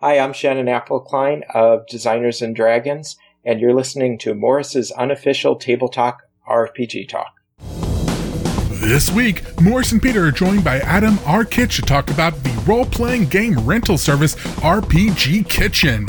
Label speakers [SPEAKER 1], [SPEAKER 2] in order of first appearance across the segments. [SPEAKER 1] Hi, I'm Shannon Applecline of Designers and Dragons, and you're listening to Morris's unofficial Table Talk RPG Talk.
[SPEAKER 2] This week, Morris and Peter are joined by Adam R. Kitch to talk about the role playing game rental service RPG Kitchen.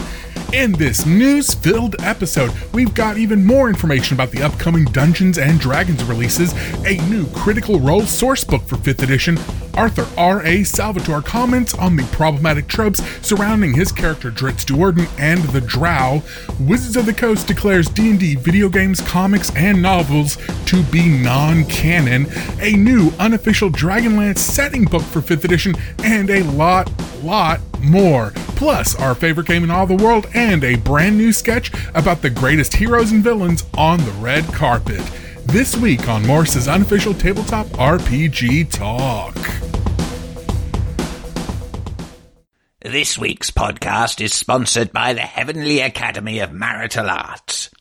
[SPEAKER 2] In this news filled episode, we've got even more information about the upcoming Dungeons and Dragons releases, a new Critical Role sourcebook for 5th edition, Arthur R.A. Salvatore comments on the problematic tropes surrounding his character Dritz Duarden and the Drow, Wizards of the Coast declares D&D video games, comics, and novels to be non-canon, a new unofficial Dragonlance setting book for 5th edition, and a lot, lot more. Plus, our favorite game in all the world and a brand new sketch about the greatest heroes and villains on the red carpet. This week on Morris's unofficial tabletop RPG Talk.
[SPEAKER 3] This week's podcast is sponsored by the Heavenly Academy of Marital Arts.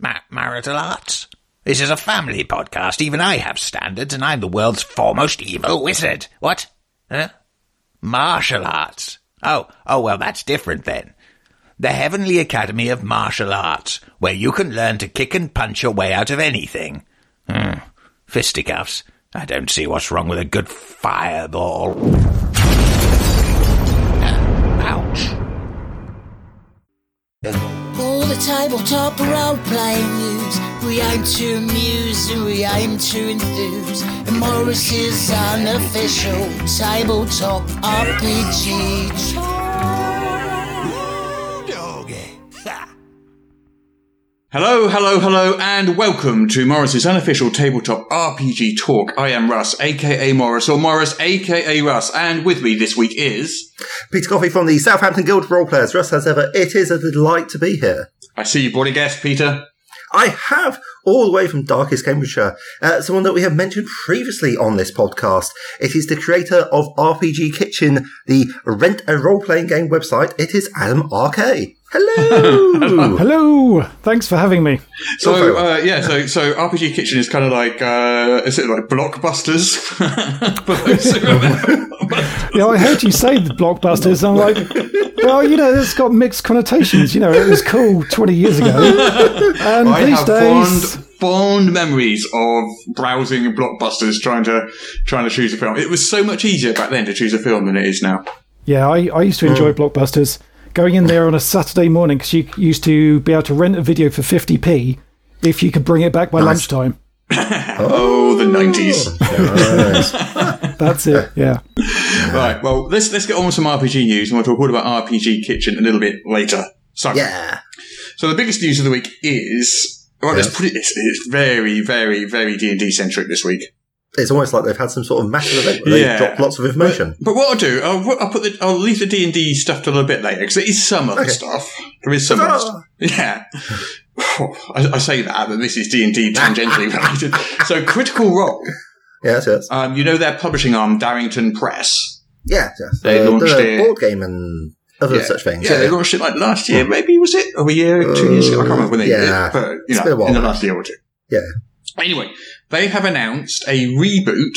[SPEAKER 3] Ma- marital Arts? This is a family podcast. Even I have standards, and I'm the world's foremost evil wizard. What? Huh? Martial arts. Oh, oh, well, that's different then. The Heavenly Academy of Martial Arts, where you can learn to kick and punch your way out of anything. Hmm. Fisticuffs. I don't see what's wrong with a good fireball. Ouch.
[SPEAKER 4] All the tabletop role playing news. We aim to amuse and we aim to enthuse. And Morris's unofficial tabletop RPG.
[SPEAKER 5] Hello, hello, hello, and welcome to Morris's unofficial tabletop RPG talk. I am Russ, aka Morris, or Morris, aka Russ, and with me this week is.
[SPEAKER 6] Peter Coffey from the Southampton Guild of Role Players. Russ, as ever, it is a delight to be here.
[SPEAKER 5] I see you brought a guest, Peter.
[SPEAKER 6] I have all the way from darkest Cambridgeshire, uh, someone that we have mentioned previously on this podcast. It is the creator of RPG Kitchen, the rent a role playing game website. It is Adam RK. Hello.
[SPEAKER 7] Hello. Thanks for having me.
[SPEAKER 6] very
[SPEAKER 5] So
[SPEAKER 6] well.
[SPEAKER 5] uh, yeah, so so RPG Kitchen is kind of like uh, is it like blockbusters? For those who-
[SPEAKER 7] You know, I heard you say the blockbusters, and I'm like, well, you know, it's got mixed connotations. You know, it was cool 20 years ago, and
[SPEAKER 5] I
[SPEAKER 7] these
[SPEAKER 5] have
[SPEAKER 7] days,
[SPEAKER 5] fond fond memories of browsing blockbusters, trying to trying to choose a film. It was so much easier back then to choose a film than it is now.
[SPEAKER 7] yeah, I, I used to enjoy blockbusters. Going in there on a Saturday morning because you used to be able to rent a video for 50p if you could bring it back by lunchtime.
[SPEAKER 5] Oh, the nineties.
[SPEAKER 7] That's it. Yeah.
[SPEAKER 5] Right. Well, let's let's get on with some RPG news, and we'll talk all about RPG Kitchen a little bit later. So,
[SPEAKER 6] yeah.
[SPEAKER 5] so the biggest news of the week is well, let's
[SPEAKER 6] Yeah.
[SPEAKER 5] put it. It's, it's very, very, very D and D centric this week.
[SPEAKER 6] It's almost like they've had some sort of massive event where
[SPEAKER 5] Yeah.
[SPEAKER 6] they've dropped lots of information.
[SPEAKER 5] But what I'll do, I'll, I'll put the, I'll leave the D and D stuff till a bit later because there is some other
[SPEAKER 6] Okay. Ah.
[SPEAKER 5] stuff. There is some other stuff. Yeah. I, I say that, but this is D and D tangentially related. So, Critical Role,
[SPEAKER 6] Yes, yes.
[SPEAKER 5] um, you know their publishing arm, Darrington Press.
[SPEAKER 6] Yeah, yes.
[SPEAKER 5] They
[SPEAKER 6] Uh,
[SPEAKER 5] launched
[SPEAKER 6] the
[SPEAKER 5] it-
[SPEAKER 6] board game and other
[SPEAKER 5] Yeah.
[SPEAKER 6] such things. Mm.
[SPEAKER 5] Yeah, they launched it like last year, maybe was it? Or a year, two years ago? I can't remember when they did
[SPEAKER 6] Yeah.
[SPEAKER 5] it, but you
[SPEAKER 6] It's
[SPEAKER 5] know,
[SPEAKER 6] been a while
[SPEAKER 5] in the
[SPEAKER 6] now.
[SPEAKER 5] last year or two.
[SPEAKER 6] Yeah.
[SPEAKER 5] Anyway, they have announced a reboot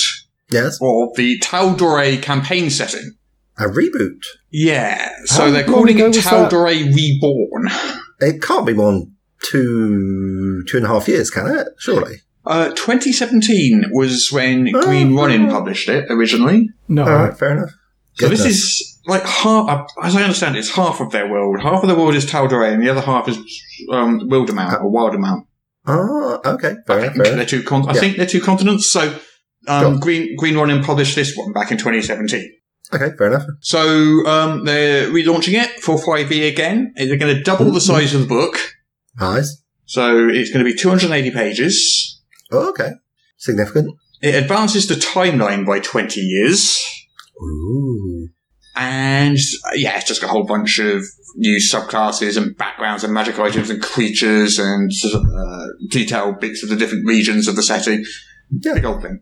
[SPEAKER 6] Yes.
[SPEAKER 5] of the Tal Doré campaign setting.
[SPEAKER 6] A reboot.
[SPEAKER 5] Yeah, so
[SPEAKER 7] How
[SPEAKER 5] they're
[SPEAKER 7] long
[SPEAKER 5] calling
[SPEAKER 7] ago
[SPEAKER 5] it
[SPEAKER 7] was
[SPEAKER 5] Tal
[SPEAKER 7] that?
[SPEAKER 5] Doré Reborn.
[SPEAKER 6] It can't be more than two, two and a half years, can it? Surely.
[SPEAKER 5] Uh, 2017 was when
[SPEAKER 6] Oh,
[SPEAKER 5] Green Ronin
[SPEAKER 6] oh.
[SPEAKER 5] published it originally.
[SPEAKER 7] No.
[SPEAKER 6] All right, fair enough.
[SPEAKER 5] So this
[SPEAKER 6] Goodness.
[SPEAKER 5] is like half, as I understand it, it's half of their world. Half of the world is Tal Doré, and the other half is um, Wildermount or Wildermount.
[SPEAKER 6] Ah, okay. Fair enough,
[SPEAKER 5] think
[SPEAKER 6] fair
[SPEAKER 5] they're
[SPEAKER 6] enough.
[SPEAKER 5] two con- I
[SPEAKER 6] Yeah.
[SPEAKER 5] think they're two continents. So
[SPEAKER 6] Sure.
[SPEAKER 5] um, Green Green Ronin published this one back in 2017.
[SPEAKER 6] Okay, fair enough.
[SPEAKER 5] So um, they're relaunching it for 5e again. They're going to double
[SPEAKER 6] Mm-hmm.
[SPEAKER 5] the size of the book.
[SPEAKER 6] Nice.
[SPEAKER 5] So it's going to be 280 pages.
[SPEAKER 6] Oh, okay. Significant.
[SPEAKER 5] It advances the timeline by 20 years.
[SPEAKER 6] Ooh.
[SPEAKER 5] And uh, yeah, it's just got a whole bunch of new subclasses and backgrounds and magic items and creatures and sort of, uh, detailed bits of the different regions of the setting.
[SPEAKER 6] Yeah.
[SPEAKER 5] Big old thing.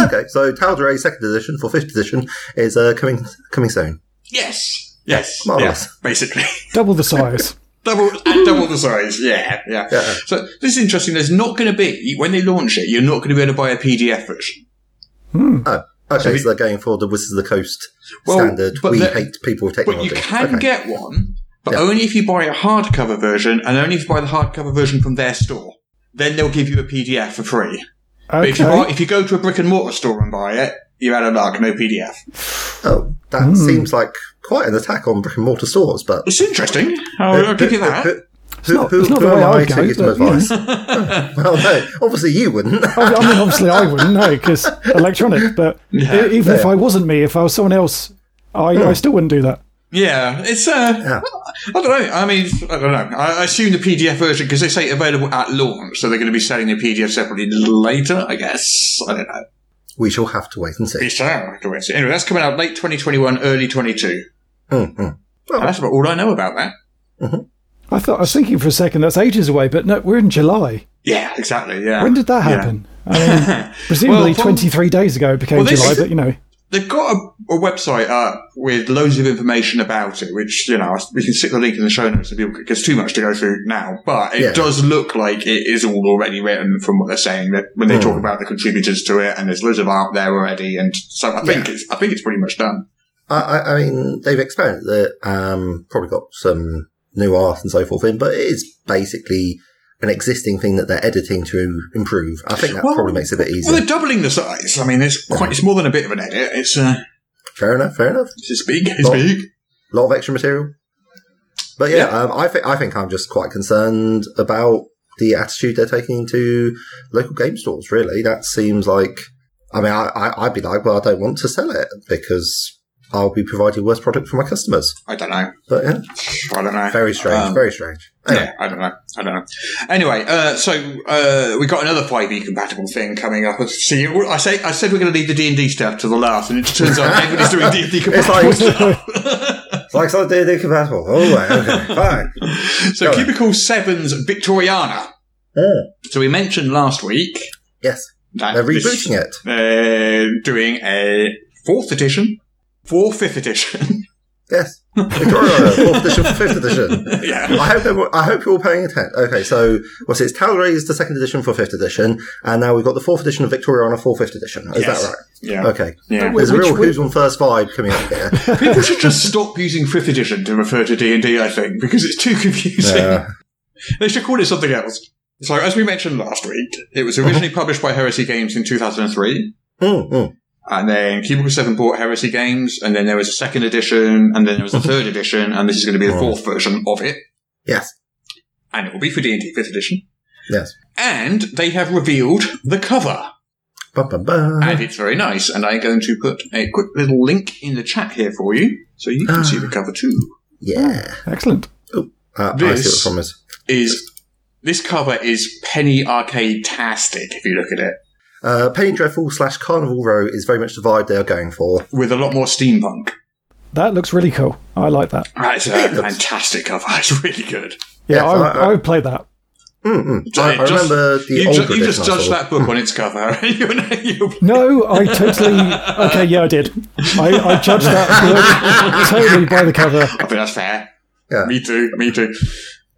[SPEAKER 6] Okay, so Tal'Dorei second edition for fifth edition is uh, coming coming soon.
[SPEAKER 5] Yes. Yes.
[SPEAKER 6] Marvellous.
[SPEAKER 5] Yeah, basically.
[SPEAKER 7] Double the size.
[SPEAKER 5] Double and double the size. Yeah, yeah.
[SPEAKER 6] Yeah.
[SPEAKER 5] So this is interesting. There's not going to be when they launch it. You're not going to be able to buy a PDF version.
[SPEAKER 7] Hmm.
[SPEAKER 6] Oh, Okay, so,
[SPEAKER 5] you-
[SPEAKER 6] they're going for the Wizards of the Coast
[SPEAKER 5] Well,
[SPEAKER 6] standard.
[SPEAKER 5] but
[SPEAKER 6] We
[SPEAKER 5] the-
[SPEAKER 6] hate people with
[SPEAKER 5] But
[SPEAKER 6] technology.
[SPEAKER 5] you can
[SPEAKER 6] Okay.
[SPEAKER 5] get one, but
[SPEAKER 6] Yeah.
[SPEAKER 5] only if you buy a hardcover version, and only if you buy the hardcover version from their store. Then they'll give you a PDF for free. But if you, buy,
[SPEAKER 7] Okay.
[SPEAKER 5] if you go to a brick and mortar store and buy it, you're out of luck. No PDF.
[SPEAKER 6] Oh, that
[SPEAKER 5] Hmm.
[SPEAKER 6] seems like quite an attack on brick and mortar stores, but.
[SPEAKER 5] It's interesting. I'll, I'll give you that.
[SPEAKER 6] Who,
[SPEAKER 7] not-
[SPEAKER 6] who,
[SPEAKER 7] it's not
[SPEAKER 6] who
[SPEAKER 7] the way
[SPEAKER 6] am
[SPEAKER 7] I
[SPEAKER 6] I
[SPEAKER 7] go,
[SPEAKER 6] to give some
[SPEAKER 7] but, you know.
[SPEAKER 6] advice? well, no, obviously you wouldn't.
[SPEAKER 7] I I mean, obviously, I wouldn't know because electronic. But e- even if I wasn't me, if I was someone else, I,
[SPEAKER 5] Hmm.
[SPEAKER 7] I still wouldn't do that.
[SPEAKER 5] Yeah, it's uh, I don't know. I mean, I don't know. I I assume the PDF version because they say available at launch, so they're going to be selling the PDF separately later. I guess I don't know.
[SPEAKER 6] we shall have to wait and see.
[SPEAKER 5] It's uh, anyway. That's coming out late 2021, early 22.
[SPEAKER 7] Mm-hmm.
[SPEAKER 6] Mhm.
[SPEAKER 5] And that's about all I know about that.
[SPEAKER 7] I thought I was thinking for a second that's ages away, but no, we're in July.
[SPEAKER 5] Yeah, exactly. Yeah.
[SPEAKER 7] When did that
[SPEAKER 5] Yeah.
[SPEAKER 7] happen? I mean, presumably
[SPEAKER 5] Well, from-
[SPEAKER 7] 23 days ago it became
[SPEAKER 5] Well, this
[SPEAKER 7] July,
[SPEAKER 5] is-
[SPEAKER 7] but you know,
[SPEAKER 5] They've got a, a website up with loads of information about it, which you know we can stick the link in the show notes if people because too much to go through now. But it
[SPEAKER 6] Yeah.
[SPEAKER 5] does look like it is all already written from what they're saying that when
[SPEAKER 6] Hmm.
[SPEAKER 5] they talk about the contributors to it, and there's loads of art there already, and so I think it's I think it's pretty much done.
[SPEAKER 6] I, I, I mean, they've expanded it, um, probably got some new art and so forth in, but it is basically an existing thing that they're editing to improve. I think that
[SPEAKER 5] Well-
[SPEAKER 6] probably makes it a bit
[SPEAKER 5] Well, they're
[SPEAKER 6] easier.
[SPEAKER 5] doubling the size. I mean, it's quite it's more than a bit of an edit. It's uh,
[SPEAKER 6] Fair enough, fair enough.
[SPEAKER 5] it's big. It's
[SPEAKER 6] Well-
[SPEAKER 5] big.
[SPEAKER 6] A lot of extra material. But yeah, Um, I, think I think I'm just quite concerned about the attitude they're taking to local game stores, really. That seems like, I mean, I, I, I'd be like, well, I don't want to sell it because I'll be providing worse product for my customers.
[SPEAKER 5] I don't know.
[SPEAKER 6] But yeah,
[SPEAKER 5] I don't know.
[SPEAKER 6] very strange,
[SPEAKER 5] Um,
[SPEAKER 6] very strange. Anyway,
[SPEAKER 5] Yeah, I don't know. I don't know. Anyway, uh, so uh, we got another 5e compatible thing coming up. See, I say I said we're going to leave the D and D stuff to the last, and it turns out everybody's doing D and D
[SPEAKER 6] It's
[SPEAKER 5] compatible.
[SPEAKER 6] like, it's like something they're compatible. Oh, right, okay, fine.
[SPEAKER 5] so
[SPEAKER 6] Go on.
[SPEAKER 5] Cubicle Seven's Victoriana.
[SPEAKER 6] Oh,
[SPEAKER 5] So we mentioned last week
[SPEAKER 6] yes,
[SPEAKER 5] that
[SPEAKER 6] they're rebooting it.
[SPEAKER 5] Uh, doing a fourth edition, four fifth edition.
[SPEAKER 6] Yes. Victoria, fourth edition, fifth edition.
[SPEAKER 5] yeah.
[SPEAKER 6] I hope they were- I hope you're all paying attention. Okay, so what's it? It's Talray is the second edition for fifth edition, and now we've got the fourth edition of Victoriana for fifth edition. Is
[SPEAKER 5] Yes.
[SPEAKER 6] that right?
[SPEAKER 5] Yeah.
[SPEAKER 6] Okay.
[SPEAKER 5] Yeah.
[SPEAKER 6] There's a
[SPEAKER 7] Which-
[SPEAKER 6] real
[SPEAKER 7] which-
[SPEAKER 6] who's on first vibe coming up here.
[SPEAKER 5] People should just stop using fifth edition to refer to D and D. I think because it's too confusing.
[SPEAKER 6] Yeah.
[SPEAKER 5] They should call it something else. So, as we mentioned last week, it was originally published by Heresy Games in 2003,
[SPEAKER 6] Mm, mm.
[SPEAKER 5] and then Cubicle 7 bought Heresy Games, and then there was a second edition, and then there was a third edition, and this is going to be the fourth version of it,
[SPEAKER 6] Yes.
[SPEAKER 5] and it will be for D&D 5th edition.
[SPEAKER 6] Yes.
[SPEAKER 5] And they have revealed the cover,
[SPEAKER 6] Bum, bum, bum.
[SPEAKER 5] and it's very nice, and I'm going to put a quick little link in the chat here for you, so you can see the cover too.
[SPEAKER 6] Yeah.
[SPEAKER 7] excellent.
[SPEAKER 6] Uh, I see what the
[SPEAKER 5] This-
[SPEAKER 6] problem is.
[SPEAKER 5] Is This cover is penny arcade-tastic, if you look at it,
[SPEAKER 6] Uh, Penny Dreadful slash Carnival Row is very much the vibe they are going for.
[SPEAKER 5] with a lot more steampunk.
[SPEAKER 7] That looks really cool. I like that.
[SPEAKER 5] That's a fantastic cover. It's really good.
[SPEAKER 7] Yeah,
[SPEAKER 6] Yes,
[SPEAKER 7] I, would,
[SPEAKER 6] I- I-
[SPEAKER 7] I would play that.
[SPEAKER 6] Mm, mm.
[SPEAKER 5] So
[SPEAKER 6] I,
[SPEAKER 5] it
[SPEAKER 6] I
[SPEAKER 5] just-
[SPEAKER 6] remember the
[SPEAKER 5] you,
[SPEAKER 6] older
[SPEAKER 5] ju- you
[SPEAKER 6] edition
[SPEAKER 5] just
[SPEAKER 6] I
[SPEAKER 5] judged
[SPEAKER 6] saw.
[SPEAKER 5] that book on its cover. you know, you-
[SPEAKER 7] No, I totally. Okay, yeah, I did. I, I judged that book totally by the cover.
[SPEAKER 5] I think that's fair.
[SPEAKER 6] Yeah.
[SPEAKER 5] Me too. Me too.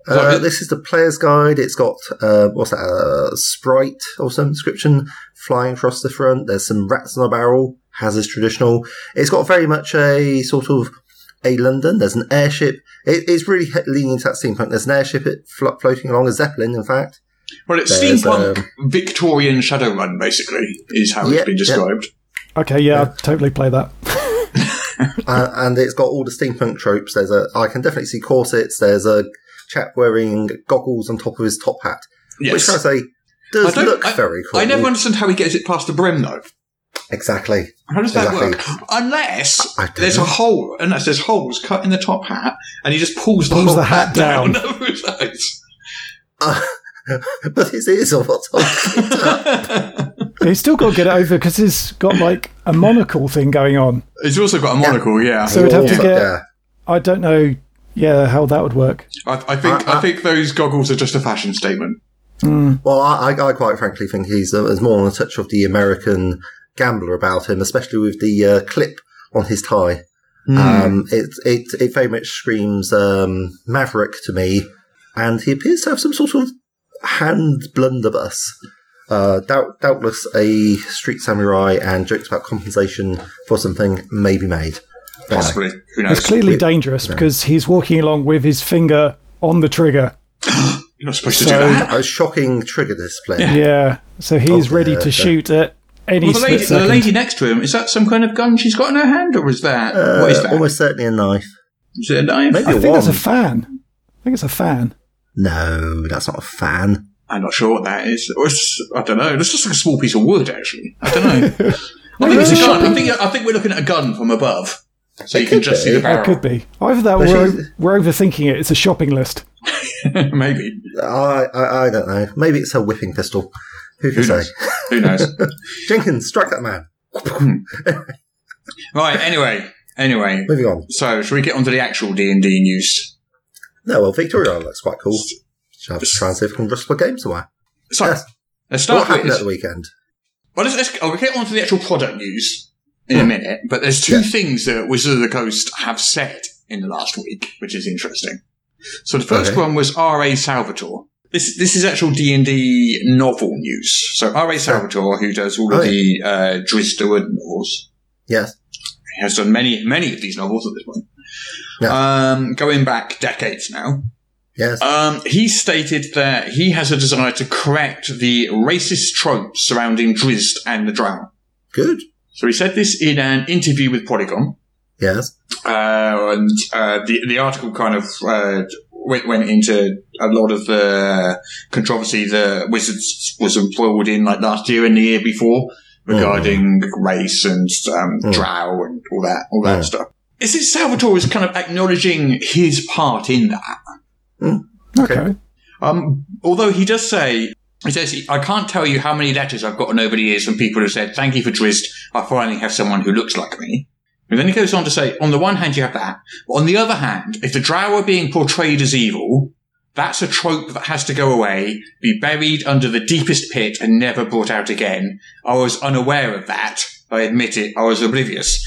[SPEAKER 6] Uh, this is the player's guide. It's got uh, what's that? Uh, sprite or some description flying across the front. There's some rats on a barrel, as is traditional. It's got very much a sort of a London. There's an airship. It, it's really he- leaning to that steampunk. There's an airship it flo- floating along, a zeppelin, in fact.
[SPEAKER 5] well, it's
[SPEAKER 6] There's,
[SPEAKER 5] steampunk
[SPEAKER 6] um,
[SPEAKER 5] Victorian Shadowrun, basically, is how
[SPEAKER 6] Yeah,
[SPEAKER 5] it's been
[SPEAKER 6] yeah.
[SPEAKER 5] described.
[SPEAKER 7] Okay, yeah, I'd totally play that.
[SPEAKER 6] Uh, and it's got all the steampunk tropes. There's a I can definitely see corsets. There's a chap wearing goggles on top of his top hat, which
[SPEAKER 5] Yes.
[SPEAKER 6] can I say does
[SPEAKER 5] don't-
[SPEAKER 6] look very cool.
[SPEAKER 5] I never understand how he gets it past the brim, though.
[SPEAKER 6] exactly.
[SPEAKER 5] How does that
[SPEAKER 6] Exactly.
[SPEAKER 5] work? Unless
[SPEAKER 6] I- I don't
[SPEAKER 5] there's
[SPEAKER 6] know.
[SPEAKER 5] a hole, unless there's holes cut in the top hat, and he just pulls the,
[SPEAKER 7] Pulls
[SPEAKER 5] whole
[SPEAKER 7] the hat down.
[SPEAKER 5] Who's that?
[SPEAKER 6] but his ears are what's on.
[SPEAKER 7] He's still got to get it over because he's got like a monocle thing going on.
[SPEAKER 5] He's also got a monocle, yeah.
[SPEAKER 7] So it'd have to
[SPEAKER 6] Yeah.
[SPEAKER 7] get. I don't know. Yeah, how that would work.
[SPEAKER 5] I, I think I think those goggles are just a fashion statement.
[SPEAKER 6] Well, I, I, I quite frankly think he's uh, there's more on a touch of the American gambler about him, especially with the uh, clip on his tie. Um, it, it it very much screams um, Maverick to me, and he appears to have some sort of hand blunderbuss. Uh, doubt, doubtless, a Street Samurai and jokes about compensation for something may be made. Don't know.
[SPEAKER 5] Possibly. Who knows?
[SPEAKER 7] It's clearly
[SPEAKER 6] Yeah.
[SPEAKER 7] dangerous because he's walking along with his finger on the trigger.
[SPEAKER 5] You're not supposed to do that.
[SPEAKER 6] A shocking trigger display.
[SPEAKER 7] Yeah, so he's
[SPEAKER 6] Oh,
[SPEAKER 7] ready
[SPEAKER 6] yeah,
[SPEAKER 7] to
[SPEAKER 6] yeah.
[SPEAKER 7] shoot at any
[SPEAKER 5] Well, the
[SPEAKER 7] split
[SPEAKER 5] lady, the
[SPEAKER 7] second.
[SPEAKER 5] lady next to him, is that some kind of gun she's got in her hand, or is that. what is that?
[SPEAKER 6] Uh, Almost certainly a knife.
[SPEAKER 5] Is it a knife?
[SPEAKER 6] Maybe
[SPEAKER 7] I
[SPEAKER 6] a
[SPEAKER 7] think that's a
[SPEAKER 6] wand.
[SPEAKER 7] fan. I think it's a fan.
[SPEAKER 6] no, that's not a fan.
[SPEAKER 5] I'm not sure what that is. Or it's, I don't know. It's just like a small piece of wood, actually. I don't know. I think it's a gun. I think, I think we're looking at a gun from above. So you can
[SPEAKER 6] could
[SPEAKER 5] just see
[SPEAKER 6] be.
[SPEAKER 5] the
[SPEAKER 6] It
[SPEAKER 5] barrel.
[SPEAKER 7] That could be. Either that or
[SPEAKER 6] But
[SPEAKER 7] we're,
[SPEAKER 6] she's-
[SPEAKER 7] we're overthinking it. It's a shopping list.
[SPEAKER 5] Maybe.
[SPEAKER 6] I, I, I don't know. Maybe it's a whipping pistol. Who can
[SPEAKER 5] Who
[SPEAKER 6] say?
[SPEAKER 5] knows? Who knows?
[SPEAKER 6] Jenkins, strike that man.
[SPEAKER 5] right, anyway. Anyway.
[SPEAKER 6] Moving on.
[SPEAKER 5] So, shall we get onto the actual D&D news?
[SPEAKER 6] No, well, Victoria looks quite cool. Should I try and see if I can rustle a game somewhere?
[SPEAKER 5] So,
[SPEAKER 6] Yes.
[SPEAKER 5] let's
[SPEAKER 6] What
[SPEAKER 5] start
[SPEAKER 6] happened at
[SPEAKER 5] with...
[SPEAKER 6] the weekend?
[SPEAKER 5] Well, let's, let's I'll get on to the actual product news in a minute, but there's two things that Wizard of the Coast have said in the last week, which is interesting. So the first
[SPEAKER 6] Okay.
[SPEAKER 5] one was R.A. Salvatore. This this is actual D and D novel news. So R.A. Salvatore, who does all of
[SPEAKER 6] Oh, yeah.
[SPEAKER 5] the uh, Druid Stewart novels,
[SPEAKER 6] Yes.
[SPEAKER 5] he has done many many of these novels at this point. Um, going back decades now,
[SPEAKER 6] Yes.
[SPEAKER 5] um, he stated that he has a desire to correct the racist tropes surrounding Drizzt and the Drow.
[SPEAKER 6] Good.
[SPEAKER 5] So he said this in an interview with Polygon,
[SPEAKER 6] Yes.
[SPEAKER 5] uh, and uh, the the article kind of uh, went went into a lot of the controversy that Wizards was embroiled in, like last year and the year before, regarding race and um,
[SPEAKER 6] Mm.
[SPEAKER 5] drow and all that all that
[SPEAKER 6] Mm.
[SPEAKER 5] stuff. Is it Salvatore is kind of acknowledging his part in that?
[SPEAKER 7] Okay.
[SPEAKER 5] Um, although he does say, he says, I can't tell you how many letters I've gotten over the years from people who said, thank you for Drizzt. I finally have someone who looks like me. And then he goes on to say, on the one hand, you have that. But on the other hand, if the drow are being portrayed as evil, that's a trope that has to go away, be buried under the deepest pit and never brought out again. I was unaware of that. I admit it. I was oblivious.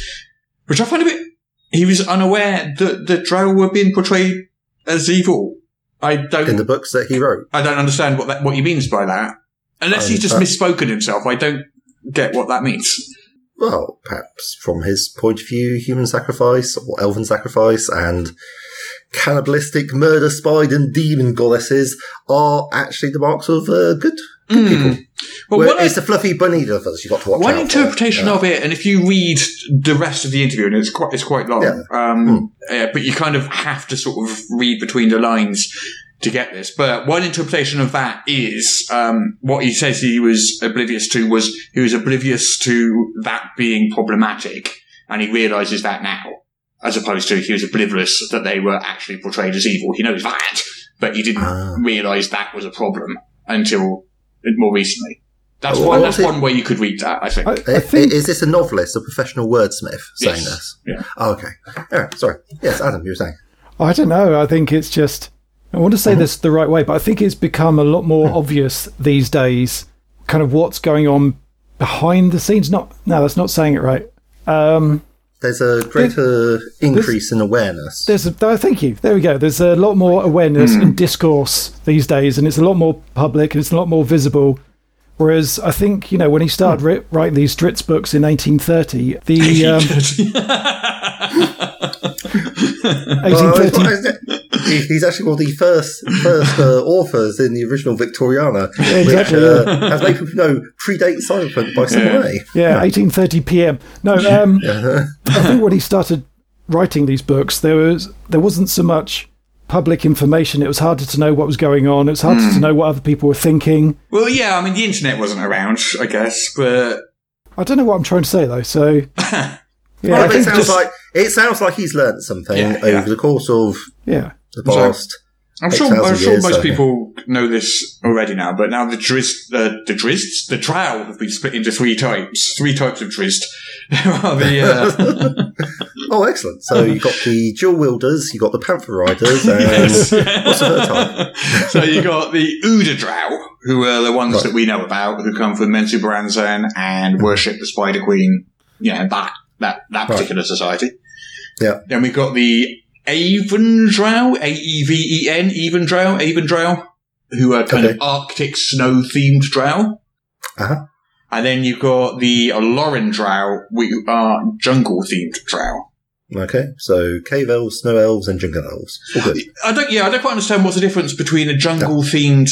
[SPEAKER 5] Which I find a bit, he was unaware that the drow were being portrayed as evil. I don't
[SPEAKER 6] In the books that he wrote.
[SPEAKER 5] I don't understand what that, what he means by that. Unless
[SPEAKER 6] Oh,
[SPEAKER 5] he's just
[SPEAKER 6] that-
[SPEAKER 5] misspoken himself, I don't get what that means.
[SPEAKER 6] Well, perhaps from his point of view, human sacrifice or elven sacrifice and cannibalistic murder spied and demon goddesses are actually the marks of uh, good, good people.
[SPEAKER 5] Hmm. Well,
[SPEAKER 6] Where
[SPEAKER 5] one,
[SPEAKER 6] it's the fluffy bunny lovers you've got to watch
[SPEAKER 5] one
[SPEAKER 6] out for.
[SPEAKER 5] interpretation
[SPEAKER 6] Yeah.
[SPEAKER 5] of it, and if you read the rest of the interview, and it's quite it's quite long,
[SPEAKER 6] Yeah. Hmm.
[SPEAKER 5] um, yeah, but you kind of have to sort of read between the lines to get this. But one interpretation of that is um, what he says he was oblivious to was he was oblivious to that being problematic, and he realizes that now. as opposed to he was oblivious that they were actually portrayed as evil. He knows that, but he didn't
[SPEAKER 6] Ah.
[SPEAKER 5] realise that was a problem until more recently. That's
[SPEAKER 6] Oh,
[SPEAKER 5] one.
[SPEAKER 6] well,
[SPEAKER 5] That's
[SPEAKER 6] it-
[SPEAKER 5] one way you could read that. I think.
[SPEAKER 7] I,
[SPEAKER 6] I-
[SPEAKER 7] I think
[SPEAKER 6] is this a novelist, a professional wordsmith saying
[SPEAKER 5] Yes.
[SPEAKER 6] this?
[SPEAKER 5] Yeah.
[SPEAKER 6] Oh, okay. All right, sorry. Yes, Adam, you were saying.
[SPEAKER 7] I don't know. I think it's just. I want to say this the right way, but I think it's become a lot more obvious these days. Kind of what's going on behind the scenes. Not no, that's not saying it right. Um,
[SPEAKER 6] There's a greater increase in awareness.
[SPEAKER 7] there's a, oh, thank you. There we go. There's a lot more awareness and discourse these days, and it's a lot more public and it's a lot more visible. Whereas I think you know when he started wri- writing these Dritz books in 1830, the um, 1830
[SPEAKER 6] Well, Oh, it's- he- he's actually one of the first first uh, authors in the original Victoriana,
[SPEAKER 7] exactly,
[SPEAKER 6] which, uh, as many people know, predates Cyberpunk by some way.
[SPEAKER 7] Yeah, eighteen thirty p.m. No, um, I think when he started writing these books, there was there wasn't so much public information. It was harder to know what was going on. It was harder to know what other people were thinking.
[SPEAKER 5] well, yeah. I mean, the internet wasn't around, I guess, but
[SPEAKER 7] I don't know what I'm trying to say though. So yeah,
[SPEAKER 6] Well,
[SPEAKER 7] I
[SPEAKER 6] but it
[SPEAKER 7] think
[SPEAKER 6] sounds
[SPEAKER 7] just,
[SPEAKER 6] like it sounds like he's learnt something
[SPEAKER 5] Yeah,
[SPEAKER 6] over
[SPEAKER 5] yeah.
[SPEAKER 6] the course of
[SPEAKER 7] yeah,
[SPEAKER 6] the
[SPEAKER 5] So-
[SPEAKER 6] past.
[SPEAKER 5] I'm
[SPEAKER 6] Eight
[SPEAKER 5] sure.
[SPEAKER 6] thousand
[SPEAKER 5] I'm sure
[SPEAKER 6] years,
[SPEAKER 5] most
[SPEAKER 6] so-
[SPEAKER 5] people know this already now. But now the drizzt, the, the drizzt, the trial have been split into three types. Three types of drizzt. There are the. Uh,
[SPEAKER 6] Oh, excellent!
[SPEAKER 7] Uh-huh.
[SPEAKER 6] So you got the dual wielders, you got the panther riders, and what's the third type?
[SPEAKER 5] so you got the Udadrow, who are the ones
[SPEAKER 6] Right.
[SPEAKER 5] that we know about, who come from Mensu Baranzan and worship the Spider Queen. Yeah, that that that particular society.
[SPEAKER 6] Yeah.
[SPEAKER 5] Then we got the Avendrow, A E V E N, Avendrow, Avendrow, who are kind of
[SPEAKER 6] Okay.
[SPEAKER 5] Arctic snow themed drow.
[SPEAKER 6] Uh-huh.
[SPEAKER 5] And then you've got the Lauren Drow, which are jungle themed Drow.
[SPEAKER 6] Okay, so cave elves, snow elves, and jungle elves. All good.
[SPEAKER 5] I don't. Yeah, I don't quite understand what's the difference between a jungle themed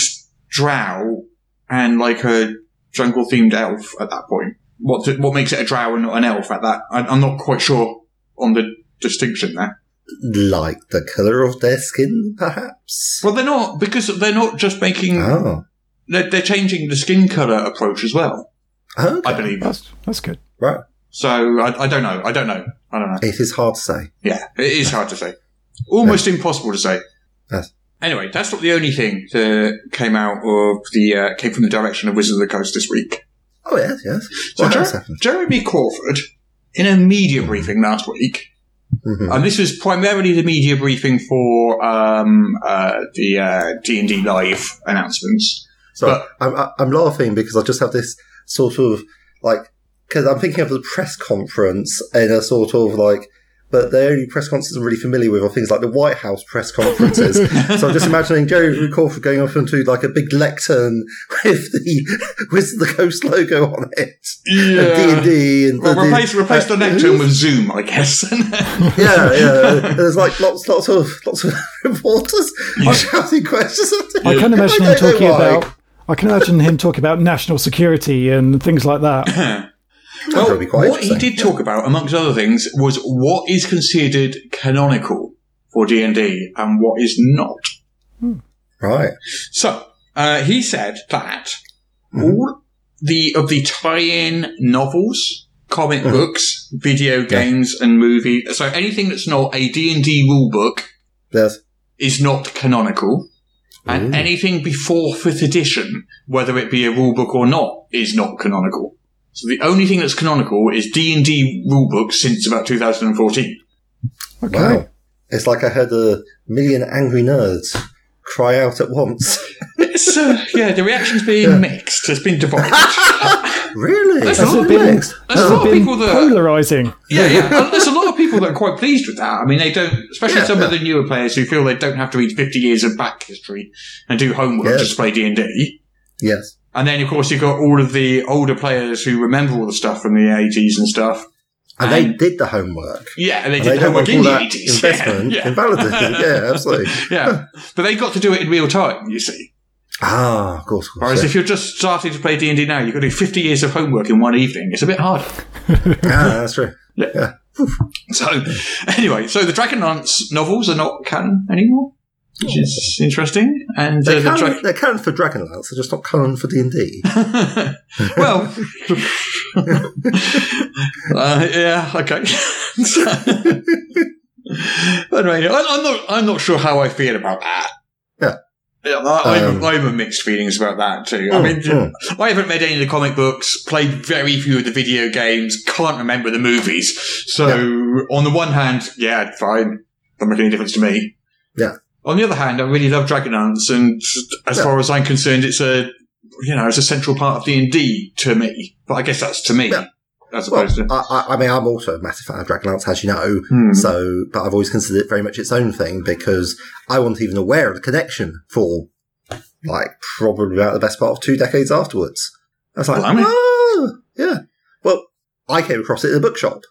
[SPEAKER 5] drow and like a jungle themed elf at that point. What what makes it a drow and not an elf at that? I, I'm not quite sure on the distinction there.
[SPEAKER 6] Like the colour of their skin, perhaps?
[SPEAKER 5] Well, they're not because they're not just making.
[SPEAKER 6] Oh.
[SPEAKER 5] They're, they're changing the skin color approach as well.
[SPEAKER 6] Okay.
[SPEAKER 5] I believe.
[SPEAKER 7] That's that's good.
[SPEAKER 6] Right.
[SPEAKER 5] So I, I don't know. I don't know. I don't know.
[SPEAKER 6] It is hard to say.
[SPEAKER 5] Yeah, it is hard to say. Almost impossible to say.
[SPEAKER 6] Yes.
[SPEAKER 5] Anyway, that's not the only thing that came out of the uh, came from the direction of Wizard of the Coast this week.
[SPEAKER 6] Oh, yes, yes.
[SPEAKER 5] So
[SPEAKER 6] What
[SPEAKER 5] Jer-
[SPEAKER 6] has happened?
[SPEAKER 5] Jeremy Crawford, in a media briefing last week,
[SPEAKER 6] Mhm.
[SPEAKER 5] and this was primarily the media briefing for um, uh, the D and D live announcements.
[SPEAKER 6] So
[SPEAKER 5] But-
[SPEAKER 6] I'm, I- I'm laughing because I just have this sort of like because I'm thinking of the press conference in a sort of like, but the only press conferences I'm really familiar with are things like the White House press conferences. so I'm just imagining Jerry Crawford going off into like a big lectern with the with the Coast logo on it. And D&D and
[SPEAKER 5] Well,
[SPEAKER 6] bloody-
[SPEAKER 5] replace replace the
[SPEAKER 6] uh,
[SPEAKER 5] lectern with Zoom, I guess.
[SPEAKER 6] yeah, yeah. There's like lots, lots of lots of reporters shouting questions. At
[SPEAKER 7] I can imagine him
[SPEAKER 6] don't know
[SPEAKER 7] talking
[SPEAKER 6] why.
[SPEAKER 7] about. I can imagine him talking about national security and things like that.
[SPEAKER 6] That
[SPEAKER 5] Well,
[SPEAKER 6] would be quite
[SPEAKER 5] what he
[SPEAKER 6] interesting.
[SPEAKER 5] did talk about, amongst other things, was what is considered canonical for D and D and what is not.
[SPEAKER 6] right.
[SPEAKER 5] So uh, he said that all the of the tie-in novels, comic books, video games, and movie, so anything that's not a D and D rule book
[SPEAKER 6] Yes.
[SPEAKER 5] is not canonical, and anything before fifth edition, whether it be a rule book or not, is not canonical. So the only thing that's canonical is D and D rule books since about 2014.
[SPEAKER 7] Okay.
[SPEAKER 6] Wow. It's like I heard a million angry nerds cry out at once.
[SPEAKER 5] so yeah, the reaction's been mixed. It's been divided.
[SPEAKER 6] really?
[SPEAKER 5] That's
[SPEAKER 6] That's
[SPEAKER 5] not
[SPEAKER 6] the
[SPEAKER 7] been-
[SPEAKER 6] next.
[SPEAKER 5] There's a
[SPEAKER 7] Has
[SPEAKER 5] lot
[SPEAKER 7] it
[SPEAKER 5] of
[SPEAKER 7] been
[SPEAKER 5] people that
[SPEAKER 7] polarizing?
[SPEAKER 5] Yeah, yeah. And There's a lot of people that are quite pleased with that. I mean, they don't, especially
[SPEAKER 6] Yeah,
[SPEAKER 5] some of
[SPEAKER 6] yeah.
[SPEAKER 5] the newer players who feel they don't have to read 50 years of back history and do homework
[SPEAKER 6] Yes.
[SPEAKER 5] just to play D&D.
[SPEAKER 6] Yes.
[SPEAKER 5] And then, of course, you've got all of the older players who remember all the stuff from the 80s and stuff.
[SPEAKER 6] And they
[SPEAKER 5] And-
[SPEAKER 6] did the homework.
[SPEAKER 5] Yeah, and they
[SPEAKER 6] And
[SPEAKER 5] did
[SPEAKER 6] they don't
[SPEAKER 5] homework
[SPEAKER 6] want
[SPEAKER 5] in
[SPEAKER 6] all
[SPEAKER 5] the
[SPEAKER 6] that
[SPEAKER 5] 80s. Yeah,
[SPEAKER 6] investment
[SPEAKER 5] yeah.
[SPEAKER 6] invalidated. Yeah, absolutely.
[SPEAKER 5] Yeah. But they got to do it in real time, you see.
[SPEAKER 6] Ah, of course. Of course
[SPEAKER 5] Whereas
[SPEAKER 6] yeah.
[SPEAKER 5] if you're just starting to play D&D now, you've got to do 50 years of homework in one evening. It's a bit harder.
[SPEAKER 6] ah, that's true.
[SPEAKER 5] So, anyway, so the Dragonlance novels are not canon anymore, which
[SPEAKER 6] Oh.
[SPEAKER 5] is interesting. And uh,
[SPEAKER 6] They're,
[SPEAKER 5] the
[SPEAKER 6] canon,
[SPEAKER 5] Dra-
[SPEAKER 6] they're canon for Dragonlance, they're just not canon for D&D.
[SPEAKER 5] well, uh, yeah, okay. anyway, I, I'm not. I'm not sure how I feel about that.
[SPEAKER 6] Yeah.
[SPEAKER 5] Yeah, I,
[SPEAKER 6] Um,
[SPEAKER 5] I'm, I'm of mixed feelings about that too. I
[SPEAKER 6] Mm,
[SPEAKER 5] mean,
[SPEAKER 6] mm.
[SPEAKER 5] I haven't read any of the comic books, played very few of the video games, can't remember the movies. So, on the one hand, yeah, fine, doesn't make any difference to me.
[SPEAKER 6] Yeah.
[SPEAKER 5] On the other hand, I really love Dragonlance, and as
[SPEAKER 6] Yeah.
[SPEAKER 5] far as I'm concerned, it's a you know, it's a central part of D and D to me. But I guess that's to me
[SPEAKER 6] Yeah.
[SPEAKER 5] as
[SPEAKER 6] Well,
[SPEAKER 5] opposed to.
[SPEAKER 6] I, I- I mean, I'm also a massive fan of Dragonlance, as you know.
[SPEAKER 5] Hmm.
[SPEAKER 6] So, but I've always considered it very much its own thing because I wasn't even aware of the connection for like probably about the best part of two decades afterwards. I was like,
[SPEAKER 5] Blimey.
[SPEAKER 6] "Oh, yeah. Well, I came across it in a bookshop.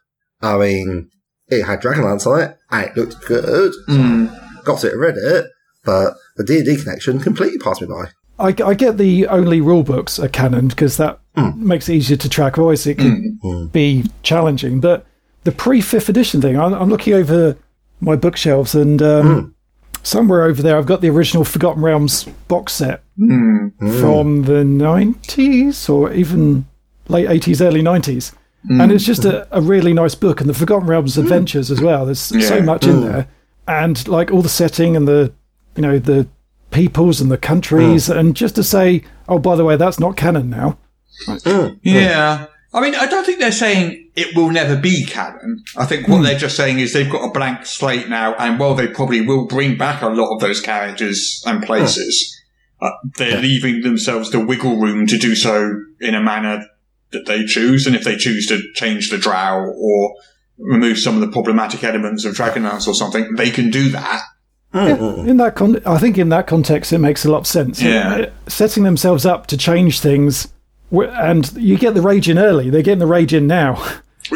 [SPEAKER 6] I mean, it had Dragonlance on it, and it looked good.
[SPEAKER 5] Hmm.
[SPEAKER 6] Got it, read it, but the D and D connection completely passed me by.
[SPEAKER 7] I, I get the only rule books are canon because that
[SPEAKER 5] Hmm.
[SPEAKER 7] makes it easier to track. Otherwise, it can be challenging. But the pre fifth edition thing, I'm, I'm looking over my bookshelves, and um, somewhere over there, I've got the original Forgotten Realms box set from the 90s or even late 80s, early 90s. And it's just a, a really nice book, and the Forgotten Realms adventures as well. There's so
[SPEAKER 5] Yeah.
[SPEAKER 7] much in there, and like all the setting and the you know the peoples and the countries and just to say oh by the way that's not canon now
[SPEAKER 5] Yeah. I mean, I don't think they're saying it will never be canon. I think
[SPEAKER 7] Hmm.
[SPEAKER 5] what they're just saying is they've got a blank slate now, and while they probably will bring back a lot of those characters and places, uh, they're leaving themselves the wiggle room to do so in a manner that they choose. And if they choose to change the drow or remove some of the problematic elements of Dragonlance or something, they can do that.
[SPEAKER 7] in that con- i think in that context it makes a lot of sense
[SPEAKER 5] Yeah.
[SPEAKER 7] Uh, setting themselves up to change things Wh- And you get the rage in early. They're getting the rage in now.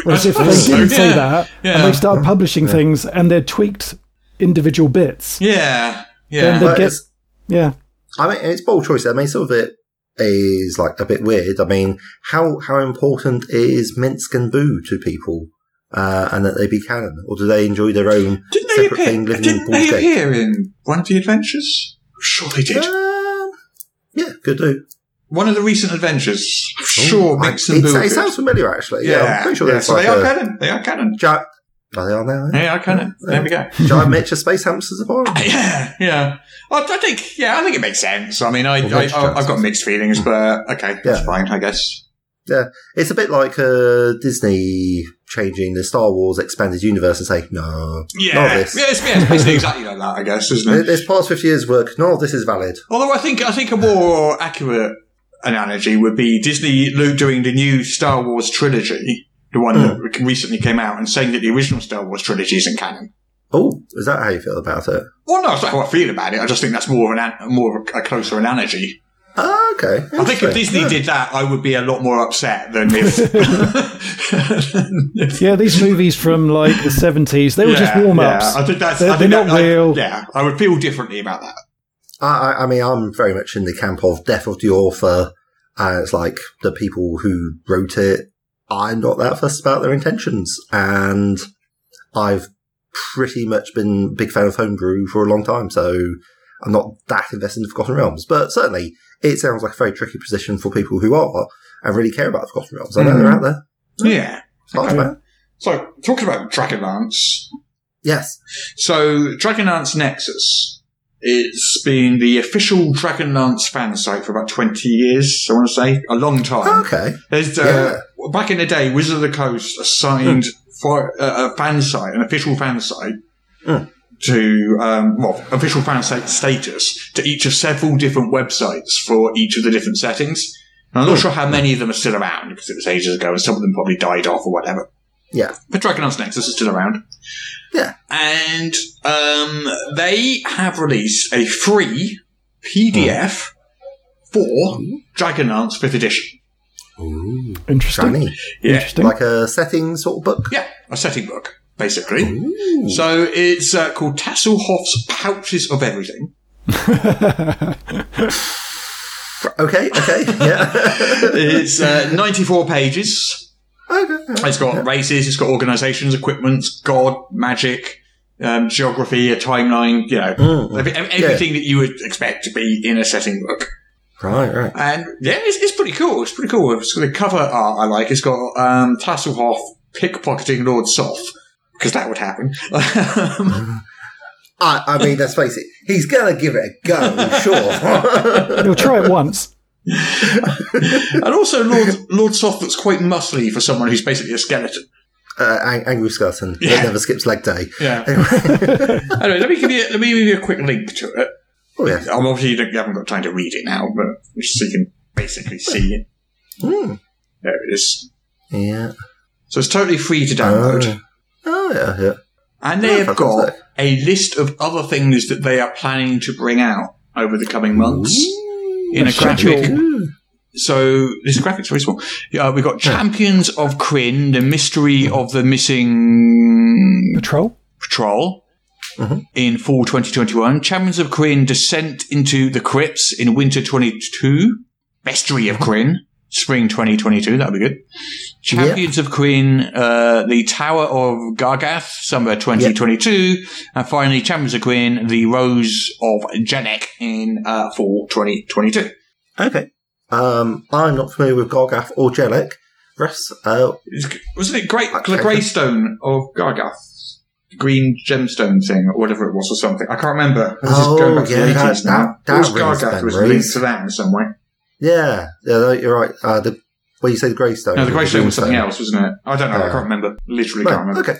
[SPEAKER 7] Whereas if they
[SPEAKER 5] suppose so,
[SPEAKER 7] didn't say
[SPEAKER 5] yeah,
[SPEAKER 7] that
[SPEAKER 5] yeah.
[SPEAKER 7] and they start publishing things and they're tweaked individual bits,
[SPEAKER 5] Yeah.
[SPEAKER 7] then
[SPEAKER 5] Yeah.
[SPEAKER 7] they
[SPEAKER 6] But
[SPEAKER 7] get
[SPEAKER 6] it's-
[SPEAKER 7] yeah.
[SPEAKER 6] I mean, it's bold choice. I mean, some of it is like a bit weird. I mean, how how important is Minsk and Boo to people, uh, and that they be canon, or do they enjoy their own
[SPEAKER 5] Didn't they
[SPEAKER 6] separate
[SPEAKER 5] appear?
[SPEAKER 6] thing living in
[SPEAKER 5] Didn't
[SPEAKER 6] board
[SPEAKER 5] they
[SPEAKER 6] game?
[SPEAKER 5] appear in one of the adventures? I'm sure they did.
[SPEAKER 6] Um, yeah, could do.
[SPEAKER 5] One of the recent adventures. I'm
[SPEAKER 6] Ooh,
[SPEAKER 5] sure, Mix
[SPEAKER 6] I-
[SPEAKER 5] and
[SPEAKER 6] it's-
[SPEAKER 5] Boo.
[SPEAKER 6] It sounds familiar, actually. Yeah, I'm pretty sure
[SPEAKER 5] yeah.
[SPEAKER 6] that's
[SPEAKER 5] So
[SPEAKER 6] like
[SPEAKER 5] they are
[SPEAKER 6] a-
[SPEAKER 5] canon. They are canon.
[SPEAKER 6] Jack. Oh, they are now. eh?
[SPEAKER 5] They are canon. There we go.
[SPEAKER 6] Giant miniature space hamsters are boring.
[SPEAKER 5] Yeah, yeah. I, I think, yeah, I think it makes sense. I mean, I,
[SPEAKER 6] Well,
[SPEAKER 5] I,
[SPEAKER 6] that's
[SPEAKER 5] I, I've got mixed feelings, but okay, that's
[SPEAKER 6] Yeah.
[SPEAKER 5] fine, I guess.
[SPEAKER 6] Yeah, it's a bit like uh, Disney changing the Star Wars expanded universe and saying no,
[SPEAKER 5] Yeah,
[SPEAKER 6] none of this.
[SPEAKER 5] yeah, it's, yeah, it's basically exactly like that, I guess, isn't
[SPEAKER 6] There-
[SPEAKER 5] it?
[SPEAKER 6] There's past fifty years' work. None of this is valid.
[SPEAKER 5] Although I think, I think a more accurate analogy would be Disney lo- doing the new Star Wars trilogy, the one
[SPEAKER 7] Mm.
[SPEAKER 5] that re- recently came out, and saying that the original Star Wars trilogy isn't canon.
[SPEAKER 6] Oh, is that how you feel about it?
[SPEAKER 5] Well, no, it's not how I feel about it. I just think that's more of an, an- more of a, a closer analogy.
[SPEAKER 6] Ah, okay.
[SPEAKER 5] I think if
[SPEAKER 6] Interesting.
[SPEAKER 5] Disney did that, I would be a lot more upset than if.
[SPEAKER 7] Yeah, these movies from like the 70s, they were just warm ups.
[SPEAKER 5] Yeah, I think that's.
[SPEAKER 7] They're-
[SPEAKER 5] I think
[SPEAKER 7] they're
[SPEAKER 5] that-
[SPEAKER 7] not
[SPEAKER 5] I-
[SPEAKER 7] real.
[SPEAKER 5] yeah, I would feel differently about that.
[SPEAKER 6] I, I, I mean, I'm very much in the camp of death of the author, and it's like the people who wrote it. I'm not that fussed about their intentions, and I've pretty much been a big fan of homebrew for a long time, so I'm not that invested in Forgotten Realms. But certainly, it sounds like a very tricky position for people who are and really care about Forgotten Realms. I know they're out there.
[SPEAKER 7] Hmm.
[SPEAKER 5] Yeah.
[SPEAKER 6] It's hard to
[SPEAKER 7] Okay.
[SPEAKER 6] know.
[SPEAKER 5] So talking about Dragonlance,
[SPEAKER 6] Yes.
[SPEAKER 5] so Dragonlance Nexus. It's been the official Dragonlance fan site for about twenty years. I want to say a long time.
[SPEAKER 6] Okay.
[SPEAKER 5] There's uh, back in the day, Wizard of the Coast assigned
[SPEAKER 6] Hmm.
[SPEAKER 5] for uh, a fan site, an official fan site,
[SPEAKER 6] Mm.
[SPEAKER 5] to um, well, official fan site status to each of several different websites for each of the different settings. And I'm
[SPEAKER 6] Hmm.
[SPEAKER 5] not sure how many of them are still around because it was ages ago, and some of them probably died off or whatever.
[SPEAKER 6] Yeah.
[SPEAKER 5] But Dragonlance Nexus is still around.
[SPEAKER 6] Yeah.
[SPEAKER 5] And um, they have released a free PDF
[SPEAKER 6] Hmm.
[SPEAKER 5] for Dragonlance 5th edition.
[SPEAKER 6] Ooh,
[SPEAKER 7] Interesting.
[SPEAKER 6] shiny.
[SPEAKER 5] Yeah.
[SPEAKER 7] Interesting.
[SPEAKER 6] Like a setting sort of book.
[SPEAKER 5] Yeah, a setting book, basically. So it's uh, called Tasselhoff's Pouches of Everything.
[SPEAKER 6] Okay. Okay. Yeah.
[SPEAKER 5] It's uh, 94 pages. It's got races, it's got organisations, equipments, God, magic, um, geography, a timeline, you know,
[SPEAKER 6] Mm.
[SPEAKER 5] ev- ev- everything that you would expect to be in a setting book.
[SPEAKER 6] right. Right.
[SPEAKER 5] And yeah, it's, it's pretty cool. It's pretty cool. It's got the cover art I like. It's got um, Tasselhoff pickpocketing Lord Soth, because that would happen.
[SPEAKER 6] I, I mean, let's face it, he's going to give it a go, sure.
[SPEAKER 7] You'll try it once.
[SPEAKER 5] And also Lord Lord Soth that's quite muscly for someone who's basically a skeleton.
[SPEAKER 6] uh, ang- angry skeleton that
[SPEAKER 5] Yeah.
[SPEAKER 6] never skips leg day.
[SPEAKER 5] Yeah.
[SPEAKER 6] Anyway.
[SPEAKER 5] Anyway, let me give you let me give you a quick link to it.
[SPEAKER 6] oh, yeah.
[SPEAKER 5] Um, obviously you, don't, you haven't got time to read it now, but so you can basically see it.
[SPEAKER 6] Hmm.
[SPEAKER 5] There it is.
[SPEAKER 6] Yeah.
[SPEAKER 5] So it's totally free to download.
[SPEAKER 6] Oh. Oh, yeah, yeah.
[SPEAKER 5] and they
[SPEAKER 6] Oh,
[SPEAKER 5] have got
[SPEAKER 6] fantastic.
[SPEAKER 5] a list of other things that they are planning to bring out over the coming months in a graphic. So this graphic's very small. Yeah, we've got Champions of Kryn, the mystery of the missing
[SPEAKER 7] Patrol?
[SPEAKER 5] Patrol in fall 2021. Champions of Kryn Descent into the Crypts in winter 22. Bestiary of Kryn, spring 2022. That'll be good. Champions of Kryn, uh, the Tower of Gargath, summer 2022. And finally, Champions of Kryn, the Rose of Janek in uh, fall 2022.
[SPEAKER 6] Okay. Um, I'm not familiar with Gargath or Jellic. Russ, uh,
[SPEAKER 5] It's- Wasn't it great?
[SPEAKER 6] Okay.
[SPEAKER 5] The Greystone of Gargath. Green gemstone thing, or whatever it was, or something. I can't remember. This is
[SPEAKER 6] Oh,
[SPEAKER 5] going back to
[SPEAKER 6] yeah,
[SPEAKER 5] the
[SPEAKER 6] that-
[SPEAKER 5] 80s now.
[SPEAKER 6] that- that
[SPEAKER 5] Always
[SPEAKER 6] rings
[SPEAKER 5] Gargath was
[SPEAKER 6] memories.
[SPEAKER 5] linked to that in some way.
[SPEAKER 6] yeah, yeah, no, you're right. Uh, the, well, you say the Greystone.
[SPEAKER 5] No, the
[SPEAKER 6] or
[SPEAKER 5] Greystone was
[SPEAKER 6] Doomstone.
[SPEAKER 5] something else, wasn't it? I don't know. I
[SPEAKER 6] Yeah.
[SPEAKER 5] can't remember. Literally
[SPEAKER 6] No,
[SPEAKER 5] can't remember.
[SPEAKER 6] okay.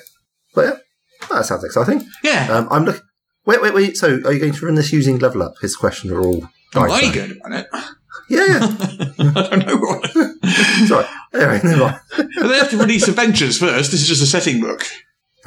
[SPEAKER 6] But yeah, that sounds exciting.
[SPEAKER 5] Yeah.
[SPEAKER 6] Um, I'm looking. Wait, wait, wait. So, are you going to run this using level up? His question are all.
[SPEAKER 5] Am I
[SPEAKER 6] dice,
[SPEAKER 5] good at it?
[SPEAKER 6] Yeah, yeah.
[SPEAKER 5] I don't know what.
[SPEAKER 6] Sorry. Anyway, never mind.
[SPEAKER 5] they have to release adventures first. This is just a setting book.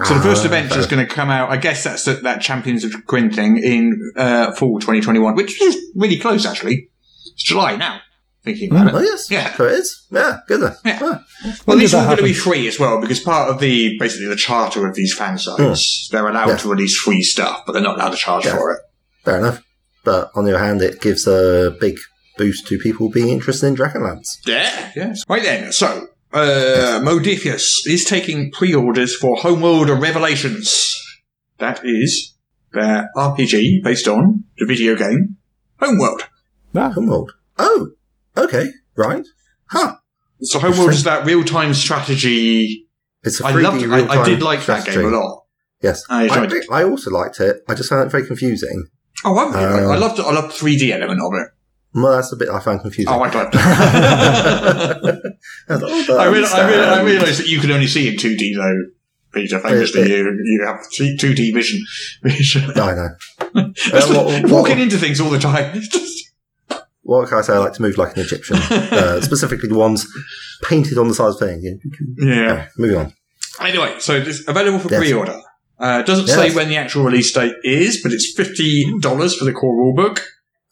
[SPEAKER 5] So the first
[SPEAKER 6] Ah,
[SPEAKER 5] adventure is going to come out. I guess that's the, that Champions of Quinn thing in uh, fall 2021, which is really close actually. It's July now. thinking about
[SPEAKER 6] Oh
[SPEAKER 5] it.
[SPEAKER 6] yes,
[SPEAKER 5] Yeah.
[SPEAKER 6] so it is. Yeah, goodness.
[SPEAKER 5] Yeah.
[SPEAKER 6] Ah.
[SPEAKER 5] Well, these
[SPEAKER 7] did
[SPEAKER 5] are all
[SPEAKER 7] that
[SPEAKER 5] going to be free as well because part of the basically the charter of these fan sites, they're allowed
[SPEAKER 6] Yeah.
[SPEAKER 5] to release free stuff, but they're not allowed to charge
[SPEAKER 6] Yeah.
[SPEAKER 5] for it.
[SPEAKER 6] fair enough. But on the other hand, it gives a big boost to people being interested in Dragonlance.
[SPEAKER 5] Yeah. Yes. Right then. So, uh, Modifius is taking pre-orders for Homeworld Revelations. That is their RPG based on the video game Homeworld.
[SPEAKER 7] Ah,
[SPEAKER 6] Homeworld. Oh, okay, right. Huh.
[SPEAKER 5] So Homeworld is that real-time strategy.
[SPEAKER 6] It's a
[SPEAKER 5] I
[SPEAKER 6] 3D
[SPEAKER 5] loved. it. I, I
[SPEAKER 6] real-time
[SPEAKER 5] did like that
[SPEAKER 6] strategy.
[SPEAKER 5] game a lot.
[SPEAKER 6] Yes,
[SPEAKER 5] I
[SPEAKER 6] I,
[SPEAKER 5] enjoyed it.
[SPEAKER 6] I also liked it. I just found it very confusing.
[SPEAKER 5] Oh, I, I-
[SPEAKER 6] Um,
[SPEAKER 5] I loved. I loved the 3D element of it.
[SPEAKER 6] Well, that's a bit I found confusing.
[SPEAKER 5] Oh, I loved it.
[SPEAKER 6] I, was like, oh,
[SPEAKER 5] I, real, I, real, I
[SPEAKER 6] understand.
[SPEAKER 5] realised that you can only see in 2D though, Peter. Famously,
[SPEAKER 6] it-
[SPEAKER 5] you you have 2D vision.
[SPEAKER 6] I know.
[SPEAKER 5] That's what-
[SPEAKER 6] what- what-
[SPEAKER 5] walking into things all the time.
[SPEAKER 6] What can I say? I like to move like an Egyptian, uh, specifically the ones painted on the side of the thing.
[SPEAKER 5] yeah.
[SPEAKER 6] Moving on.
[SPEAKER 5] Anyway, so it's available for
[SPEAKER 6] Yes.
[SPEAKER 5] pre-order. Uh, it doesn't
[SPEAKER 6] Yes.
[SPEAKER 5] say when the actual release date is, but it's fifty dollars for the core rulebook,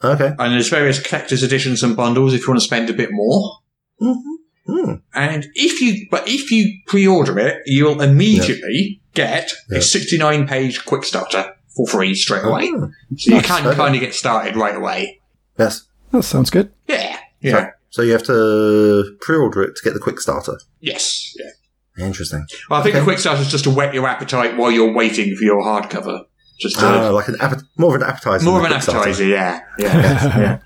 [SPEAKER 6] Okay.
[SPEAKER 5] and there's various collector's editions and bundles if you want to spend a bit more.
[SPEAKER 6] Hmm.
[SPEAKER 5] And if you, but if you pre-order it, you'll immediately get
[SPEAKER 6] Yeah.
[SPEAKER 5] a sixty-nine page quick starter for free straight away.
[SPEAKER 6] Hmm.
[SPEAKER 5] So you
[SPEAKER 6] Nice.
[SPEAKER 5] can
[SPEAKER 6] Okay.
[SPEAKER 5] kind of get started right away.
[SPEAKER 6] Yes.
[SPEAKER 7] that sounds good.
[SPEAKER 5] Yeah.
[SPEAKER 6] So- So, you have to pre-order it to get the quick starter.
[SPEAKER 5] Yes. Yeah.
[SPEAKER 6] Interesting.
[SPEAKER 5] Well, I think the
[SPEAKER 6] Okay.
[SPEAKER 5] quick start is just to whet your appetite while you're waiting for your hardcover. Just to,
[SPEAKER 6] Ah, like an appet- more of an appetizer.
[SPEAKER 5] more of an
[SPEAKER 6] than a quick starter.
[SPEAKER 5] appetizer. Yeah. Yeah.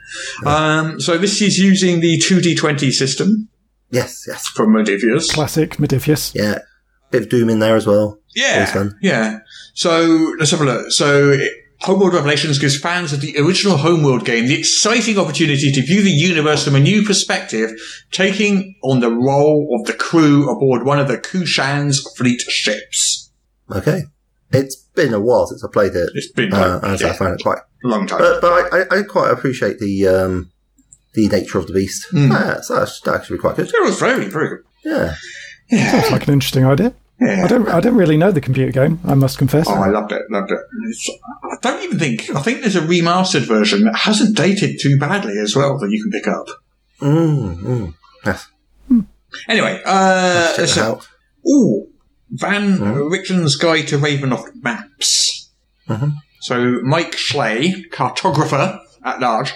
[SPEAKER 5] yeah. Um, so this is using the 2d20 system
[SPEAKER 6] Yes. Yes.
[SPEAKER 5] from Modifius.
[SPEAKER 7] Classic Modifius.
[SPEAKER 6] Yeah. Bit of doom in there as well. Always
[SPEAKER 5] Yeah.
[SPEAKER 6] fun.
[SPEAKER 5] Yeah. So let's have a look. So it- Homeworld Revelations gives fans of the original Homeworld game the exciting opportunity to view the universe from a new perspective, taking on the role of the crew aboard one of the Kushan's fleet ships.
[SPEAKER 6] Okay. It's been a while since I played it.
[SPEAKER 5] It's been
[SPEAKER 6] Uh,
[SPEAKER 5] like,
[SPEAKER 6] and so I
[SPEAKER 5] yeah,
[SPEAKER 6] found it quite.
[SPEAKER 5] a long time.
[SPEAKER 6] But, but I, I, I quite appreciate the um, the nature of the beast.
[SPEAKER 5] Hmm.
[SPEAKER 6] Yeah, so that's, that should be quite good.
[SPEAKER 5] It was very, very good.
[SPEAKER 6] Yeah.
[SPEAKER 7] Sounds like an interesting idea. I
[SPEAKER 5] Yeah.
[SPEAKER 7] don't, I don't really know the computer game. I must confess.
[SPEAKER 5] Oh, I loved it. Loved it. It's, I don't even think. I think there's a remastered version that hasn't dated too badly as well that you can pick up.
[SPEAKER 6] Mm, mm. Yes.
[SPEAKER 5] Anyway, uh,
[SPEAKER 6] Check that
[SPEAKER 5] so-
[SPEAKER 6] out.
[SPEAKER 5] ooh, Van Richten's Guide to Ravenloft Maps.
[SPEAKER 6] Mhm.
[SPEAKER 5] So Mike Schley, cartographer at large,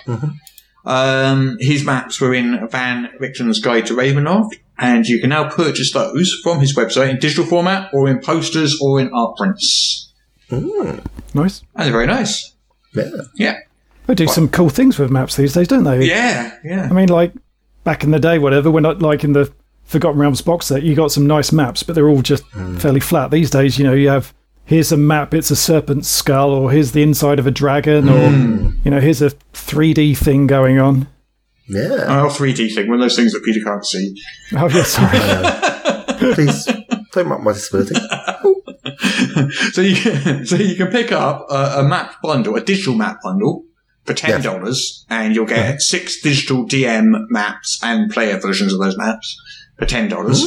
[SPEAKER 5] um, his maps were in Van Richten's Guide to Ravenloft, and you can now purchase those from his website in digital format or in posters or in art prints.
[SPEAKER 6] Mm,
[SPEAKER 7] Nice.
[SPEAKER 5] And they're very nice.
[SPEAKER 6] yeah.
[SPEAKER 5] Yeah.
[SPEAKER 7] They do some cool things with maps these days, don't they?
[SPEAKER 5] Yeah, yeah.
[SPEAKER 7] I mean, like back in the day, whatever. When I- like in the Forgotten Realms box set, you got some nice maps, but they're all just
[SPEAKER 6] Hmm.
[SPEAKER 7] fairly flat. These days, you know, you have here's a map, it's a serpent's skull, or here's the inside of a dragon,
[SPEAKER 6] Hmm.
[SPEAKER 7] or you know, here's a 3D thing going on.
[SPEAKER 6] Yeah.
[SPEAKER 5] Oh, 3D thing, one of those things that Peter can't see.
[SPEAKER 7] Oh yeah, sorry.
[SPEAKER 6] Please don't mark my disability.
[SPEAKER 5] so you can, so you can pick up a, a map bundle, a digital map bundle for ten dollars, and you'll get six digital DM maps and player versions of those maps for ten dollars.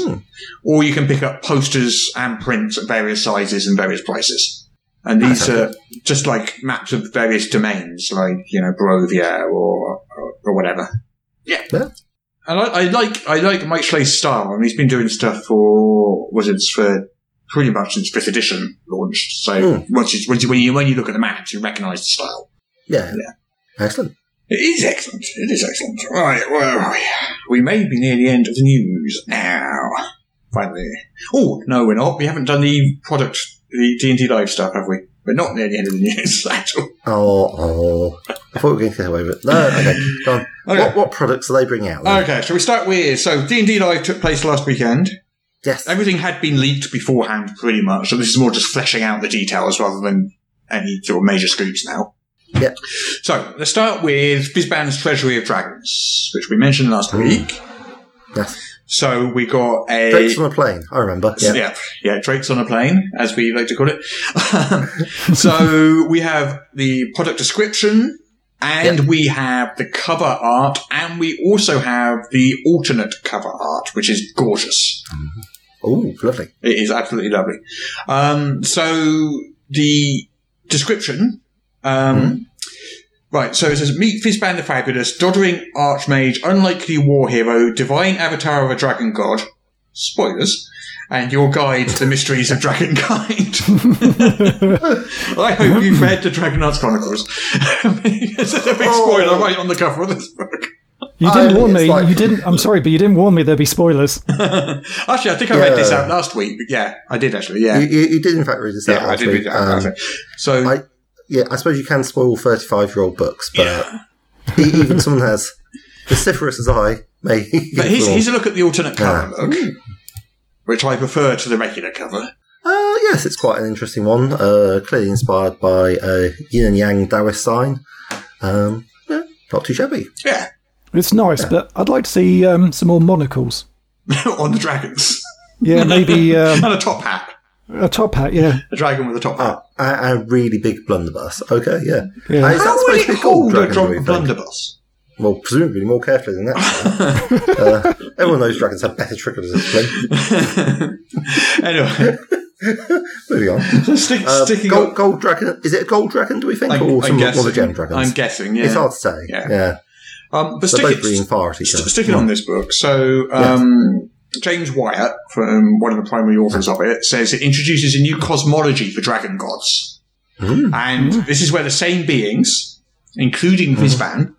[SPEAKER 5] Or you can pick up posters and prints of various sizes and various prices. And these are just like maps of various domains, like you know Barovia or or, or whatever.
[SPEAKER 6] Yeah.
[SPEAKER 5] And I, I like I like Mike Schley's style. I mean, he's been doing stuff for Wizards for pretty much since fifth edition launched. So
[SPEAKER 6] Hmm.
[SPEAKER 5] once, you, once you, when you when you look at the maps, you recognise the style.
[SPEAKER 6] Yeah. Excellent.
[SPEAKER 5] It is excellent. It is excellent. Right, where are we? We may be near the end of the news now. Finally. Oh no, we're not. We haven't done the product, the D and D live stuff, have we? We're not near the end of the news at all.
[SPEAKER 6] Oh, oh. I thought we were going to get away with it. No, okay. Go on.
[SPEAKER 5] Okay.
[SPEAKER 6] What, what products are they bringing out? then?
[SPEAKER 5] Okay, shall we start with so D and D live took place last weekend.
[SPEAKER 6] Yes.
[SPEAKER 5] everything had been leaked beforehand, pretty much. So this is more just fleshing out the details rather than any sort of major scoops now.
[SPEAKER 6] Yep.
[SPEAKER 5] So let's start with Bizban's Treasury of Dragons, which we mentioned last week.
[SPEAKER 6] yes.
[SPEAKER 5] So we got a
[SPEAKER 6] Drake's on a plane. I remember.
[SPEAKER 5] yeah.
[SPEAKER 6] Yeah.
[SPEAKER 5] yeah, Drake's on a plane, as we like to call it. so we have the product description, and we have the cover art, and we also have the alternate cover art, which is gorgeous.
[SPEAKER 6] Oh, lovely.
[SPEAKER 5] It is absolutely lovely.
[SPEAKER 6] Hmm.
[SPEAKER 5] Um, so the description um, Right, so it says Meet Fizzbang the Fabulous, Doddering Archmage, Unlikely War Hero, Divine Avatar of a Dragon God, spoilers, and your guide to the mysteries of Dragonkind. I hope you've read the Dragon Arts Chronicles. this is a big spoiler right on the cover of this book.
[SPEAKER 7] You didn't
[SPEAKER 6] I-
[SPEAKER 7] warn me.
[SPEAKER 6] it's like-
[SPEAKER 7] you didn't. I'm sorry, but you didn't warn me there'd be spoilers.
[SPEAKER 5] Actually, I think I read this
[SPEAKER 6] Yeah.
[SPEAKER 5] out last week, but yeah, I did actually, yeah.
[SPEAKER 6] You, you, you did, in fact, read this out.
[SPEAKER 5] yeah, I
[SPEAKER 6] last
[SPEAKER 5] did
[SPEAKER 6] week.
[SPEAKER 5] read that out
[SPEAKER 6] Um,
[SPEAKER 5] last week. So,
[SPEAKER 6] I, yeah, I suppose you can spoil 35 year old books, but e- even someone as vociferous as I may.
[SPEAKER 5] but here's,
[SPEAKER 6] will-
[SPEAKER 5] here's a look at the alternate cover look, which I prefer to the regular cover.
[SPEAKER 6] Uh, yes, it's quite an interesting one. Uh, clearly inspired by uh, Yin and Yang Taoist sign. Um, yeah, not too shabby.
[SPEAKER 5] Yeah,
[SPEAKER 7] It's nice, but I'd like to see um, some more monocles.
[SPEAKER 5] on the dragons.
[SPEAKER 7] Yeah, maybe um,
[SPEAKER 5] And a top hat.
[SPEAKER 7] a top hat. Yeah,
[SPEAKER 5] A dragon with a top hat.
[SPEAKER 6] Oh, a, a really big blunderbuss. Okay, yeah.
[SPEAKER 7] Yeah.
[SPEAKER 6] Uh, is that
[SPEAKER 5] How would
[SPEAKER 6] supposed to
[SPEAKER 5] it
[SPEAKER 6] be
[SPEAKER 5] hold a
[SPEAKER 6] called Dragon, do we
[SPEAKER 5] drum
[SPEAKER 6] think?
[SPEAKER 5] blunderbuss?
[SPEAKER 6] Well, presumably more carefully than that. uh, everyone knows dragons have better trigger discipline.
[SPEAKER 5] anyway,
[SPEAKER 6] Moving on.
[SPEAKER 5] stick,
[SPEAKER 6] Uh,
[SPEAKER 5] sticking
[SPEAKER 6] gold,
[SPEAKER 5] up.
[SPEAKER 6] gold dragon. Is it a gold dragon? Do we think,
[SPEAKER 5] I'm- I'm
[SPEAKER 6] or some one of the
[SPEAKER 5] guessing.
[SPEAKER 6] gem dragons?
[SPEAKER 5] I'm guessing, yeah.
[SPEAKER 6] It's hard to say.
[SPEAKER 5] Yeah.
[SPEAKER 6] Yeah,
[SPEAKER 5] Um, but
[SPEAKER 6] they're
[SPEAKER 5] stick
[SPEAKER 6] both
[SPEAKER 5] it,
[SPEAKER 6] breeding fire at each
[SPEAKER 5] st-
[SPEAKER 6] other.
[SPEAKER 5] stick it on this book. So, um, James Wyatt, from one of the primary authors of it, says it introduces a new cosmology for dragon gods. And this is where the same beings, including Visvan,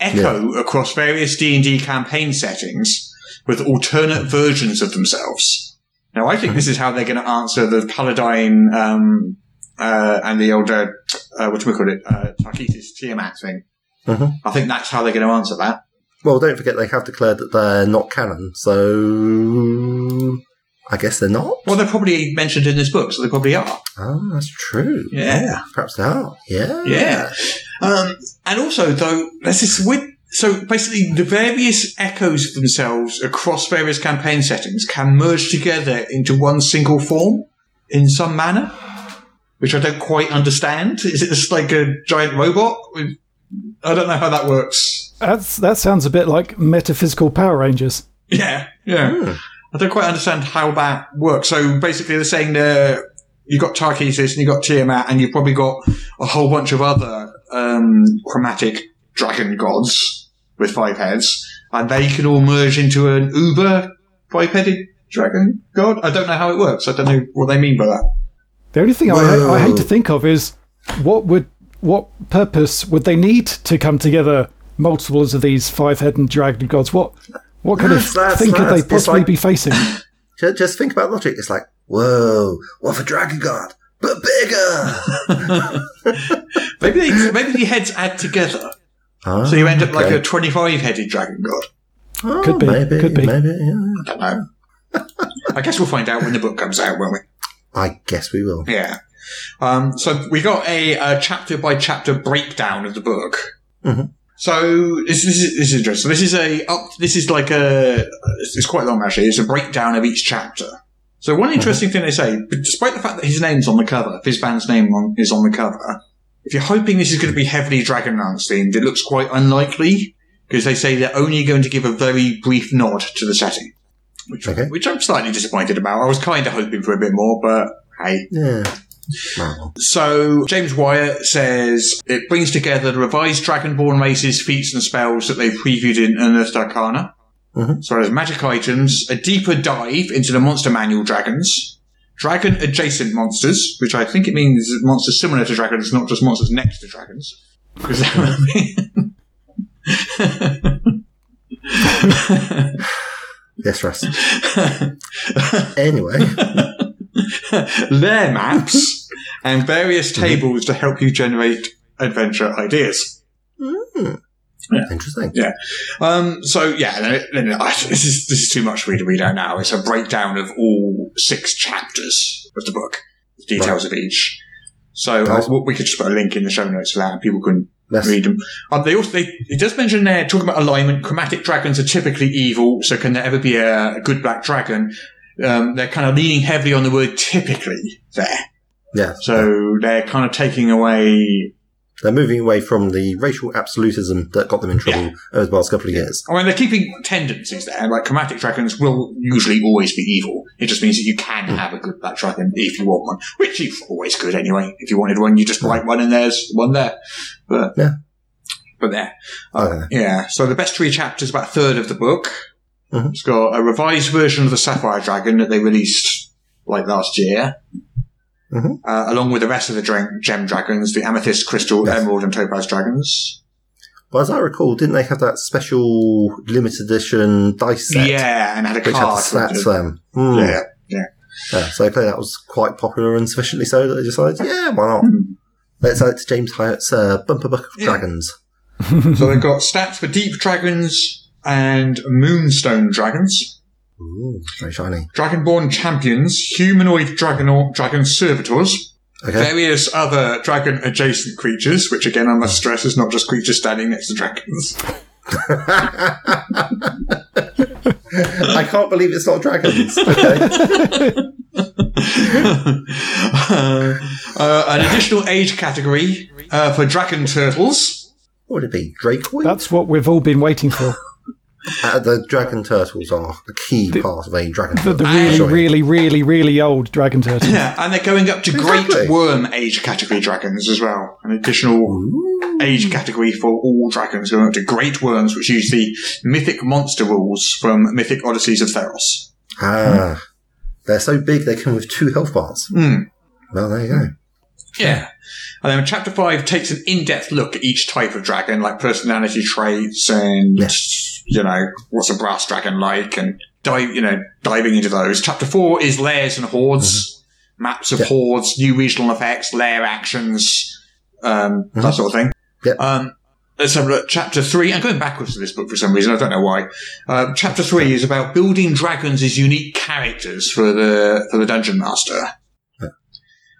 [SPEAKER 5] echo across various D&D campaign settings with alternate versions of themselves. Now, I think this is how they're going to answer the Paladine um, uh, and the older, uh, what do we call it, uh, Tarkitis Tiamat thing.
[SPEAKER 6] Mhm.
[SPEAKER 5] I think that's how they're going to answer that.
[SPEAKER 6] Well, don't forget they have declared that they're not canon, so I guess they're not.
[SPEAKER 5] Well, they're probably mentioned in this book, so they probably are.
[SPEAKER 6] Oh, that's true.
[SPEAKER 5] Yeah.
[SPEAKER 6] Perhaps they are. Yeah.
[SPEAKER 5] Yeah. Um, and also, though, there's this weird. So basically, the various echoes of themselves across various campaign settings can merge together into one single form in some manner, which I don't quite understand. Is it just like a giant robot? with- I don't know how that works.
[SPEAKER 7] that's that sounds a bit like metaphysical Power Rangers.
[SPEAKER 5] Yeah, yeah. I don't quite understand how that works. So basically, they're saying that you've got Tarkesis and you've got Tiamat, and you've probably got a whole bunch of other um, chromatic dragon gods with five heads, and they can all merge into an uber five headed dragon god. I don't know how it works. I don't know what they mean by that.
[SPEAKER 7] The only thing I, ha- I hate
[SPEAKER 6] Whoa.
[SPEAKER 7] to think of is what would what purpose would they need to come together multiples of these five-headed dragon gods? What what kind
[SPEAKER 6] That's-
[SPEAKER 7] of
[SPEAKER 6] that's-
[SPEAKER 7] thing could
[SPEAKER 6] that's-
[SPEAKER 7] they
[SPEAKER 6] it's
[SPEAKER 7] possibly
[SPEAKER 6] like-
[SPEAKER 7] be facing?
[SPEAKER 6] Ju- Just, think about logic. It's like, whoa, what if a dragon god, but bigger?
[SPEAKER 5] Maybe they, maybe the heads add together,
[SPEAKER 6] Ah,
[SPEAKER 5] so you end up like a twenty five headed dragon god.
[SPEAKER 6] Oh,
[SPEAKER 7] Could be,
[SPEAKER 6] Maybe.
[SPEAKER 7] could be.
[SPEAKER 6] Maybe. Yeah.
[SPEAKER 5] I don't know. I guess we'll find out when the book comes out, won't we?
[SPEAKER 6] I guess we will.
[SPEAKER 5] Yeah. Um, so we got a, a chapter by chapter breakdown of the book.
[SPEAKER 6] Mhm.
[SPEAKER 5] So this, this, is, this is interesting. This is a up. This is like a. It's quite long actually. It's a breakdown of each chapter. So one interesting thing they say, but despite the fact that his name's on the cover, his band's name on, is on the cover. If you're hoping this is going to be heavily Dragon Lance themed, it looks quite unlikely because they say they're only going to give a very brief nod to the setting, which,
[SPEAKER 6] Okay.
[SPEAKER 5] which I'm slightly disappointed about. I was kind of hoping for a bit more, but hey,
[SPEAKER 6] Yeah. Well,
[SPEAKER 5] so James Wyatt says it brings together the revised Dragonborn races, feats, and spells that they previewed in Unearthed Arcana.
[SPEAKER 6] Mhm.
[SPEAKER 5] So there's magic items, a deeper dive into the monster manual dragons, dragon adjacent monsters, which I think it means monsters similar to dragons, not just monsters next to dragons. 'Cause that would be-
[SPEAKER 6] yes, Russ. anyway,
[SPEAKER 5] their maps and various tables to help you generate adventure ideas.
[SPEAKER 6] interesting.
[SPEAKER 5] Yeah. Um, so yeah, no, no, no, I, this is this is too much for me to read out now. It's a breakdown of all six chapters of the book, the details of each. So uh,
[SPEAKER 6] Nice.
[SPEAKER 5] we- we could just put a link in the show notes for that, and people can
[SPEAKER 6] That's-
[SPEAKER 5] read them. Um, they also they, it does mention there talking about alignment. Chromatic dragons are typically evil, so can there ever be a, a good black dragon? Um, they're kind of leaning heavily on the word "typically" there,
[SPEAKER 6] Yeah.
[SPEAKER 5] so they're kind of taking away
[SPEAKER 6] They're moving away from the racial absolutism that got them in trouble over the past couple of years.
[SPEAKER 5] I mean, they're keeping tendencies there. Like, chromatic dragons will usually always be evil. It just means that you can
[SPEAKER 6] Hmm.
[SPEAKER 5] have a good black dragon if you want one, which you always could anyway. If you wanted one, you just write one and there's one there. But
[SPEAKER 6] Hmm. Yeah.
[SPEAKER 5] but there.
[SPEAKER 6] Oh,
[SPEAKER 5] Yeah. So the best three chapters, about a third of the book.
[SPEAKER 6] Mhm.
[SPEAKER 5] It's got a revised version of the Sapphire Dragon that they released like last year,
[SPEAKER 6] Mhm.
[SPEAKER 5] uh, along with the rest of the dra- gem dragons, the Amethyst, Crystal,
[SPEAKER 6] Yes.
[SPEAKER 5] Emerald, and Topaz dragons.
[SPEAKER 6] But as I recall, didn't they have that special limited edition dice set?
[SPEAKER 5] Yeah, and had a
[SPEAKER 6] Which had
[SPEAKER 5] card.
[SPEAKER 6] the stats
[SPEAKER 5] with
[SPEAKER 6] for
[SPEAKER 5] the-
[SPEAKER 6] them. Hmm.
[SPEAKER 5] Yeah.
[SPEAKER 6] Yeah, so clearly that was quite popular and sufficiently so that they decided, yeah, why not?
[SPEAKER 7] Hmm.
[SPEAKER 6] Let's add it to James Hyatt's uh, Bumper Book of
[SPEAKER 5] Yeah.
[SPEAKER 6] Dragons.
[SPEAKER 5] so they've got stats for Deep Dragons and Moonstone Dragons.
[SPEAKER 6] Ooh, very shiny.
[SPEAKER 5] Dragonborn champions, humanoid dragon, dragon servitors,
[SPEAKER 6] Okay.
[SPEAKER 5] various other dragon adjacent creatures, which again I must stress is not just creatures standing next to dragons.
[SPEAKER 6] I can't believe it's not dragons. Okay.
[SPEAKER 5] Uh, an additional age category uh, for dragon turtles.
[SPEAKER 6] what would it be? Dracoid?
[SPEAKER 7] That's what we've all been waiting for.
[SPEAKER 6] Uh, the dragon turtles are a key part of a dragon
[SPEAKER 7] The,
[SPEAKER 6] turtle.
[SPEAKER 7] the really,
[SPEAKER 6] Sorry.
[SPEAKER 7] really, really, really old dragon turtle.
[SPEAKER 5] Yeah, and they're going up to
[SPEAKER 6] Exactly.
[SPEAKER 5] great worm age category dragons as well. An additional age category for all dragons going up to great worms, which use the mythic monster rules from Mythic Odysseys of Theros.
[SPEAKER 6] Ah, they're so big they come with two health bars.
[SPEAKER 5] Hmm.
[SPEAKER 6] Well, there you go.
[SPEAKER 5] Yeah. And then chapter five takes an in-depth look at each type of dragon, like personality traits and,
[SPEAKER 6] Yeah.
[SPEAKER 5] you know, what's a brass dragon like and dive, you know, diving into those. Chapter four is lairs and hordes, maps of
[SPEAKER 6] Mm-hmm. Yeah.
[SPEAKER 5] hordes, new regional effects, lair actions, um, that sort of thing.
[SPEAKER 6] Mm-hmm. Yeah.
[SPEAKER 5] Um, let's have a look. Chapter three, I'm going backwards to this book for some reason. I don't know why. Uh, chapter three is about building dragons as unique characters for the, for the dungeon master.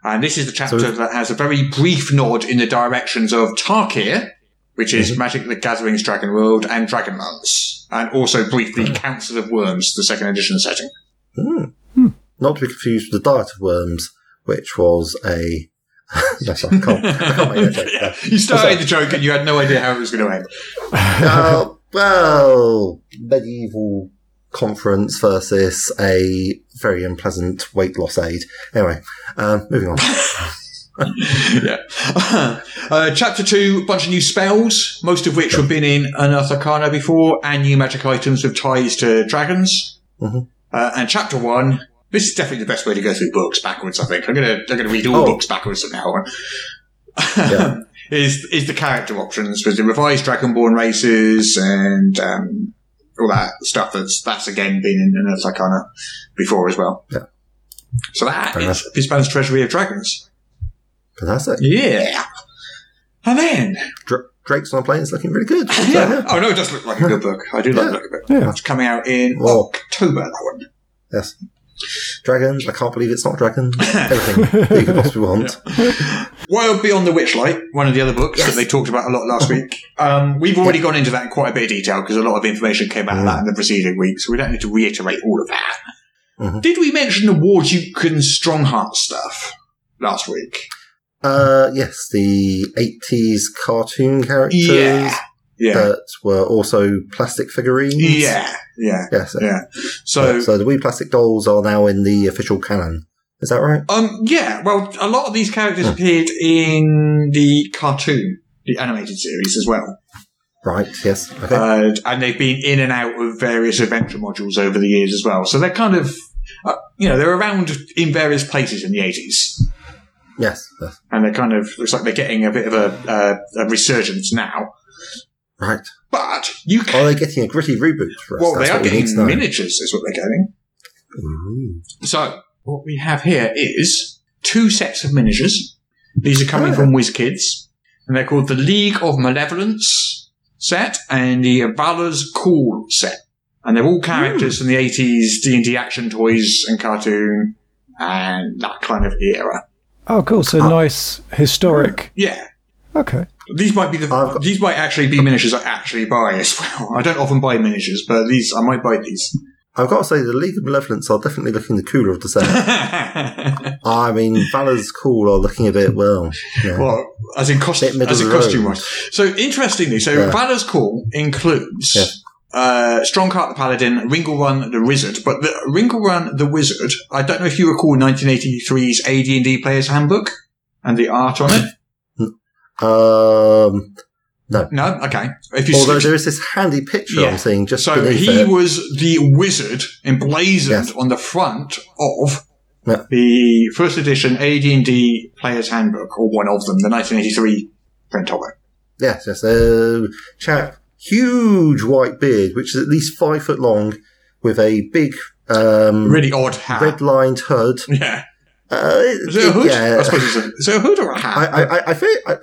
[SPEAKER 5] And this is the chapter
[SPEAKER 6] So-
[SPEAKER 5] that has a very brief nod in the directions of Tarkir, which is Magic the Gathering's Dragon World, and Dragonlance. And also briefly Council of Worms, the second edition setting.
[SPEAKER 6] Not to be confused with the Diet of Worms, which was a. no, sorry, I can't, I can't make that joke.
[SPEAKER 5] Yeah. You started the joke and you had no idea how it was going to end.
[SPEAKER 6] uh, well, medieval conference versus a very unpleasant weight loss aid. Anyway, um, moving on.
[SPEAKER 5] yeah. uh, chapter two, bunch of new spells, most of which have been in Unearth Arcana before, and new magic items with ties to dragons.
[SPEAKER 6] Mhm.
[SPEAKER 5] Uh, and chapter one, this is definitely the best way to go through books backwards. I think I'm gonna I'm gonna read all
[SPEAKER 6] Oh.
[SPEAKER 5] books backwards from now on.
[SPEAKER 6] Yeah.
[SPEAKER 5] is is the character options with the revised Dragonborn races and um, all that stuff that's that's again been in Unearth Arcana before as well.
[SPEAKER 6] Yeah.
[SPEAKER 5] So that
[SPEAKER 6] Fair enough.
[SPEAKER 5] is Bisban's Treasury of Dragons.
[SPEAKER 6] Fantastic.
[SPEAKER 5] Yeah. And then,
[SPEAKER 6] Dra- Drake's on a plane is looking really good. So,
[SPEAKER 5] yeah.
[SPEAKER 6] yeah.
[SPEAKER 5] Oh no, it does look like a good book. I do like the look of it.
[SPEAKER 7] Yeah.
[SPEAKER 5] It's coming out in
[SPEAKER 6] Well-
[SPEAKER 5] October. That one.
[SPEAKER 6] Yes. Dragons. I can't believe it's not dragon. Everything that you could possibly want.
[SPEAKER 5] Wild Beyond the Witchlight, one of the other books that they talked about a lot last week. Um, we've already gone into that in quite a bit of detail because a lot of information came out of that in the preceding week, so we don't need to reiterate all of that. Did we mention the Warduke and Strongheart stuff last week?
[SPEAKER 6] Uh, yes, the 80s cartoon characters
[SPEAKER 5] Yeah. Yeah.
[SPEAKER 6] that were also plastic figurines.
[SPEAKER 5] yeah. Yeah.
[SPEAKER 6] Yes.
[SPEAKER 5] Yeah.
[SPEAKER 6] So, the wee plastic dolls are now in the official canon. Is that right?
[SPEAKER 5] Um, yeah, well, a lot of these characters appeared in the cartoon, the animated series as well.
[SPEAKER 6] Right. Yes. Okay.
[SPEAKER 5] Uh, and they've been in and out of various adventure modules over the years as well. So they're kind of, uh, you know, they're around in various places in the 80s.
[SPEAKER 6] yes. yes.
[SPEAKER 5] And they're kind of, looks like they're getting a bit of a, uh, a resurgence now.
[SPEAKER 6] Right.
[SPEAKER 5] But you
[SPEAKER 6] Are
[SPEAKER 5] can.
[SPEAKER 6] they getting a gritty reboot for us?
[SPEAKER 5] well, they
[SPEAKER 6] That's
[SPEAKER 5] are
[SPEAKER 6] what we need to
[SPEAKER 5] getting
[SPEAKER 6] know.
[SPEAKER 5] miniatures, is what they're getting.
[SPEAKER 6] Ooh.
[SPEAKER 5] So, what we have here is two sets of miniatures. These are coming
[SPEAKER 6] Oh.
[SPEAKER 5] from WizKids, and they're called the League of Malevolence set and the Valor's Call set. And they're all
[SPEAKER 6] Hmm.
[SPEAKER 5] characters from the 80s D&D action toys and cartoon and that kind of era.
[SPEAKER 7] Oh, cool. So
[SPEAKER 6] Uh,
[SPEAKER 7] nice historic.
[SPEAKER 5] Yeah.
[SPEAKER 7] Okay.
[SPEAKER 5] These might be the,
[SPEAKER 6] I've got-
[SPEAKER 5] these might actually be miniatures I actually buy as well. I don't often buy miniatures, but these, I might buy these.
[SPEAKER 6] I've got to say, the League of Malevolence are definitely looking the cooler of the set. I mean, Valor's cool are looking a bit well. Yeah.
[SPEAKER 5] Well, as in cost,
[SPEAKER 6] Bit middle
[SPEAKER 5] as in
[SPEAKER 6] of the
[SPEAKER 5] costume
[SPEAKER 6] road.
[SPEAKER 5] wise. So interestingly, so
[SPEAKER 6] Yeah.
[SPEAKER 5] Valor's Call includes
[SPEAKER 6] Yeah.
[SPEAKER 5] uh, Strongheart the Paladin, Ringle Run the Wizard, but the Ringle Run the Wizard. I don't know if you recall 1983's AD&D Player's Handbook and the art on it.
[SPEAKER 6] Um, No.
[SPEAKER 5] No, okay. If you
[SPEAKER 6] Although
[SPEAKER 5] if you-
[SPEAKER 6] there is this handy picture I'm seeing just
[SPEAKER 5] so
[SPEAKER 6] beneath
[SPEAKER 5] he
[SPEAKER 6] it.
[SPEAKER 5] was the wizard emblazoned
[SPEAKER 6] Yes.
[SPEAKER 5] on the front of
[SPEAKER 6] Yeah.
[SPEAKER 5] the first edition AD&D Player's Handbook, or one of them, the 1983 print of it.
[SPEAKER 6] Yes, yes. The chap, huge white beard, which is at least five foot long, with a big um,
[SPEAKER 5] Really odd hat.
[SPEAKER 6] red lined hood.
[SPEAKER 5] yeah.
[SPEAKER 6] Uh, it-
[SPEAKER 5] Ah. Is it a hood? I
[SPEAKER 6] Yeah,
[SPEAKER 5] suppose it's a, is it a hood or a hat?
[SPEAKER 6] I, I, I, I feel. I,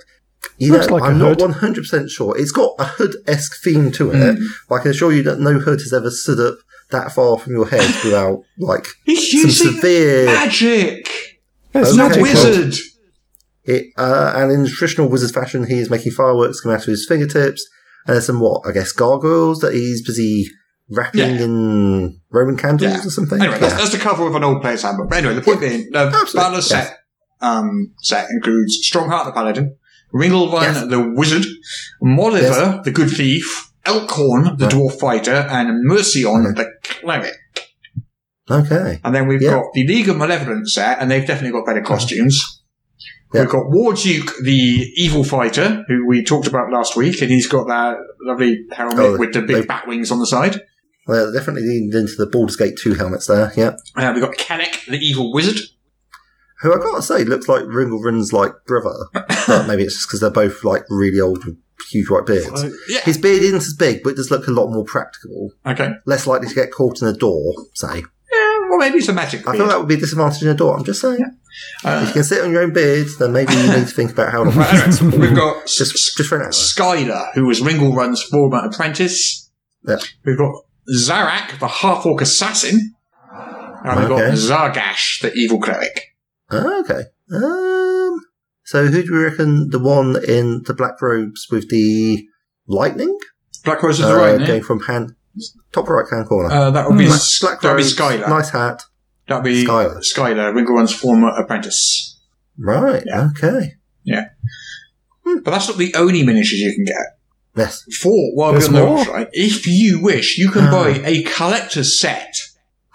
[SPEAKER 6] you
[SPEAKER 7] Looks
[SPEAKER 6] know,
[SPEAKER 7] like a
[SPEAKER 6] I'm not
[SPEAKER 7] hood.
[SPEAKER 6] 100% sure. It's got a hood esque theme to it,
[SPEAKER 5] Mm.
[SPEAKER 6] but I can assure you that no hood has ever stood up that far from your head without, like,
[SPEAKER 5] He's
[SPEAKER 6] some
[SPEAKER 5] using
[SPEAKER 6] severe.
[SPEAKER 5] magic.
[SPEAKER 7] Yeah, it's
[SPEAKER 6] Okay,
[SPEAKER 5] The
[SPEAKER 7] magic.
[SPEAKER 6] cool.
[SPEAKER 5] wizard.
[SPEAKER 6] It, uh, and in traditional wizard fashion, he is making fireworks come out of his fingertips. And there's some what I guess gargoyles that he's busy wrapping
[SPEAKER 5] Yeah.
[SPEAKER 6] in Roman candles
[SPEAKER 5] Yeah.
[SPEAKER 6] or something.
[SPEAKER 5] Anyway, that's,
[SPEAKER 6] Yeah.
[SPEAKER 5] that's the cover of an old player's handbook. But anyway, the point
[SPEAKER 6] Yeah.
[SPEAKER 5] being, the
[SPEAKER 6] Absolutely,
[SPEAKER 5] Valor
[SPEAKER 6] yes.
[SPEAKER 5] set, um, set includes Strongheart the Paladin, Ringlevine
[SPEAKER 6] Yes.
[SPEAKER 5] the Wizard, Moliver the Good Thief, Elkhorn the
[SPEAKER 6] Right.
[SPEAKER 5] Dwarf Fighter, and Mercion the Cleric.
[SPEAKER 6] Okay.
[SPEAKER 5] And then we've
[SPEAKER 6] Yeah.
[SPEAKER 5] got the League of Malevolence set, and they've definitely got better costumes.
[SPEAKER 6] Yeah.
[SPEAKER 5] We've got War Duke the Evil Fighter, who we talked about last week, and he's got that lovely helmet
[SPEAKER 6] Oh,
[SPEAKER 5] with the big
[SPEAKER 6] they-
[SPEAKER 5] bat wings on the side.
[SPEAKER 6] Well, definitely leaned into the Baldur's Gate 2 helmets there, yeah.
[SPEAKER 5] Uh, we've got Kellic the Evil Wizard.
[SPEAKER 6] Who I gotta say looks like Ringelrun's like brother. but maybe it's just because they're both like really old with huge white beards.
[SPEAKER 5] Yeah.
[SPEAKER 6] His beard isn't as big, but it does look a lot more practical.
[SPEAKER 5] Okay.
[SPEAKER 6] Less likely to get caught in a door, say.
[SPEAKER 5] Yeah, well, maybe it's a magic
[SPEAKER 6] I
[SPEAKER 5] beard.
[SPEAKER 6] feel that would be a disadvantage in a door, I'm just saying. if
[SPEAKER 5] Uh,
[SPEAKER 6] you can sit on your own beard, then maybe you need to think about how long
[SPEAKER 5] right, anyway, we've got S-
[SPEAKER 6] just just for an hour.
[SPEAKER 5] Skylar, who was Ringle Run's former apprentice.
[SPEAKER 6] Yeah.
[SPEAKER 5] We've got Zarak, the half orc assassin. And we've
[SPEAKER 6] Okay.
[SPEAKER 5] got Zargash, the evil cleric.
[SPEAKER 6] Ah, okay. Um, so who do we reckon the one in the black robes with the lightning?
[SPEAKER 5] Black Rose is
[SPEAKER 6] Uh,
[SPEAKER 5] right,
[SPEAKER 6] going
[SPEAKER 5] yeah?
[SPEAKER 6] from hand top right hand corner.
[SPEAKER 5] Uh, that would be,
[SPEAKER 6] black,
[SPEAKER 5] S-
[SPEAKER 6] Hmm. black
[SPEAKER 5] that would be
[SPEAKER 6] robes,
[SPEAKER 5] Skylar.
[SPEAKER 6] nice hat.
[SPEAKER 5] That would be
[SPEAKER 6] Skylar.
[SPEAKER 5] Skylar. Ringle Run's former apprentice.
[SPEAKER 6] Right. Okay. Hmm.
[SPEAKER 5] But that's not the only miniatures you can get.
[SPEAKER 6] Yes.
[SPEAKER 5] Four, while we're
[SPEAKER 7] There's
[SPEAKER 5] on the
[SPEAKER 7] more?
[SPEAKER 5] website, if you wish, you can
[SPEAKER 6] Ah.
[SPEAKER 5] buy a collector's set.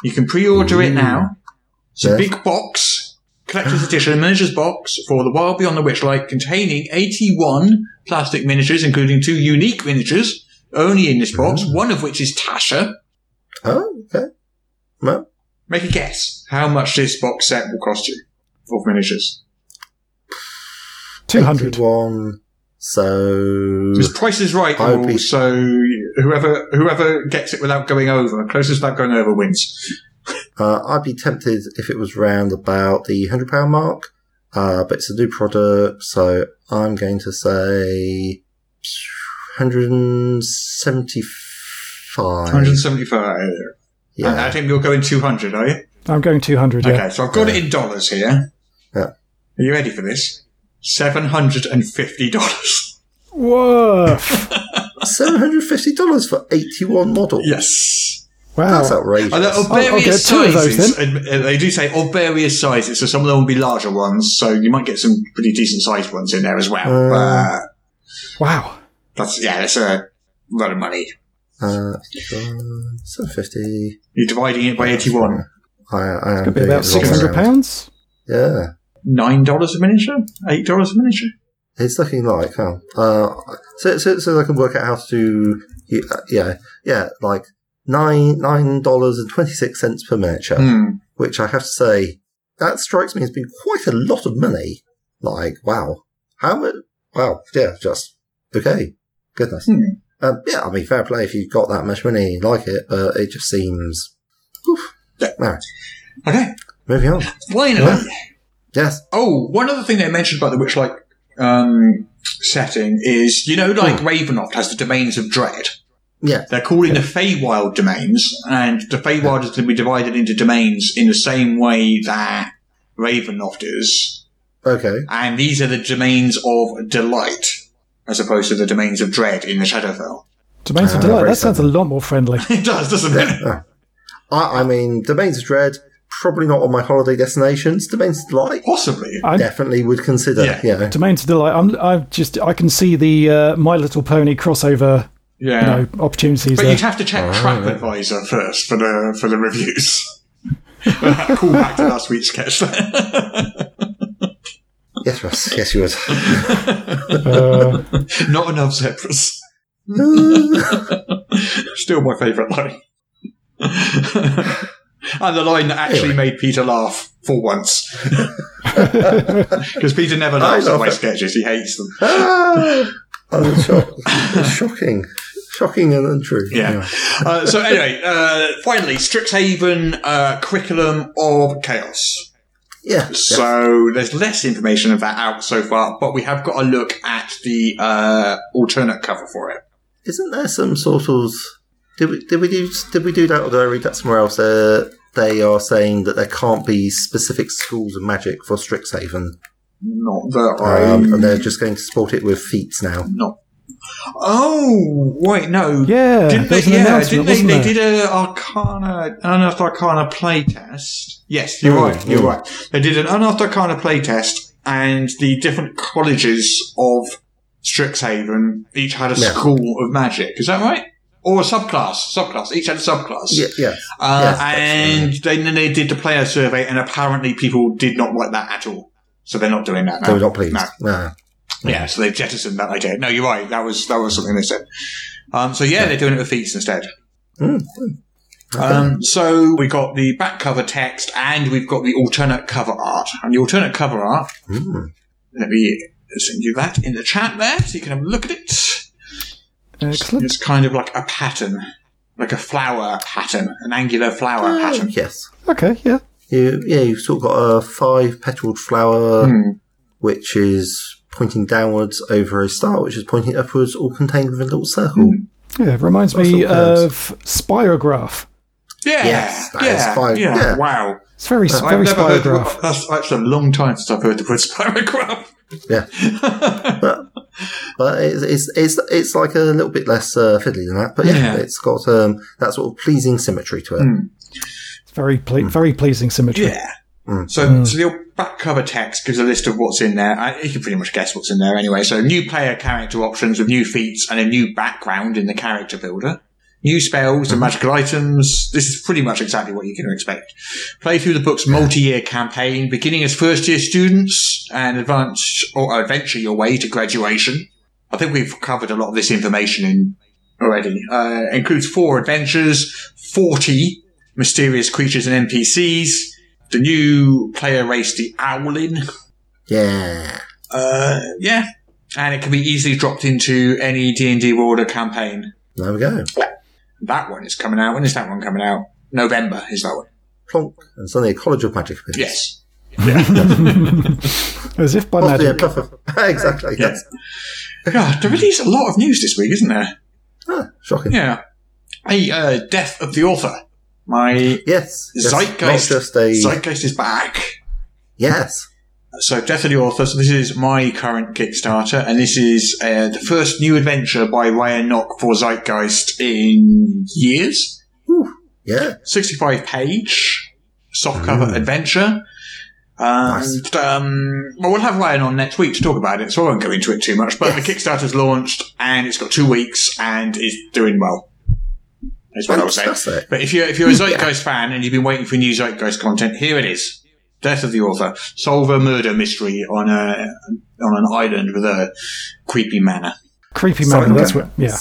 [SPEAKER 5] You can pre-order it
[SPEAKER 6] Ooh.
[SPEAKER 5] now. It's a
[SPEAKER 6] Yes.
[SPEAKER 5] big box, collector's edition miniatures box for the Wild Beyond the Witchlight, containing 81 plastic miniatures, including two unique miniatures, only in this box,
[SPEAKER 6] Hmm.
[SPEAKER 5] one of which is Tasha.
[SPEAKER 6] Oh, okay. Well,
[SPEAKER 5] Make a guess how much this box set will cost you of miniatures.
[SPEAKER 7] Two hundred.
[SPEAKER 6] one. So
[SPEAKER 5] This price is right
[SPEAKER 6] I would be-
[SPEAKER 5] rule, so whoever whoever gets it without going over, closest without going over wins.
[SPEAKER 6] uh, I'd be tempted if it was round about the hundred pound mark, uh, but it's a new product, so I'm going to say hundred and seventy five.
[SPEAKER 5] 175. And
[SPEAKER 6] Yeah.
[SPEAKER 5] Adam, Uh, you're going 200, are you?
[SPEAKER 7] I'm going two hundred. Yeah.
[SPEAKER 5] Okay, so I've got it in dollars here.
[SPEAKER 6] Yeah.
[SPEAKER 5] Are you ready for this? $750.
[SPEAKER 7] Woof.
[SPEAKER 6] Seven hundred fifty dollars for eighty-one models.
[SPEAKER 5] Yes.
[SPEAKER 6] that's
[SPEAKER 7] Wow.
[SPEAKER 6] outrageous.
[SPEAKER 5] And they're of
[SPEAKER 7] I'll- I'll
[SPEAKER 5] various
[SPEAKER 7] get two of those,
[SPEAKER 5] sizes. and- and They do say of various sizes, so some of them will be larger ones, so you might get some pretty decent sized ones in there as well.
[SPEAKER 6] Uh.
[SPEAKER 5] but
[SPEAKER 7] Wow.
[SPEAKER 5] that's, yeah, that's a lot of money.
[SPEAKER 6] Uh, seven fifty.
[SPEAKER 5] You're dividing it by 81.
[SPEAKER 6] I, I am
[SPEAKER 7] Could be
[SPEAKER 6] doing
[SPEAKER 7] about
[SPEAKER 6] it the wrong way
[SPEAKER 7] six hundred
[SPEAKER 6] around.
[SPEAKER 7] pounds.
[SPEAKER 6] Yeah,
[SPEAKER 5] $9 a miniature? $8 a miniature?
[SPEAKER 6] it's looking like oh, uh, so, so so I can work out how to you- uh, yeah yeah like nine nine dollars and twenty six cents per miniature,
[SPEAKER 5] Hmm.
[SPEAKER 6] which I have to say that strikes me as being quite a lot of money. Like wow, how much? Wow, yeah, just okay, goodness.
[SPEAKER 5] Hmm.
[SPEAKER 6] Um, yeah, I mean fair play if you've got that much money, you like it, but it just seems. Oof.
[SPEAKER 5] Yeah.
[SPEAKER 6] No,
[SPEAKER 5] Okay,
[SPEAKER 6] moving on.
[SPEAKER 5] finally.
[SPEAKER 6] Yeah. Yes.
[SPEAKER 5] Oh, one other thing they mentioned about the Witchlight um, setting is, you know, like Ravenloft has the domains of dread.
[SPEAKER 6] Hmm. Yeah.
[SPEAKER 5] They're calling the Feywild domains, and the Feywild is going to be divided into domains in the same way that Ravenloft is.
[SPEAKER 6] Okay.
[SPEAKER 5] And these are the domains of delight, as opposed to the domains of dread in the Shadowfell.
[SPEAKER 7] Domains
[SPEAKER 6] Ah,
[SPEAKER 7] of delight.
[SPEAKER 6] very
[SPEAKER 7] That sounds a lot more friendly.
[SPEAKER 5] It does, doesn't it?
[SPEAKER 6] Yeah. I, I mean, Domains of Dread, probably not on my holiday destinations. Domains of Delight,
[SPEAKER 5] Possibly.
[SPEAKER 7] I-
[SPEAKER 6] definitely would consider.
[SPEAKER 5] Yeah.
[SPEAKER 6] Yeah.
[SPEAKER 7] Domains of delight. I'm. I just. I can see the uh, My Little Pony crossover.
[SPEAKER 5] Yeah.
[SPEAKER 7] You know, opportunities
[SPEAKER 5] But
[SPEAKER 7] there.
[SPEAKER 5] you'd have to check TripAdvisor first for the for the reviews. Call back to last week's sketch.
[SPEAKER 6] Yes, Russ. Yes, you would.
[SPEAKER 7] Uh,
[SPEAKER 5] Not enough zebras. Still my favourite line. and the line that actually made Peter laugh for once. Because Peter never laughs at
[SPEAKER 6] love
[SPEAKER 5] my
[SPEAKER 6] it.
[SPEAKER 5] sketches, he hates them.
[SPEAKER 6] Ah! Oh, that's shock- that's shocking. Shocking and untrue.
[SPEAKER 5] Yeah. Uh, so, anyway, uh, finally, Strixhaven uh, curriculum of chaos.
[SPEAKER 6] Yeah. yeah.
[SPEAKER 5] So there's less information of that out so far, but we have got a look at the uh, alternate cover for it.
[SPEAKER 6] Isn't there some sort of did we did we do did we do that or did I read that somewhere else? Uh, they are saying that there can't be specific schools of magic for Strixhaven,
[SPEAKER 5] Not that I.
[SPEAKER 6] um, and they're just going to support it with feats now.
[SPEAKER 5] not. Oh wait, no.
[SPEAKER 7] yeah,
[SPEAKER 5] Didn't
[SPEAKER 7] there
[SPEAKER 5] they,
[SPEAKER 7] was an
[SPEAKER 5] yeah, didn't
[SPEAKER 7] announcement,
[SPEAKER 5] they,
[SPEAKER 7] wasn't
[SPEAKER 5] they
[SPEAKER 7] there?
[SPEAKER 5] did a Arcana, Unearthed Arcana playtest. Yes,
[SPEAKER 7] Mm,
[SPEAKER 5] you're right, you're right. They did an Unearthed Arcana playtest and the different colleges of Strixhaven each had a
[SPEAKER 6] Yeah.
[SPEAKER 5] school of magic. Is that right? Or a subclass, subclass. Each had a subclass.
[SPEAKER 6] Yeah, yes.
[SPEAKER 5] Uh,
[SPEAKER 6] Yes, that's-
[SPEAKER 5] and they, then they did the player survey, and apparently people did not like that at all. So they're not doing that now.
[SPEAKER 6] they were not pleased.
[SPEAKER 5] No.
[SPEAKER 6] No.
[SPEAKER 5] Yeah, so they jettisoned that idea. No, you're right. That was that was something they said. Um, so yeah, they're doing it with feats instead.
[SPEAKER 6] Mm.
[SPEAKER 5] Um, so we got the back cover text, and we've got the alternate cover art. And the alternate cover art,
[SPEAKER 6] Mm.
[SPEAKER 5] let me send you that in the chat there, so you can have a look at it.
[SPEAKER 7] Excellent.
[SPEAKER 5] It's kind of like a pattern, like a flower pattern, an angular flower
[SPEAKER 6] Uh,
[SPEAKER 5] pattern.
[SPEAKER 6] yes.
[SPEAKER 7] Okay, yeah.
[SPEAKER 6] You, yeah, you've sort of got a five petaled flower,
[SPEAKER 5] Hmm.
[SPEAKER 6] which is pointing downwards over a star, which is pointing upwards, all contained within a little circle.
[SPEAKER 5] Hmm.
[SPEAKER 7] Yeah, it reminds me
[SPEAKER 6] Lots of
[SPEAKER 7] of Spirograph.
[SPEAKER 5] Yeah,
[SPEAKER 6] Yes, that
[SPEAKER 5] yeah,
[SPEAKER 6] is fine.
[SPEAKER 5] yeah,
[SPEAKER 6] Yeah.
[SPEAKER 5] Wow,
[SPEAKER 7] It's very, very
[SPEAKER 5] I've never heard the
[SPEAKER 7] Spirograph.
[SPEAKER 5] word, that's actually a long time since I've heard the word spirograph.
[SPEAKER 6] Yeah, but but it's, it's it's it's like a little bit less uh, fiddly than that. But yeah,
[SPEAKER 5] Yeah. Hmm.
[SPEAKER 6] it's got um, that sort of pleasing symmetry to it.
[SPEAKER 7] It's very, ple- very pleasing symmetry.
[SPEAKER 5] Yeah. So, so the back cover text gives a list of what's in there. I, you can pretty much guess what's in there anyway. So, new player character options with new feats and a new background in the character builder. New spells and magical items. This is pretty much exactly what you can expect. Play through the book's multi-year campaign, beginning as first-year students and advance or adventure your way to graduation. I think we've covered a lot of this information in already. Uh, includes four adventures, 40 mysterious creatures and NPCs, the new player race, the Owlin.
[SPEAKER 6] Yeah,
[SPEAKER 5] Uh, yeah. And it can be easily dropped into any D&D world or campaign.
[SPEAKER 6] there we go.
[SPEAKER 5] That one is coming out. When is that one coming out? November is that one.
[SPEAKER 6] Plonk, and suddenly a college of magic appears.
[SPEAKER 5] Yes.
[SPEAKER 7] As if by
[SPEAKER 6] Possibly a
[SPEAKER 7] magic.
[SPEAKER 6] puff of, exactly.
[SPEAKER 5] Yeah.
[SPEAKER 6] Yes.
[SPEAKER 5] God, there really is a lot of news this week, isn't there?
[SPEAKER 6] Ah, shocking.
[SPEAKER 5] Yeah. Hey, uh, Death of the Author. My
[SPEAKER 6] Yes. yes.
[SPEAKER 5] Zeitgeist.
[SPEAKER 6] Not just a
[SPEAKER 5] Zeitgeist is back.
[SPEAKER 6] yes.
[SPEAKER 5] So, Death of the Author. So, this is my current Kickstarter, and this is uh, the first new adventure by Ryan Nock for Zeitgeist in years.
[SPEAKER 6] Yeah.
[SPEAKER 5] 65 page
[SPEAKER 6] Hmm.
[SPEAKER 5] softcover adventure. And, um, well, we'll have Ryan on next week to talk about it, so I won't go into it too much. But
[SPEAKER 6] Yes.
[SPEAKER 5] the Kickstarter's launched, and it's got two weeks, and it's doing well. Is what I was saying.
[SPEAKER 6] Fantastic.
[SPEAKER 5] But if you're if you're a Zeitgeist fan and you've been waiting for new Zeitgeist content, here it is: Death of the Author. Solve a murder mystery on a on an island with a creepy manor.
[SPEAKER 7] Creepy man, that's
[SPEAKER 6] Spirograph.
[SPEAKER 7] what. Yeah.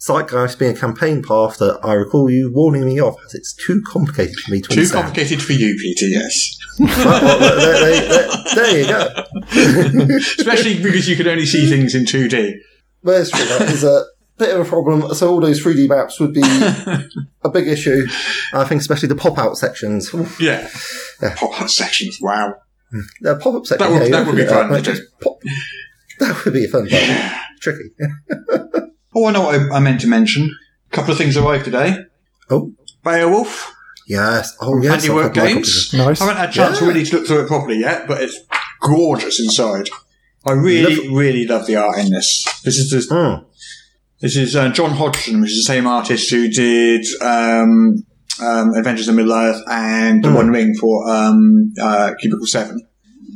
[SPEAKER 6] Zeitgeist being a campaign path that I recall you warning me off as it's too complicated for me to
[SPEAKER 5] Too
[SPEAKER 6] understand.
[SPEAKER 5] complicated for you, Peter. Yes.
[SPEAKER 6] Well, well, there, there- there- there you go.
[SPEAKER 5] Especially because you can only see things in 2D.
[SPEAKER 6] There's that is a bit of a problem. So all those 3D maps would be a big issue. I think especially the pop-out sections. Oof,
[SPEAKER 5] Yeah. Pop up sections. Wow.
[SPEAKER 6] The pop-up section.
[SPEAKER 5] would-
[SPEAKER 6] yeah, you
[SPEAKER 5] that
[SPEAKER 6] don't
[SPEAKER 5] would
[SPEAKER 6] do
[SPEAKER 5] be fun
[SPEAKER 6] but
[SPEAKER 5] to
[SPEAKER 6] just pop- That would be a fun part. Tricky.
[SPEAKER 5] Oh, I know what I, I meant to mention. A couple of things arrived today.
[SPEAKER 6] Oh,
[SPEAKER 5] Beowulf,
[SPEAKER 6] yes. Oh, yes. I've
[SPEAKER 5] Handiwork
[SPEAKER 6] had my
[SPEAKER 5] Games.
[SPEAKER 7] copy of it. Nice.
[SPEAKER 5] I haven't had a chance
[SPEAKER 6] Yeah.
[SPEAKER 5] really to look through it properly yet, but it's gorgeous inside. I really, really love the art in this. This is the,
[SPEAKER 6] copy.
[SPEAKER 5] this is uh, John Hodgson, which is the same artist who did um, um, Adventures in Middle Earth and The One Ring for um, uh, Cubicle Seven,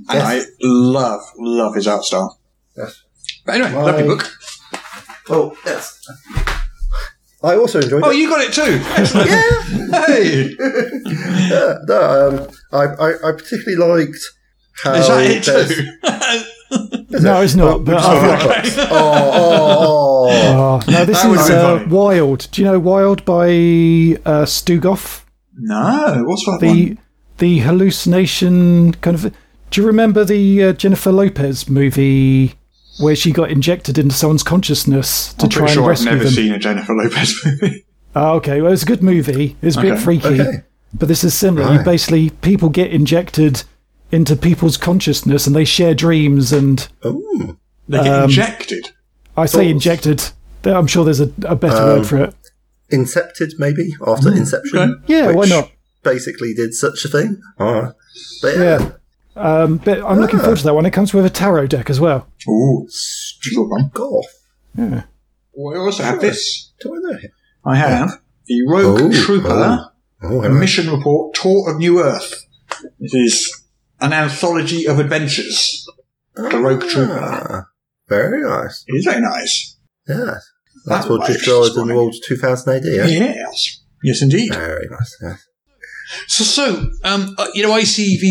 [SPEAKER 5] and
[SPEAKER 6] Yes.
[SPEAKER 5] I love, love his art style.
[SPEAKER 6] Yes.
[SPEAKER 5] But anyway,
[SPEAKER 6] Why-
[SPEAKER 5] lovely book.
[SPEAKER 6] Hmm. Oh, yes. I also enjoyed
[SPEAKER 5] Oh,
[SPEAKER 6] it.
[SPEAKER 5] you got it too. Excellent. Hey.
[SPEAKER 6] Yeah, no, um, I, I, I particularly liked How
[SPEAKER 5] Is that Oh, it
[SPEAKER 6] there's-
[SPEAKER 5] too?
[SPEAKER 7] No, it's not. but I've-
[SPEAKER 6] oh, oh, oh.
[SPEAKER 7] Oh, no, this
[SPEAKER 6] That would've
[SPEAKER 7] is
[SPEAKER 6] been
[SPEAKER 7] uh,
[SPEAKER 6] funny.
[SPEAKER 7] Wild. Do you know Wild by uh, Stugoff?
[SPEAKER 5] no, what's that one?
[SPEAKER 7] The the hallucination kind of. Do you remember the uh, Jennifer Lopez movie where she got injected into someone's consciousness to
[SPEAKER 5] I'm
[SPEAKER 7] try
[SPEAKER 5] pretty
[SPEAKER 7] and
[SPEAKER 5] sure I've
[SPEAKER 7] rescue
[SPEAKER 5] never
[SPEAKER 7] them?
[SPEAKER 5] seen a Jennifer Lopez movie.
[SPEAKER 7] Oh, okay, well, it's a good movie. It's a bit
[SPEAKER 5] Okay.
[SPEAKER 7] freaky,
[SPEAKER 6] oh. Okay.
[SPEAKER 7] but this is similar. You
[SPEAKER 6] Right.
[SPEAKER 7] basically people get injected into people's consciousness and they share dreams and
[SPEAKER 6] Ooh.
[SPEAKER 5] They get injected.
[SPEAKER 7] I say
[SPEAKER 6] Thoughts?
[SPEAKER 7] injected. there- I'm sure there's a, a better
[SPEAKER 5] Um,
[SPEAKER 7] word for it.
[SPEAKER 6] Incepted, maybe after Inception.
[SPEAKER 5] okay.
[SPEAKER 7] Mm, Yeah, why
[SPEAKER 6] which
[SPEAKER 7] not?
[SPEAKER 6] Basically, did such a thing. Alright. But yeah,
[SPEAKER 7] Yeah. Um, but I'm looking
[SPEAKER 5] Ah.
[SPEAKER 7] forward to that one. It comes with a tarot deck as well.
[SPEAKER 5] Ooh, good one.
[SPEAKER 6] golf.
[SPEAKER 5] Well, I also have this.
[SPEAKER 6] Do I know him?
[SPEAKER 5] I have the Rogue
[SPEAKER 6] Ooh,
[SPEAKER 5] Trooper
[SPEAKER 6] Oh,
[SPEAKER 5] A Mission Report Tour of New Earth. It is an anthology of adventures. The Rogue Trooper.
[SPEAKER 6] Ah, very nice.
[SPEAKER 5] It is very nice.
[SPEAKER 6] Yeah. That's
[SPEAKER 5] That
[SPEAKER 6] what
[SPEAKER 5] was
[SPEAKER 6] just rolled in
[SPEAKER 5] funny.
[SPEAKER 6] the world 2000 AD. Yeah?
[SPEAKER 5] Yes. Yes, indeed.
[SPEAKER 6] Very nice. Yeah.
[SPEAKER 5] So, so um, uh, you know,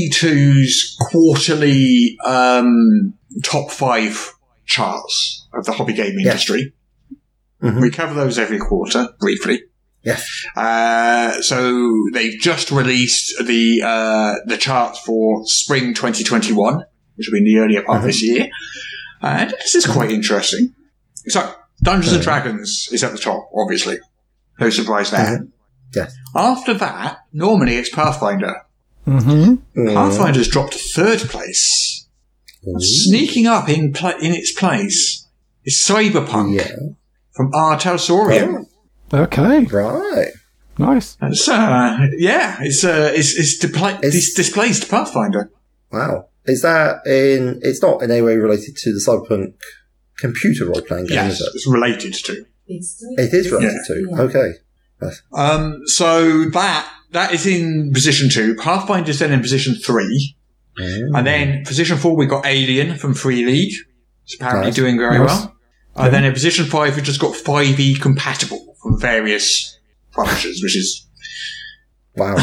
[SPEAKER 5] ICV2's quarterly um, top five charts of the hobby game
[SPEAKER 6] Yeah.
[SPEAKER 5] industry.
[SPEAKER 6] Mhm.
[SPEAKER 5] We cover those every quarter, briefly.
[SPEAKER 6] Yes.
[SPEAKER 5] Uh, so they've just released the uh, the charts for spring 2021, which will be in the earlier part of this year, and this is quite interesting. So Dungeons and Dragons is at the top, obviously. No surprise
[SPEAKER 6] Mm-hmm.
[SPEAKER 5] there.
[SPEAKER 6] Yes.
[SPEAKER 5] After that, normally it's Pathfinder.
[SPEAKER 7] Mm-hmm.
[SPEAKER 6] Mm,
[SPEAKER 5] Pathfinder's dropped to third place,
[SPEAKER 6] Mm-hmm.
[SPEAKER 5] sneaking up in pla in its place is Cyberpunk
[SPEAKER 6] Yeah.
[SPEAKER 5] from Artosaurian.
[SPEAKER 7] Okay,
[SPEAKER 6] Right.
[SPEAKER 7] nice.
[SPEAKER 5] It's, uh, yeah, it's uh, it's it's, depla-
[SPEAKER 6] It's-
[SPEAKER 5] dis- displaced Pathfinder.
[SPEAKER 6] Wow. Is that in. It's not in any way related to the Cyberpunk computer role playing game,
[SPEAKER 5] Yes,
[SPEAKER 6] is it?
[SPEAKER 5] it's related to.
[SPEAKER 6] It is related to. Okay.
[SPEAKER 5] Um, so that that is in position two. Pathfinder's then in position three, and then position four we got Alien from Free League. It's apparently
[SPEAKER 6] Nice.
[SPEAKER 5] doing very
[SPEAKER 7] Nice.
[SPEAKER 5] well. And then in position five we just got Five E compatible from various publishers, which is
[SPEAKER 6] Wow.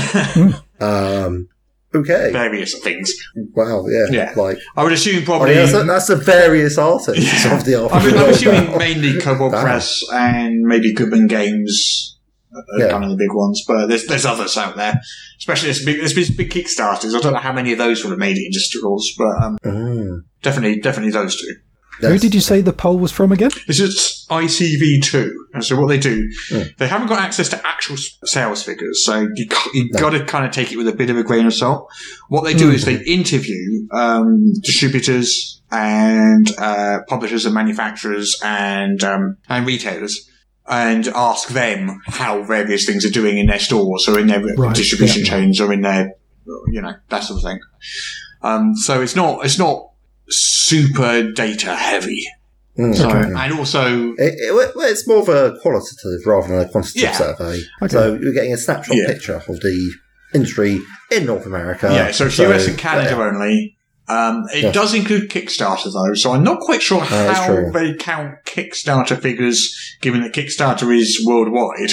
[SPEAKER 6] um, okay.
[SPEAKER 5] various things.
[SPEAKER 6] Wow. Yeah.
[SPEAKER 5] Yeah.
[SPEAKER 6] Like,
[SPEAKER 5] I would assume
[SPEAKER 6] I
[SPEAKER 5] probably.
[SPEAKER 6] mean, that's, that's the various artists of the RPG.
[SPEAKER 5] I mean, I'm
[SPEAKER 6] world.
[SPEAKER 5] assuming mainly Cobalt
[SPEAKER 6] Wow.
[SPEAKER 5] Press and maybe Goodman Games are
[SPEAKER 6] Yeah.
[SPEAKER 5] kind of the big ones, but there's there's others out there. Especially this big, this big, big Kickstarters. I don't know how many of those would have made it into straws, but um,
[SPEAKER 6] Mm.
[SPEAKER 5] definitely definitely those two.
[SPEAKER 7] Who did you say the poll was from again?
[SPEAKER 5] This is ICV two, and so what they do,
[SPEAKER 6] Mm.
[SPEAKER 5] they haven't got access to actual s- sales figures, so you c- you got to kind of take it with a bit of a grain of salt. What they do is they
[SPEAKER 7] Mm-hmm.
[SPEAKER 5] interview um, distributors and uh, publishers and manufacturers and um, and retailers. And ask them how various things are doing in their stores or in their
[SPEAKER 7] Right,
[SPEAKER 5] distribution
[SPEAKER 7] yeah.
[SPEAKER 5] chains or in their, you know, that sort of thing. Um, so it's not it's not super data heavy.
[SPEAKER 6] Mm.
[SPEAKER 5] So, and also,
[SPEAKER 6] It, it, well, it's more of a qualitative rather than a quantitative
[SPEAKER 5] Yeah.
[SPEAKER 6] survey.
[SPEAKER 7] Okay.
[SPEAKER 6] So you're getting a snapshot
[SPEAKER 5] Yeah.
[SPEAKER 6] picture of the industry in North America.
[SPEAKER 5] yeah, so it's US and Canada only. Um, it
[SPEAKER 6] Yeah.
[SPEAKER 5] does include Kickstarter though, so I'm not quite sure
[SPEAKER 6] that's
[SPEAKER 5] how
[SPEAKER 6] true.
[SPEAKER 5] they count Kickstarter figures, given that Kickstarter is worldwide,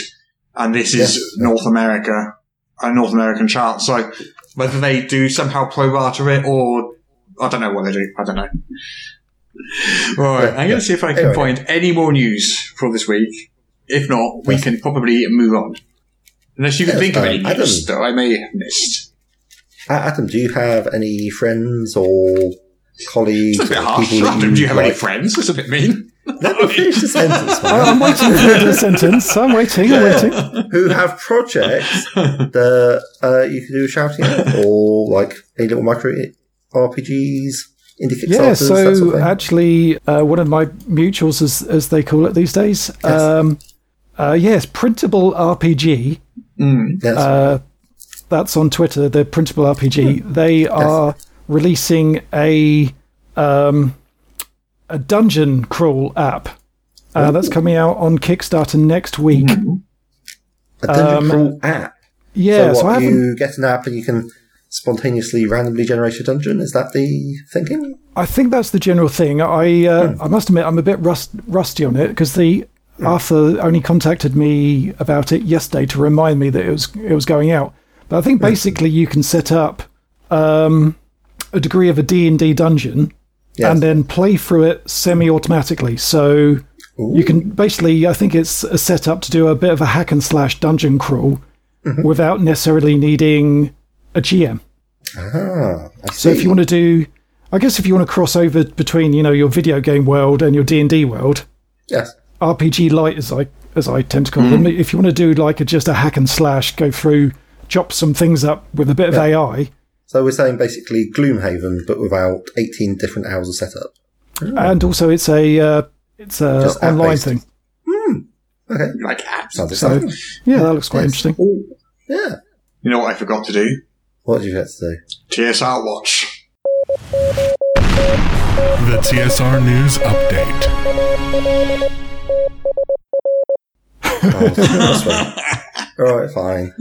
[SPEAKER 5] and this is
[SPEAKER 6] Yes.
[SPEAKER 5] North America, a North American chart. So whether they do somehow prorata it or I don't know what they do. I don't know. All right,
[SPEAKER 6] Yeah,
[SPEAKER 5] I'm
[SPEAKER 6] yeah.
[SPEAKER 5] going to see if I can
[SPEAKER 6] Anyway.
[SPEAKER 5] find any more news for this week. If not, we
[SPEAKER 6] Yes.
[SPEAKER 5] can probably move on. Unless you can
[SPEAKER 6] Yes,
[SPEAKER 5] think of
[SPEAKER 6] uh,
[SPEAKER 5] any
[SPEAKER 6] Adam.
[SPEAKER 5] news that I may have missed.
[SPEAKER 6] A- Uh, Adam, do you have any friends or colleagues?
[SPEAKER 5] That's a bit
[SPEAKER 6] or
[SPEAKER 5] harsh.
[SPEAKER 6] people that
[SPEAKER 5] Adam, do you have any
[SPEAKER 6] like-
[SPEAKER 5] friends? That's a bit mean.
[SPEAKER 6] Let me finish the sentence.
[SPEAKER 7] I,
[SPEAKER 6] man.
[SPEAKER 7] I'm waiting for the sentence. I'm waiting. I'm waiting.
[SPEAKER 6] Who have projects that uh, you can do shouting at or like any little micro RPGs, indie Kickstarters,
[SPEAKER 7] Yeah.
[SPEAKER 6] that sort of
[SPEAKER 7] So
[SPEAKER 6] thing?
[SPEAKER 7] actually, uh, one of my mutuals, as as they call it these days, um, uh, yes, printable RPG.
[SPEAKER 6] Yes.
[SPEAKER 7] uh, That's on Twitter. The printable
[SPEAKER 6] Hmm.
[SPEAKER 7] RPG. They are releasing a um, a dungeon crawl app. Uh, that's coming out on Kickstarter next week.
[SPEAKER 6] Hmm. a dungeon crawl app.
[SPEAKER 7] um, Yeah,
[SPEAKER 6] so,
[SPEAKER 7] so I
[SPEAKER 6] what,
[SPEAKER 7] haven't
[SPEAKER 6] you get an app and you can spontaneously randomly generate a dungeon? Is that the thinking?
[SPEAKER 7] I think that's the general thing. I uh, I must admit I'm a bit rust, rusty on it because the Arthur only contacted me about it yesterday to remind me that it was it was going out. But I think basically you can set up um, a degree of a D&D dungeon
[SPEAKER 6] Yes.
[SPEAKER 7] and then play through it semi-automatically. So you can basically, I think it's a setup to do a bit of a hack and slash dungeon crawl without necessarily needing a GM.
[SPEAKER 6] Ah, I
[SPEAKER 7] So if you want to do, I guess if you want to cross over between you know your video game world and your D and D world,
[SPEAKER 6] yes.
[SPEAKER 7] RPG light as I as I tend to call
[SPEAKER 6] Mm-hmm.
[SPEAKER 7] them. If you want to do like a, just a hack and slash, go through, chop some things up with a bit of AI,
[SPEAKER 6] So we're saying basically Gloomhaven, but without 18 different hours of setup.
[SPEAKER 7] and also it's a uh, it's a
[SPEAKER 6] Mm. Just
[SPEAKER 7] online
[SPEAKER 6] app-based.
[SPEAKER 7] thing.
[SPEAKER 5] Like apps.
[SPEAKER 6] Sounds
[SPEAKER 7] So
[SPEAKER 6] exciting.
[SPEAKER 7] yeah, that looks quite
[SPEAKER 6] Yes.
[SPEAKER 7] interesting.
[SPEAKER 6] Ooh, yeah.
[SPEAKER 5] You know what I forgot to do?
[SPEAKER 6] What do you have to do?
[SPEAKER 5] TSR watch.
[SPEAKER 2] The TSR News Update.
[SPEAKER 6] Oh, that's right. All right, fine.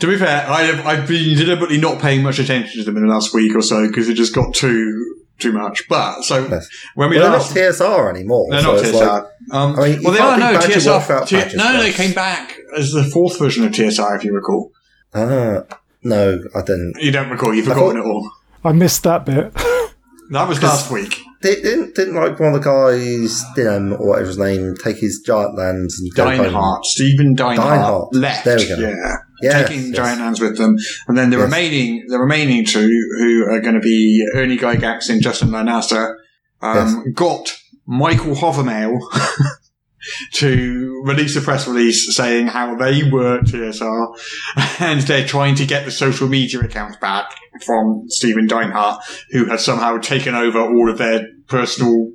[SPEAKER 5] To be fair, I have, I've been deliberately not paying much attention to them in the last week or so because it just got too too much. But so
[SPEAKER 6] Yes.
[SPEAKER 5] when we
[SPEAKER 6] Well, they're not
[SPEAKER 5] last
[SPEAKER 6] TSR anymore.
[SPEAKER 5] They're
[SPEAKER 6] so
[SPEAKER 5] not
[SPEAKER 6] it's
[SPEAKER 5] TSR.
[SPEAKER 6] like-
[SPEAKER 5] um,
[SPEAKER 6] I mean, you
[SPEAKER 5] well, they
[SPEAKER 6] can't
[SPEAKER 5] are
[SPEAKER 6] be
[SPEAKER 5] no
[SPEAKER 6] badger
[SPEAKER 5] TSR.
[SPEAKER 6] without
[SPEAKER 5] T-
[SPEAKER 6] badges
[SPEAKER 5] no, no, they
[SPEAKER 6] first.
[SPEAKER 5] came back as the fourth version of TSR, if you recall.
[SPEAKER 6] ah, no, I didn't.
[SPEAKER 5] You don't recall. You've forgotten it all.
[SPEAKER 7] I missed that bit.
[SPEAKER 5] That was last week.
[SPEAKER 6] Di- Didn't, didn't like one of the guys, Dinem, or whatever his name, take his giant lands and go home?
[SPEAKER 5] Dinehart, Stephen Dinehart,
[SPEAKER 6] Dinehart.
[SPEAKER 5] left.
[SPEAKER 6] There we go.
[SPEAKER 5] Yeah.
[SPEAKER 6] Yes,
[SPEAKER 5] Taking
[SPEAKER 6] yes.
[SPEAKER 5] giant hands with them, and then the
[SPEAKER 6] Yes.
[SPEAKER 5] remaining the remaining two who are going to be Ernie Gygax and Justin Lanasta um, got Michael Hovermail to release a press release saying how they were TSR and they're trying to get the social media accounts back from Stephen Dinehart, who had somehow taken over all of their personal.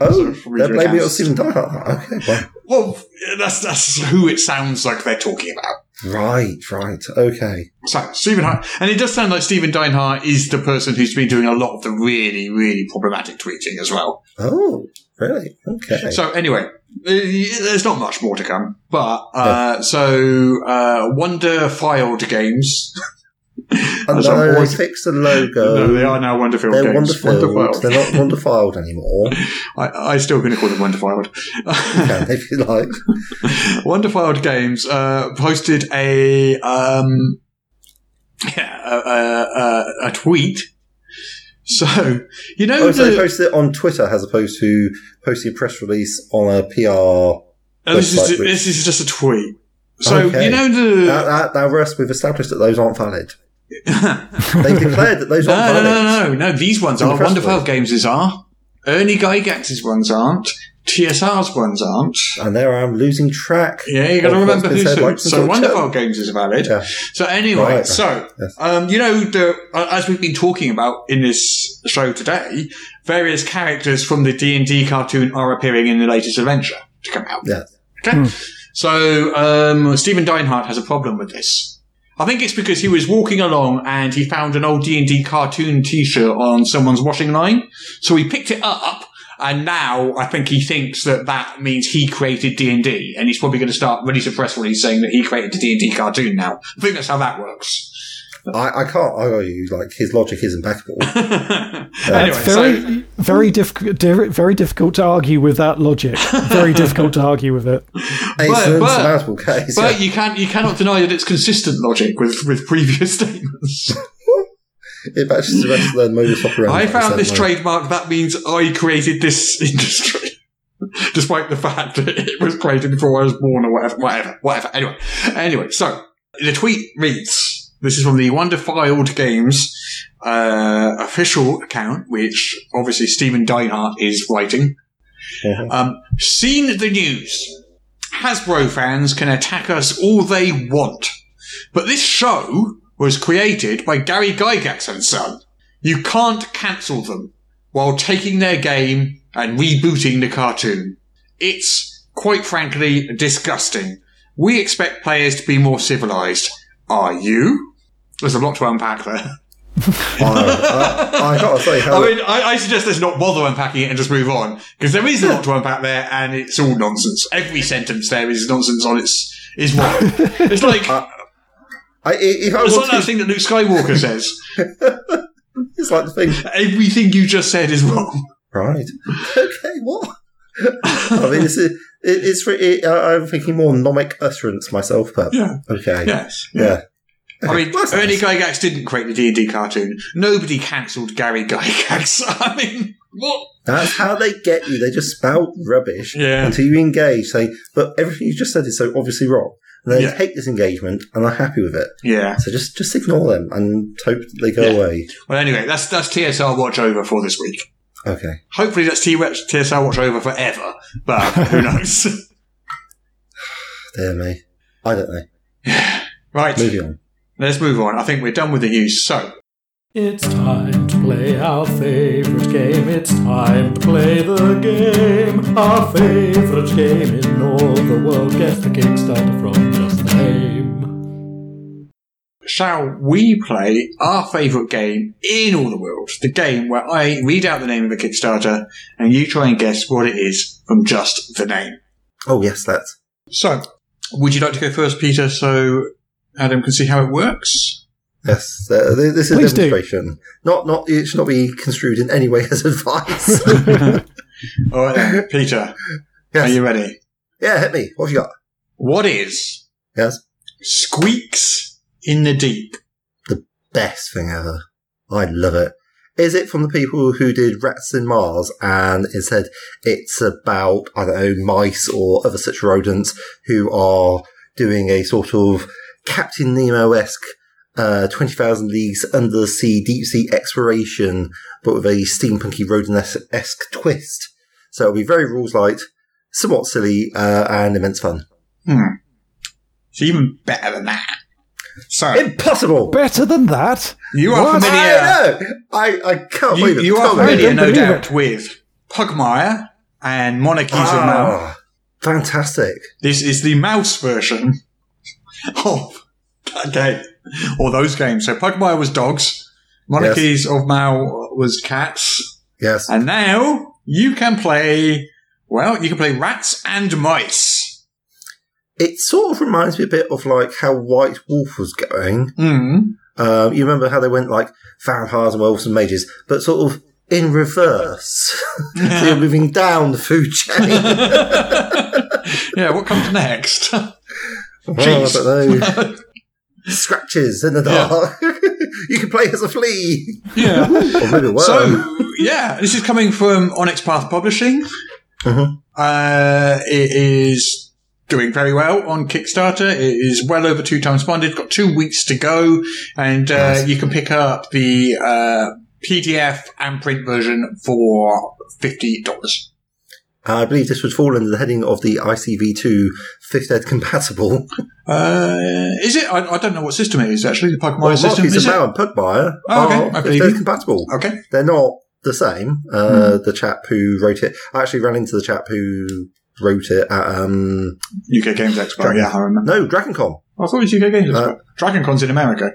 [SPEAKER 6] Oh,
[SPEAKER 5] Sorry,
[SPEAKER 6] they're blaming it on
[SPEAKER 5] Dreamcast.
[SPEAKER 6] Stephen Dinehart. Okay, well,
[SPEAKER 5] Well, that's that's who it sounds like they're talking about.
[SPEAKER 6] right, right, okay.
[SPEAKER 5] So Stephen Hart, and it does sound like Stephen Dinehart is the person who's been doing a lot of the really, really problematic tweeting as well.
[SPEAKER 6] Oh, really? Okay.
[SPEAKER 5] So anyway, uh, there's not much more to come. But uh, so uh, Wonder Filed Games.
[SPEAKER 6] and
[SPEAKER 5] As I'm
[SPEAKER 6] no,
[SPEAKER 5] always-
[SPEAKER 6] they fixed the logo.
[SPEAKER 5] no, they are now Wonderfield
[SPEAKER 6] They're
[SPEAKER 5] Games.
[SPEAKER 6] wonderful.
[SPEAKER 5] Wonderfiled.
[SPEAKER 6] They're not wonderfiled anymore.
[SPEAKER 5] I, I'm still going to call them Wonderfiled.
[SPEAKER 6] Can, if you like.
[SPEAKER 5] Wonderfield Games uh, posted a um, yeah, a, a, a, a tweet. So you know
[SPEAKER 6] Oh, so they
[SPEAKER 5] the-
[SPEAKER 6] posted it on Twitter as opposed to posting a press release on a PR.
[SPEAKER 5] Oh, this is
[SPEAKER 6] website,
[SPEAKER 5] ju-
[SPEAKER 6] which-
[SPEAKER 5] this is just a tweet. So
[SPEAKER 6] Okay.
[SPEAKER 5] you know the
[SPEAKER 6] Now, that, now, Russ, we've established that those aren't valid. They declared that those aren't
[SPEAKER 5] no, no,
[SPEAKER 6] valid.
[SPEAKER 5] no, no, no. These ones
[SPEAKER 6] In the
[SPEAKER 5] are
[SPEAKER 6] press
[SPEAKER 5] Wonderful
[SPEAKER 6] release.
[SPEAKER 5] Games' are Ernie Gygax's ones aren't. TSR's ones aren't.
[SPEAKER 6] And there I am losing track.
[SPEAKER 5] Yeah, you got to
[SPEAKER 6] of what's
[SPEAKER 5] remember
[SPEAKER 6] been
[SPEAKER 5] who's
[SPEAKER 6] said,
[SPEAKER 5] who.
[SPEAKER 6] like, since I
[SPEAKER 5] so
[SPEAKER 6] was
[SPEAKER 5] Wonderful
[SPEAKER 6] child.
[SPEAKER 5] Games is valid.
[SPEAKER 6] Yeah.
[SPEAKER 5] So anyway,
[SPEAKER 6] Right, right.
[SPEAKER 5] so
[SPEAKER 6] Yes.
[SPEAKER 5] um, you know, the, uh, as we've been talking about in this show today, various characters from the D and D cartoon are appearing in the latest adventure to come out.
[SPEAKER 6] Yeah.
[SPEAKER 5] Okay. So um, Stephen Dinehart has a problem with this. I think it's because he was walking along and he found an old D and D cartoon T-shirt on someone's washing line, so he picked it up. And now I think he thinks that that means he created D and D, and he's probably going to start releasing a press release saying that he created the D and D cartoon. Now I think that's how that works.
[SPEAKER 6] I, I can't argue you, like, his logic isn't backable.
[SPEAKER 5] anyway,
[SPEAKER 7] That's very very difficult di- very difficult to argue with that logic. Very difficult to argue with it.
[SPEAKER 6] it's an
[SPEAKER 5] but-
[SPEAKER 6] insurmountable case.
[SPEAKER 5] so, but
[SPEAKER 6] yeah.
[SPEAKER 5] you can you cannot deny that it's consistent logic with with previous statements.
[SPEAKER 6] It matches the rest of their modus operandi.
[SPEAKER 5] I found
[SPEAKER 6] so
[SPEAKER 5] this
[SPEAKER 6] no.
[SPEAKER 5] trademark. That means I created this industry, despite the fact that it was created before I was born, or whatever, whatever, whatever. Anyway, anyway. So the tweet reads: "This is from the Wonderfiled Games uh, official account, which obviously Stephen Dinehart is writing."
[SPEAKER 6] Mhm.
[SPEAKER 5] Um, seen the news. Hasbro fans can attack us all they want, but this show was created by Gary Gygax and Son. You can't cancel them while taking their game and rebooting the cartoon. It's, quite frankly, disgusting. We expect players to be more civilized. Are you? There's a lot to unpack there.
[SPEAKER 6] I, I, I gotta say, how
[SPEAKER 5] I mean, I, I suggest let's not bother unpacking it and just move on, because there is a lot to unpack there, and it's all nonsense. Every sentence there is nonsense on its is wrong. It's like
[SPEAKER 6] I, i- if I
[SPEAKER 5] it's
[SPEAKER 6] was
[SPEAKER 5] like that thing that Luke Skywalker says.
[SPEAKER 6] it's like the thing.
[SPEAKER 5] Everything you just said is wrong.
[SPEAKER 6] Right. Okay. What? I mean, it's it, it's. re- It, I- I'm thinking more nomic utterance myself, but
[SPEAKER 5] Yeah.
[SPEAKER 6] okay.
[SPEAKER 5] Yes.
[SPEAKER 6] Yeah.
[SPEAKER 5] I mean,
[SPEAKER 6] That's
[SPEAKER 5] Ernie
[SPEAKER 6] nice.
[SPEAKER 5] Gygax didn't create the D and D cartoon. Nobody cancelled Gary Gygax. I mean, what?
[SPEAKER 6] That's how they get you. They just spout rubbish
[SPEAKER 5] Yeah.
[SPEAKER 6] until you engage, saying, but everything you just said is so obviously wrong. And they
[SPEAKER 5] Yeah.
[SPEAKER 6] hate this engagement and are happy with it.
[SPEAKER 5] Yeah.
[SPEAKER 6] So just, just ignore them and hope that they go
[SPEAKER 5] Yeah.
[SPEAKER 6] away.
[SPEAKER 5] Well, anyway, that's that's TSR watch over for this week.
[SPEAKER 6] Okay.
[SPEAKER 5] Hopefully, that's T- TSR watch over forever. But who knows?
[SPEAKER 6] Dear me. I don't know.
[SPEAKER 5] right.
[SPEAKER 6] Moving on.
[SPEAKER 5] Let's move on. I think we're done with the news. So,
[SPEAKER 8] It's time to play our favorite game. It's time to play the game. Our favorite game in all the world. Guess the Kickstarter from just the name.
[SPEAKER 5] shall we play our favourite game in all the world? The game where I read out the name of a Kickstarter and you try and guess what it is from just the name.
[SPEAKER 6] Oh, yes, that's.
[SPEAKER 5] So, would you like to go first, Peter, so Adam can see how it works?
[SPEAKER 6] Yes, uh, th- this is
[SPEAKER 7] Please
[SPEAKER 6] a
[SPEAKER 7] do.
[SPEAKER 6] demonstration. Not, not. It should not be construed in any way as advice.
[SPEAKER 5] All right, then. Peter,
[SPEAKER 6] yes.
[SPEAKER 5] are you ready?
[SPEAKER 6] yeah, hit me. What have you got?
[SPEAKER 5] What is
[SPEAKER 6] Yes,
[SPEAKER 5] Squeaks in the Deep?
[SPEAKER 6] best thing ever. I love it. Is it from the people who did Rats in Mars and it said it's about, I don't know, mice or other such rodents who are doing a sort of Captain Nemo esque uh, 20,000 Leagues Under the Sea deep sea exploration, but with a steampunky rodent esque twist? So it'll be very rules light, somewhat silly, uh, and immense fun.
[SPEAKER 5] Hmm. It's even better than that. So,
[SPEAKER 6] Impossible!
[SPEAKER 7] Better than that?
[SPEAKER 5] you are
[SPEAKER 7] What?
[SPEAKER 5] familiar.
[SPEAKER 6] I know! I, I can't
[SPEAKER 5] you,
[SPEAKER 6] believe it.
[SPEAKER 5] you are
[SPEAKER 6] Can't believe it.
[SPEAKER 5] familiar, no
[SPEAKER 7] believe
[SPEAKER 5] doubt, with Pugmire and Monarchies of Man.
[SPEAKER 6] Ah, fantastic.
[SPEAKER 5] This is the mouse version of that game, or those games. So Pugmire was dogs, Monarchies of Mal was cats,
[SPEAKER 6] Yes.
[SPEAKER 5] and now you can play, well, you can play rats and mice.
[SPEAKER 6] it sort of reminds me a bit of like how White Wolf was going.
[SPEAKER 5] Mm.
[SPEAKER 6] Um, you remember how they went like vampires and werewolves and mages, but sort of in reverse. so you're moving down the food chain.
[SPEAKER 5] Yeah, what comes next?
[SPEAKER 6] Well, I
[SPEAKER 5] Jeez.
[SPEAKER 6] don't know. Oh, Scratches in the dark. you can play as a flea.
[SPEAKER 5] yeah.
[SPEAKER 6] Or maybe a worm.
[SPEAKER 5] So, yeah, this is coming from Onyx Path Publishing.
[SPEAKER 6] Mhm.
[SPEAKER 5] Uh, it is doing very well on Kickstarter. It is well over two times funded. Got two weeks to go, and uh, you can pick up the uh, PDF and print version for fifty dollars.
[SPEAKER 6] I believe this would fall under the heading of the ICV2 fifth ed compatible.
[SPEAKER 5] Uh, is it? I, I don't know what system it is actually. The Pokemon
[SPEAKER 6] Well,
[SPEAKER 5] system
[SPEAKER 6] Marquis
[SPEAKER 5] is
[SPEAKER 6] of
[SPEAKER 5] it?
[SPEAKER 6] Mal and Pugmire
[SPEAKER 5] Oh, okay. I
[SPEAKER 6] are
[SPEAKER 5] believe
[SPEAKER 6] fifth ed
[SPEAKER 5] you.
[SPEAKER 6] compatible.
[SPEAKER 5] Okay. Hmm.
[SPEAKER 6] they're not the same. Uh, The chap who wrote it, I actually ran into the chap who wrote it at um,
[SPEAKER 5] UK Games Expo.
[SPEAKER 6] Dragon-
[SPEAKER 5] Yeah, I remember. Oh,
[SPEAKER 6] no Dragon Con.
[SPEAKER 5] I thought it was UK Games
[SPEAKER 6] Uh,
[SPEAKER 5] Expo. Dragon Con's in America.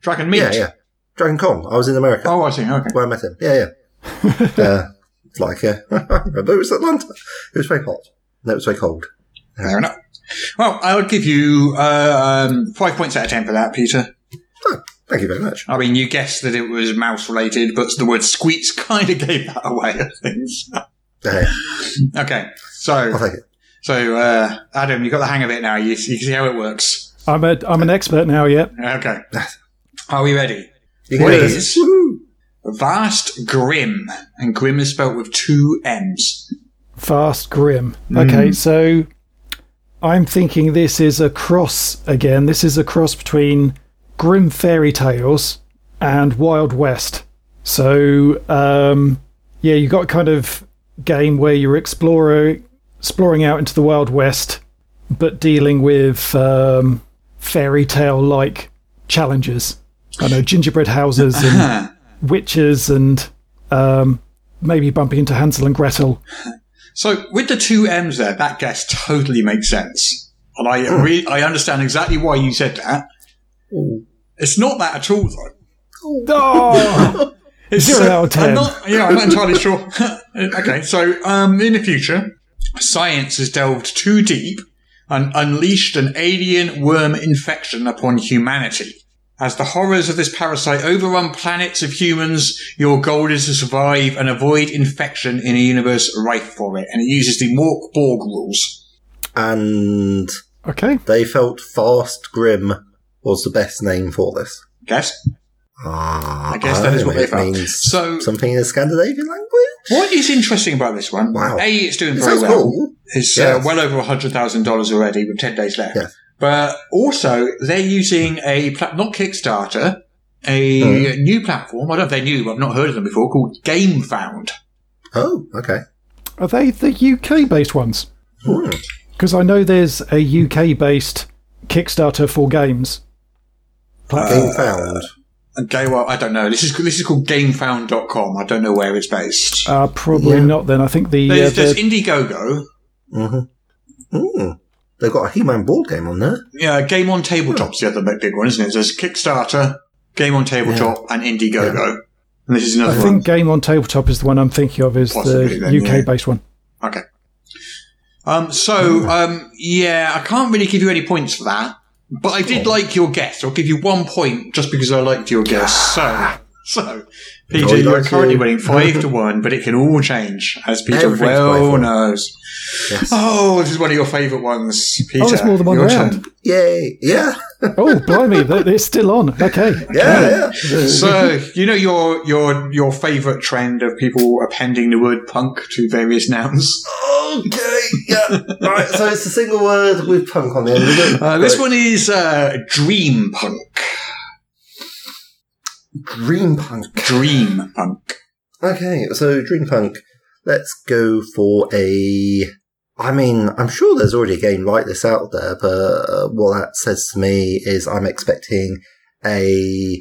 [SPEAKER 5] Dragon Meat.
[SPEAKER 6] Yeah, yeah, Dragon Con. I was in America
[SPEAKER 5] Oh, I see. Okay.
[SPEAKER 6] where I met him. Yeah, yeah. uh, it's like uh, I remember it was Atlanta. It was very hot. No, it was very cold.
[SPEAKER 5] Fair enough. Well, I'll give you uh, um, five points out of ten for that, Peter.
[SPEAKER 6] Thank you very much.
[SPEAKER 5] I mean, you guessed that it was mouse related, but the word squeaks kind of gave that away, I think.
[SPEAKER 6] Hey,
[SPEAKER 5] okay,
[SPEAKER 6] I'll
[SPEAKER 5] so
[SPEAKER 6] take it.
[SPEAKER 5] so uh, Adam, you got the hang of it now. You, you can see how it works.
[SPEAKER 7] I'm a I'm an expert now, yeah.
[SPEAKER 5] Okay. Are we ready?
[SPEAKER 6] You
[SPEAKER 5] What
[SPEAKER 6] do
[SPEAKER 5] is-
[SPEAKER 6] this. Woohoo!
[SPEAKER 5] Vast Grim, and Grim is spelt with two M's.
[SPEAKER 7] Fast Grim. Okay, so I'm thinking this is a cross again. This is a cross between Grim Fairy Tales and Wild West. So, um, yeah, you got kind of game where you're explorer, exploring out into the Wild West, but dealing with um, fairy tale like challenges. I know gingerbread houses and witches and um, maybe bumping into Hansel and Gretel.
[SPEAKER 5] So with the two M's there, that guess totally makes sense, and
[SPEAKER 7] Hmm.
[SPEAKER 5] I re- I understand exactly why you said that. It's not that at all, though.
[SPEAKER 7] Oh,
[SPEAKER 5] It's,
[SPEAKER 7] Zero out of ten.
[SPEAKER 5] I'm not, yeah, I'm not entirely sure. okay, so um, in the future, science has delved too deep and unleashed an alien worm infection upon humanity. As the horrors of this parasite overrun planets of humans, your goal is to survive and avoid infection in a universe rife for it. And it uses the Mork Borg rules.
[SPEAKER 6] And
[SPEAKER 7] okay.
[SPEAKER 6] they felt fast, grim was the best name for this.
[SPEAKER 5] Guess.
[SPEAKER 6] Ah,
[SPEAKER 5] I guess that is what
[SPEAKER 6] it
[SPEAKER 5] they found.
[SPEAKER 6] means.
[SPEAKER 5] So-
[SPEAKER 6] something in the Scandinavian language.
[SPEAKER 5] What is interesting about this one?
[SPEAKER 6] Wow.
[SPEAKER 5] A, it's doing
[SPEAKER 6] It
[SPEAKER 5] very
[SPEAKER 6] sounds
[SPEAKER 5] well.
[SPEAKER 6] cool.
[SPEAKER 5] It's uh,
[SPEAKER 6] Yes.
[SPEAKER 5] well over hundred thousand dollars already with ten days left.
[SPEAKER 6] Yes.
[SPEAKER 5] But also, they're using a pla- not Kickstarter, a
[SPEAKER 6] Hmm.
[SPEAKER 5] new platform. I don't know if they're new. I've not heard of them before. Called GameFound.
[SPEAKER 6] Oh, okay.
[SPEAKER 7] Are they the UK based ones?
[SPEAKER 6] Hmm.
[SPEAKER 7] Because I know there's a UK based Kickstarter for games.
[SPEAKER 6] Game found.
[SPEAKER 5] Okay, well, I don't know. This is this is called GameFound.com. I don't know where it's based.
[SPEAKER 7] Uh, probably
[SPEAKER 6] Yeah.
[SPEAKER 7] not then. I think the. Uh,
[SPEAKER 5] there's, there's
[SPEAKER 7] the
[SPEAKER 5] Indiegogo.
[SPEAKER 6] Mm. They've got a He-Man board game on there.
[SPEAKER 5] Yeah, Game on Tabletop's the other big big one, isn't it? There's Kickstarter, Game on Tabletop, and Indiegogo. And this is
[SPEAKER 7] I
[SPEAKER 5] another one.
[SPEAKER 7] think Game on Tabletop is the one I'm thinking of, is
[SPEAKER 5] Possibly then,
[SPEAKER 7] the UK based one.
[SPEAKER 5] Okay. Um, so, um, yeah, I can't really give you any points for that, but I did like your guess. I'll give you one point just because I liked your guess.
[SPEAKER 7] Ah.
[SPEAKER 5] So, so, Peter,
[SPEAKER 6] Oh, you
[SPEAKER 5] you are
[SPEAKER 6] like
[SPEAKER 5] currently
[SPEAKER 6] you.
[SPEAKER 5] winning five to one, but it can all change, as Peter
[SPEAKER 6] Everything's five
[SPEAKER 5] well
[SPEAKER 6] one.
[SPEAKER 5] knows.
[SPEAKER 6] Yes.
[SPEAKER 5] Oh, this is one of your favourite ones, Peter.
[SPEAKER 7] there's Oh, more than one
[SPEAKER 5] your
[SPEAKER 7] round.
[SPEAKER 5] turn.
[SPEAKER 6] Yay! Yeah,
[SPEAKER 7] Oh, blimey, th- it's still on. Okay.
[SPEAKER 6] yeah, yeah.
[SPEAKER 5] so you know your your your favourite trend of people appending the word punk to various nouns.
[SPEAKER 6] okay, yeah. Right, so it's a single word with punk on the end of it.
[SPEAKER 5] Uh, this
[SPEAKER 6] Got
[SPEAKER 5] one is uh, dream punk.
[SPEAKER 6] it. dream punk.
[SPEAKER 5] Dream punk.
[SPEAKER 6] Okay, so Dream Punk, let's go for a. I mean, I'm sure there's already a game like this out there, but uh, what that says to me is I'm expecting a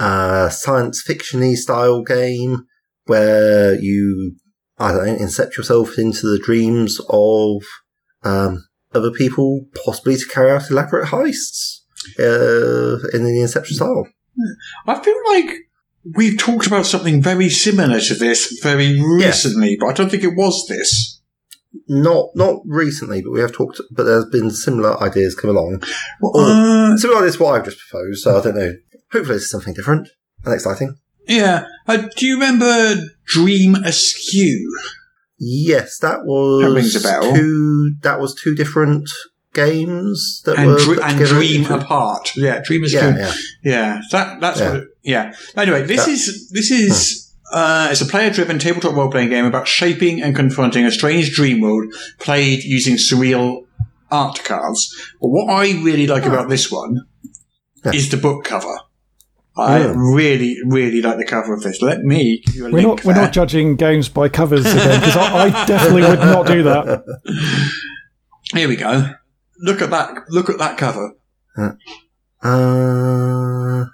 [SPEAKER 6] uh, science fiction-y style game where you, I don't know, incept yourself into the dreams of um, other people, possibly to carry out elaborate heists uh, in the Inception style.
[SPEAKER 5] I feel like we've talked about something very similar to this very recently, but I don't think it was this.
[SPEAKER 6] Not not recently, but we have talked. But there's been similar ideas come along.
[SPEAKER 5] Uh,
[SPEAKER 6] So well, that's what I've just proposed, so I don't know. Hopefully it's something different and exciting.
[SPEAKER 5] yeah. Uh, do you remember Dream Askew?
[SPEAKER 6] Yes, that was
[SPEAKER 5] That rings a bell.
[SPEAKER 6] two that was two different games that
[SPEAKER 5] And,
[SPEAKER 6] were
[SPEAKER 5] dr-
[SPEAKER 6] put
[SPEAKER 5] and
[SPEAKER 6] together.
[SPEAKER 5] Dream Apart. Yeah, Dream Askew.
[SPEAKER 6] Yeah, yeah.
[SPEAKER 5] Yeah, that that's
[SPEAKER 6] Yeah.
[SPEAKER 5] what it- yeah. Anyway, this
[SPEAKER 6] That-
[SPEAKER 5] is this is
[SPEAKER 7] Hmm.
[SPEAKER 5] uh, it's a player-driven tabletop role-playing game about shaping and confronting a strange dream world played using surreal art cards. But what I really like about this one
[SPEAKER 6] Yeah.
[SPEAKER 5] is the book cover. I
[SPEAKER 6] Yeah.
[SPEAKER 5] really, really like the cover of this. Let me give you a
[SPEAKER 7] Hmm. We're
[SPEAKER 5] link.
[SPEAKER 7] not, we're
[SPEAKER 5] there.
[SPEAKER 7] not judging games by covers again, because I, I definitely would not do that.
[SPEAKER 5] Here we go. Look at that. Look at that cover.
[SPEAKER 6] Uh,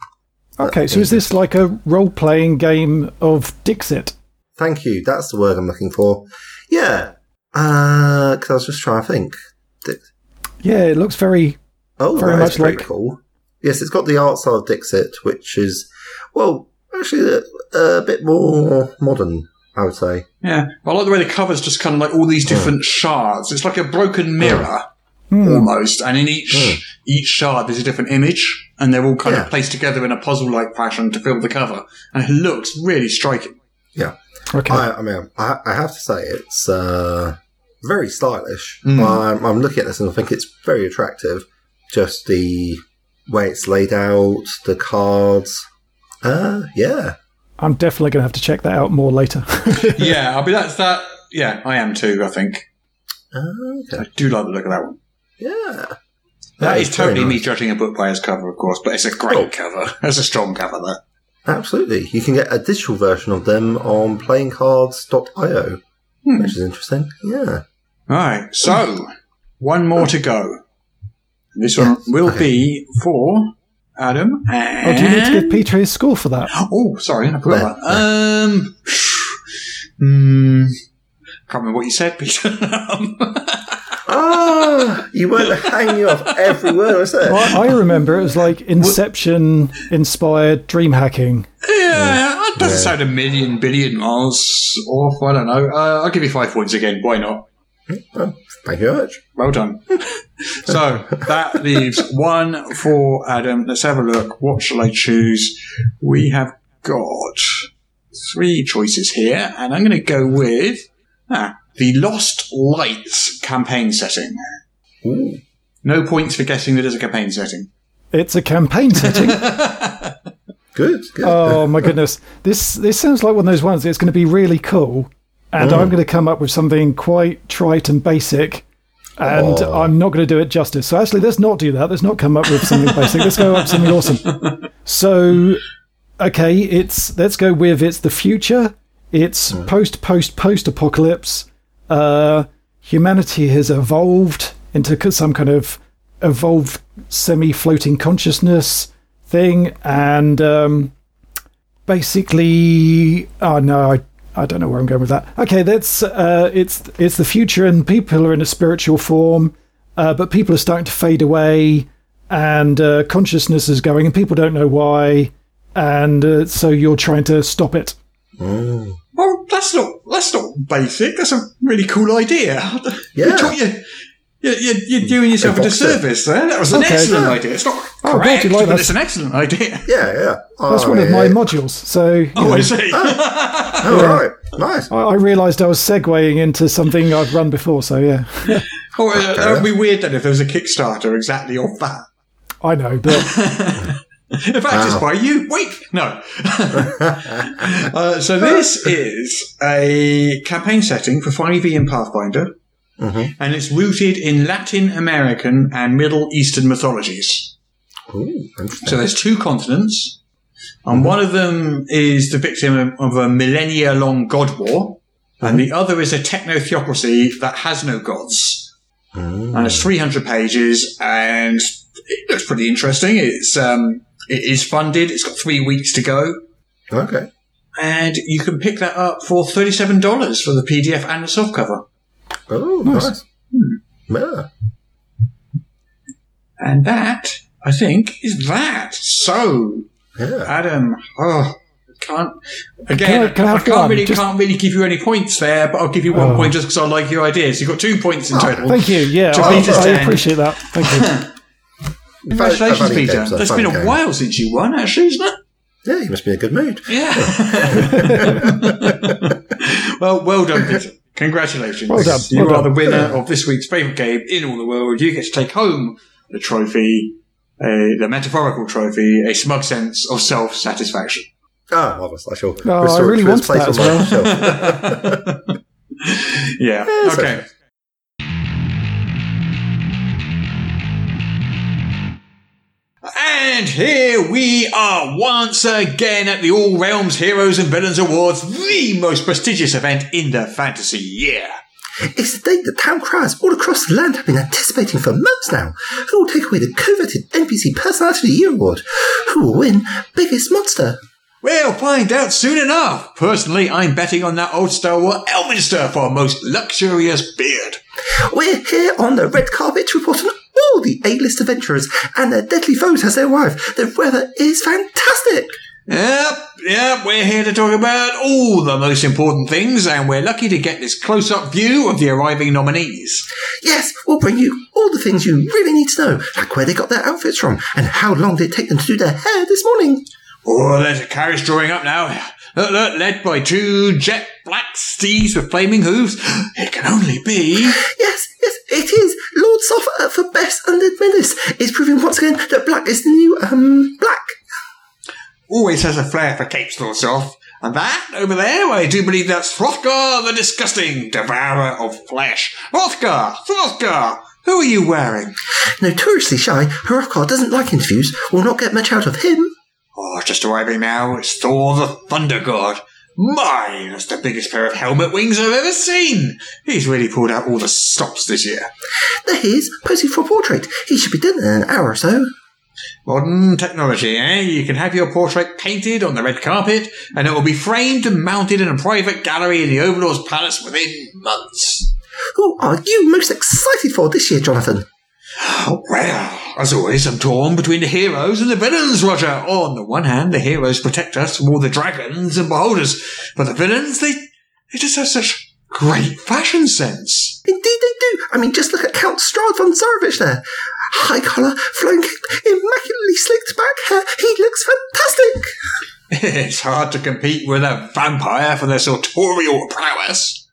[SPEAKER 7] Okay, so is this like a role playing game of Dixit?
[SPEAKER 6] thank you. That's the word I'm looking for. Yeah. Uh, cause I was just trying to think.
[SPEAKER 7] Yeah, it looks very.
[SPEAKER 6] Oh,
[SPEAKER 7] Very
[SPEAKER 6] that is
[SPEAKER 7] much
[SPEAKER 6] pretty
[SPEAKER 7] like-
[SPEAKER 6] cool. Yes, it's got the art style of Dixit, which is, well, actually a, a bit more modern, I would say.
[SPEAKER 5] Yeah, I like the way the cover's just kind of like all
[SPEAKER 7] Hmm.
[SPEAKER 5] these different shards. It's like a broken mirror almost, and in each
[SPEAKER 7] Hmm.
[SPEAKER 5] each shard there's a different image, and they're all kind
[SPEAKER 6] Yeah.
[SPEAKER 5] of placed together in a puzzle-like fashion to fill the cover, and it looks really striking.
[SPEAKER 6] Yeah.
[SPEAKER 7] Okay.
[SPEAKER 6] I, I mean, I, I have to say it's uh, very stylish.
[SPEAKER 7] Mm.
[SPEAKER 6] I'm, I'm looking at this and I think it's very attractive. Just the way it's laid out, the cards. Uh, yeah.
[SPEAKER 7] I'm definitely going to have to check that out more later. Oh,
[SPEAKER 5] yeah, I mean that's that. Yeah, I am too. I think
[SPEAKER 6] Uh, Okay.
[SPEAKER 5] I do like the look of that one.
[SPEAKER 6] Yeah.
[SPEAKER 5] that is,
[SPEAKER 6] very
[SPEAKER 5] totally me
[SPEAKER 6] nice.
[SPEAKER 5] judging a book by its cover, of course, but it's a great cover. It's a strong cover, though.
[SPEAKER 6] Absolutely. You can get a digital version of them on playingcards.io,
[SPEAKER 7] Hmm.
[SPEAKER 6] which is interesting. Yeah.
[SPEAKER 5] All right, so one more to go. This one will be for Adam. And
[SPEAKER 7] oh, do you need to give Peter his score for that?
[SPEAKER 5] Oh, sorry, I forgot
[SPEAKER 6] No,
[SPEAKER 5] that. Um, hmm, can't remember what you said, Peter. Um,
[SPEAKER 6] Ah, you weren't hanging off every word I said.
[SPEAKER 7] I, I remember it was like Inception inspired dream hacking.
[SPEAKER 5] yeah, that doesn't sound a million billion miles off. I don't know. Uh, I'll give you five points again. Why not?
[SPEAKER 6] Oh, thank you very much.
[SPEAKER 5] Well done. so that leaves one for Adam. Let's have a look. What shall I choose? We have got three choices here, and I'm going to go with ah, the Lost Lights campaign setting.
[SPEAKER 6] Ooh.
[SPEAKER 5] No points for guessing that it's a campaign setting.
[SPEAKER 7] It's a campaign setting.
[SPEAKER 6] Good, good.
[SPEAKER 7] oh my goodness, this this sounds like one of those ones that's going to be really cool, and I'm going to come up with something quite trite and basic, and I'm not going to do it justice. So actually, let's not do that. Let's not come up with something basic. Let's go up with something awesome. So, okay, it's let's go with it's the future. It's post post post apocalypse. Uh, humanity has evolved into c- some kind of evolved semi floating consciousness thing, and um, basically, oh no, I, I don't know where I'm going with that. Okay, that's uh, it's it's the future, and people are in a spiritual form, uh, but people are starting to fade away, and uh, consciousness is going, and people don't know why, and uh, so you're trying to stop it.
[SPEAKER 5] Well, that's not that's not basic. That's a really cool idea.
[SPEAKER 6] Yeah.
[SPEAKER 5] You're, talk- you're, you're, you're- you're doing yourself a
[SPEAKER 6] Evocative.
[SPEAKER 5] disservice there. That was an
[SPEAKER 7] Okay.
[SPEAKER 5] excellent idea. It's not
[SPEAKER 7] Oh, glad you
[SPEAKER 5] correct,
[SPEAKER 7] like
[SPEAKER 5] but
[SPEAKER 7] that.
[SPEAKER 5] it's an excellent idea.
[SPEAKER 6] yeah, Oh, yeah.
[SPEAKER 7] That's one of my modules. So you
[SPEAKER 5] Oh,
[SPEAKER 7] know,
[SPEAKER 5] I see.
[SPEAKER 6] Oh, right. Nice.
[SPEAKER 7] I, I realised I was segueing into something I'd run before. So yeah,
[SPEAKER 5] Oh, uh, that would be weird then if there was a Kickstarter exactly off that.
[SPEAKER 7] I know, but.
[SPEAKER 5] In fact, it's by you. Wait, no. uh, so this is a campaign setting for 5e and Pathfinder, and it's rooted in Latin American and Middle Eastern mythologies.
[SPEAKER 6] Ooh, interesting.
[SPEAKER 5] So there's two continents, and one of them is the victim of a millennia-long god war, and the other is a techno-theocracy that has no gods. And it's 300 pages, and it looks pretty interesting. It's um, it is funded. It's got three weeks to go,
[SPEAKER 6] Okay.
[SPEAKER 5] and you can pick that up for thirty-seven dollars for the PDF and the softcover.
[SPEAKER 6] Oh, nice.
[SPEAKER 7] Hmm.
[SPEAKER 6] Yeah.
[SPEAKER 5] And that, I think, is that. So,
[SPEAKER 6] Yeah.
[SPEAKER 5] Adam, oh, can't. Again,
[SPEAKER 7] Can I-
[SPEAKER 5] I,
[SPEAKER 7] can I have
[SPEAKER 5] can't
[SPEAKER 7] one?
[SPEAKER 5] really
[SPEAKER 7] Just- Oh.
[SPEAKER 5] can't really give you any points there, but I'll give you one point just because I like your ideas. You've got two points in total.
[SPEAKER 7] Thank you. Yeah,
[SPEAKER 5] To
[SPEAKER 7] I,
[SPEAKER 5] beat us
[SPEAKER 7] I
[SPEAKER 5] down.
[SPEAKER 7] appreciate that. Thank you.
[SPEAKER 6] Funny
[SPEAKER 5] Congratulations,
[SPEAKER 6] games,
[SPEAKER 5] Peter.
[SPEAKER 6] though,
[SPEAKER 5] That's
[SPEAKER 6] funny
[SPEAKER 5] been a
[SPEAKER 6] games.
[SPEAKER 5] while since you won, actually, isn't it?
[SPEAKER 6] Yeah, you must be in a good mood.
[SPEAKER 5] Yeah. well, well done, Peter. Congratulations.
[SPEAKER 7] Well done,
[SPEAKER 5] You
[SPEAKER 7] well
[SPEAKER 5] are
[SPEAKER 7] done.
[SPEAKER 5] the winner of this week's favourite game in all the world. You get to take home the trophy, uh, the metaphorical trophy, a smug sense of self satisfaction.
[SPEAKER 6] Ah, marvellous. I shall
[SPEAKER 7] No, Oh, I
[SPEAKER 6] restore
[SPEAKER 7] really
[SPEAKER 6] it to its
[SPEAKER 7] want
[SPEAKER 6] place
[SPEAKER 7] that
[SPEAKER 6] on
[SPEAKER 7] as
[SPEAKER 6] my
[SPEAKER 7] well.
[SPEAKER 6] shelf.
[SPEAKER 5] Yeah. okay. And here we are once again at the All Realms Heroes and Villains Awards, the most prestigious event in the fantasy year.
[SPEAKER 6] It's the date that town criers all across the land have been anticipating for months now. Who will take away the coveted NPC Personality of the Year award? Who will win Biggest Monster?
[SPEAKER 5] We'll find out soon enough. Personally, I'm betting on that old Star Wars Elminster for most luxurious beard.
[SPEAKER 6] We're here on the red carpet to report on all the A-list adventurers and their deadly foes as their wife. The weather is fantastic.
[SPEAKER 5] Yep, yep, we're here to talk about all the most important things, and we're lucky to get this close up view of the arriving nominees.
[SPEAKER 6] Yes, we'll bring you all the things you really need to know, like where they got their outfits from and how long did it take them to do their hair this morning.
[SPEAKER 5] Oh, there's a carriage drawing up now. Look, look, led by two jet black steeds with flaming hooves. It can only be.
[SPEAKER 6] Yes, yes, it is. Lord Soph uh, for Best and the Menace is proving once again that black is the new, um, black.
[SPEAKER 5] Always has a flair for capes, Lord Soth. And that over there, I do believe that's Hrothgar the Disgusting, devourer of flesh. Hrothgar! Hrothgar! Who are you wearing?
[SPEAKER 6] Notoriously shy, Hrothgar doesn't like interviews. We'll not get much out of him.
[SPEAKER 5] Oh, just arriving now, it's Thor the Thunder God. My, that's the biggest pair of helmet wings I've ever seen. He's really pulled out all the stops this year.
[SPEAKER 6] There he is, posing for a portrait. He should be done in an hour or so.
[SPEAKER 5] Modern technology, eh? You can have your portrait painted on the red carpet, and it will be framed and mounted in a private gallery in the Overlord's Palace within months.
[SPEAKER 6] Who are you most excited for this year, Jonathan?
[SPEAKER 5] Oh, well, as always, I'm torn between the heroes and the villains, Roger. On the one hand, the heroes protect us from all the dragons and beholders, but the villains, they, they just have such great fashion sense.
[SPEAKER 6] Indeed they do. I mean, just look at Count Strahd von Zarovich there. High collar, flowing cape, immaculately slicked back hair. He looks fantastic.
[SPEAKER 5] it's hard to compete with a vampire for their sartorial prowess.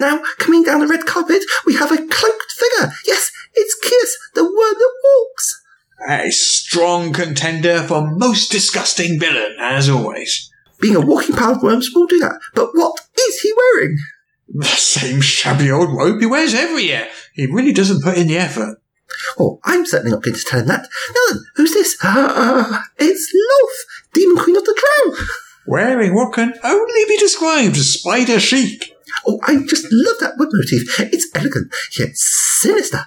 [SPEAKER 6] Now, coming down the red carpet, we have a cloaked figure. Yes, it's Kias, the one that walks.
[SPEAKER 5] Nice. strong contender for most disgusting villain, as always.
[SPEAKER 6] Being a walking pile of worms will do that. But what is he wearing?
[SPEAKER 5] The same shabby old robe he wears every year. He really doesn't put in the effort.
[SPEAKER 6] Oh, I'm certainly not going to tell him that. Now then, who's this? Uh, it's Loth, Demon Queen of the Drow.
[SPEAKER 5] Wearing what can only be described as spider chic.
[SPEAKER 6] Oh, I just love that wood motif. It's elegant, yet sinister.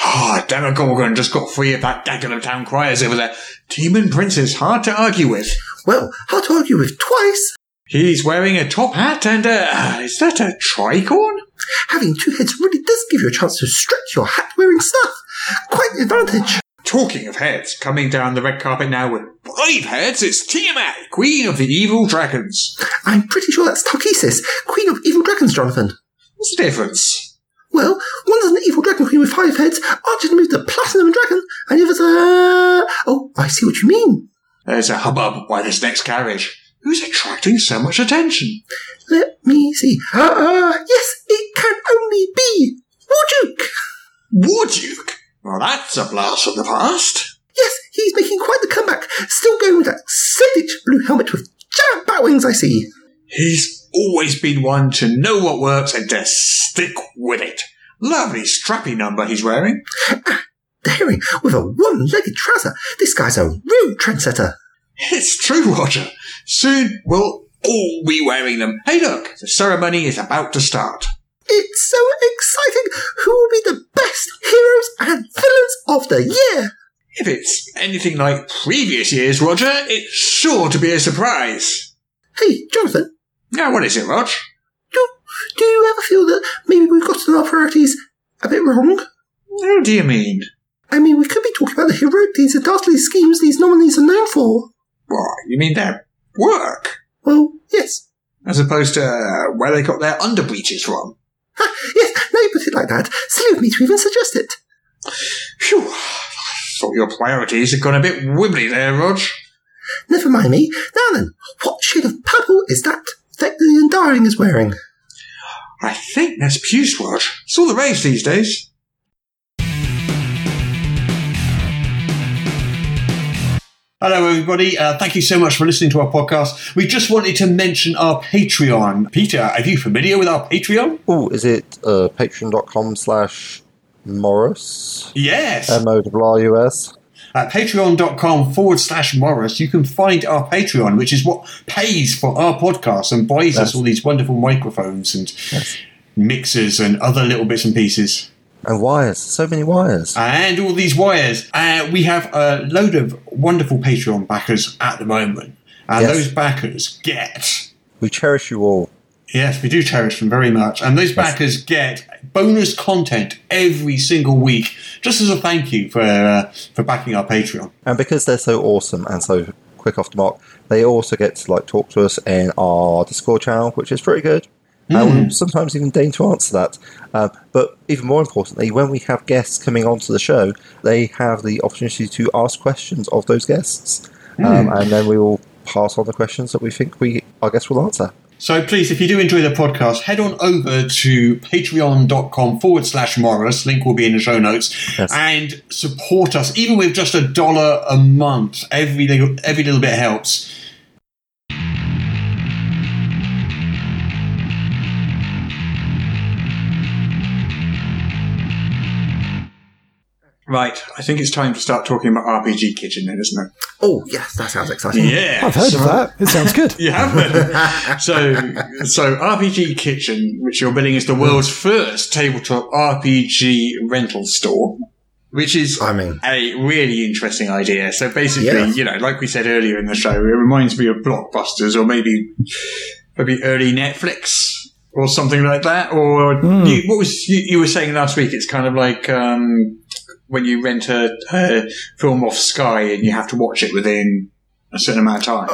[SPEAKER 5] Ah, Demogorgon just got free of that dagger of town criers over there. Demon Princess, hard to argue with.
[SPEAKER 6] Well, hard to argue with twice.
[SPEAKER 5] He's wearing a top hat and a. ah, Is that a tricorn?
[SPEAKER 6] Having two heads really does give you a chance to stretch your hat wearing stuff. Quite an advantage.
[SPEAKER 5] Talking of heads, coming down the red carpet now with five heads, it's Tiamat, Queen of the Evil Dragons.
[SPEAKER 6] I'm pretty sure that's Tarkisis, Queen of Evil Dragons, Jonathan.
[SPEAKER 5] What's the difference?
[SPEAKER 6] Well, one's an evil dragon queen with five heads, archer moved to platinum dragon, and the other's a. Oh, I see what you mean.
[SPEAKER 5] There's a hubbub by this next carriage. Who's attracting so much attention?
[SPEAKER 6] Let me see. Uh, uh, yes, it can only be Warduke.
[SPEAKER 5] Warduke? Well, that's a blast from the past.
[SPEAKER 6] Yes, he's making quite the comeback. Still going with that savage blue helmet with giant bat wings, I see.
[SPEAKER 5] He's always been one to know what works and to stick with it. Lovely strappy number he's wearing.
[SPEAKER 6] Daring with a one-legged trouser. This guy's a real trendsetter.
[SPEAKER 5] It's true, Roger. Soon we'll all be wearing them. Hey, look, the ceremony is about to start.
[SPEAKER 6] It's so exciting. Who will be the best heroes and villains of the year?
[SPEAKER 5] If it's anything like previous years, Roger, it's sure to be a surprise.
[SPEAKER 6] Hey, Jonathan,
[SPEAKER 5] Now, what is it, Rog?
[SPEAKER 6] do, do you ever feel that maybe we've gotten our priorities a bit wrong?
[SPEAKER 5] How do you mean?
[SPEAKER 6] I mean, we could be talking about the heroic deeds and dastardly schemes these nominees are known for.
[SPEAKER 5] What, you mean their work?
[SPEAKER 6] Well, yes.
[SPEAKER 5] As opposed to uh, where they got their underbreeches from.
[SPEAKER 6] Ha, yes, now you put it like that. Silly of me to even suggest it.
[SPEAKER 5] Phew, I thought your priorities had gone a bit wibbly there, Rog.
[SPEAKER 6] Never mind me. Now then, what shade of purple is that that the Undying is wearing?
[SPEAKER 5] I think that's puce, Rog. It's all the rage these days.
[SPEAKER 9] Hello, everybody. Uh, thank you so much for listening to our podcast. We just wanted to mention our Patreon. Peter, are you familiar with our Patreon?
[SPEAKER 10] Oh, is it uh, patreon.com slash Morris?
[SPEAKER 9] Yes.
[SPEAKER 10] M O R R U S?
[SPEAKER 9] At patreon.com forward slash Morris, you can find our Patreon, which is what pays for our podcast and buys us all these wonderful microphones and mixers and other little bits and pieces.
[SPEAKER 10] And wires. So many wires.
[SPEAKER 9] and all these wires. Uh, we have a load of wonderful Patreon backers at the moment, and
[SPEAKER 10] Yes.
[SPEAKER 9] those backers get
[SPEAKER 10] we cherish you all.
[SPEAKER 9] yes, we do cherish them very much, and those backers get bonus content every single week, just as a thank you for uh, for backing our Patreon.
[SPEAKER 10] And because they're so awesome and so quick off the mark, they also get to like talk to us in our Discord channel, which is pretty good. And
[SPEAKER 6] Hmm.
[SPEAKER 10] we sometimes even deign to answer that. Um, but even more importantly, when we have guests coming onto the show, they have the opportunity to ask questions of those guests,
[SPEAKER 6] Hmm.
[SPEAKER 10] um, and then we will pass on the questions that we think we our guests will answer.
[SPEAKER 9] So please, if you do enjoy the podcast, head on over to patreon.com forward slash Morris. Link will be in the show notes.
[SPEAKER 10] Yes.
[SPEAKER 9] And support us, even with just a dollar a month. Every little, every little bit helps.
[SPEAKER 5] Right, I think it's time to start talking about RPG Kitchen then, isn't it?
[SPEAKER 6] Oh, yes, that sounds exciting.
[SPEAKER 5] Yeah.
[SPEAKER 7] I've heard
[SPEAKER 5] so,
[SPEAKER 7] of that. It sounds good.
[SPEAKER 5] You haven't. so, so RPG Kitchen, which you're building, is the world's
[SPEAKER 6] Hmm.
[SPEAKER 5] first tabletop RPG rental store, which is
[SPEAKER 6] I mean-
[SPEAKER 5] a really interesting idea. So basically,
[SPEAKER 6] Yeah.
[SPEAKER 5] you know, like we said earlier in the show, it reminds me of blockbusters or maybe maybe early Netflix or something like that. Or
[SPEAKER 6] Hmm.
[SPEAKER 5] you, what was you, you were saying last week? It's kind of like. Um, when you rent a, a film off Sky and you have to watch it within a certain amount of time.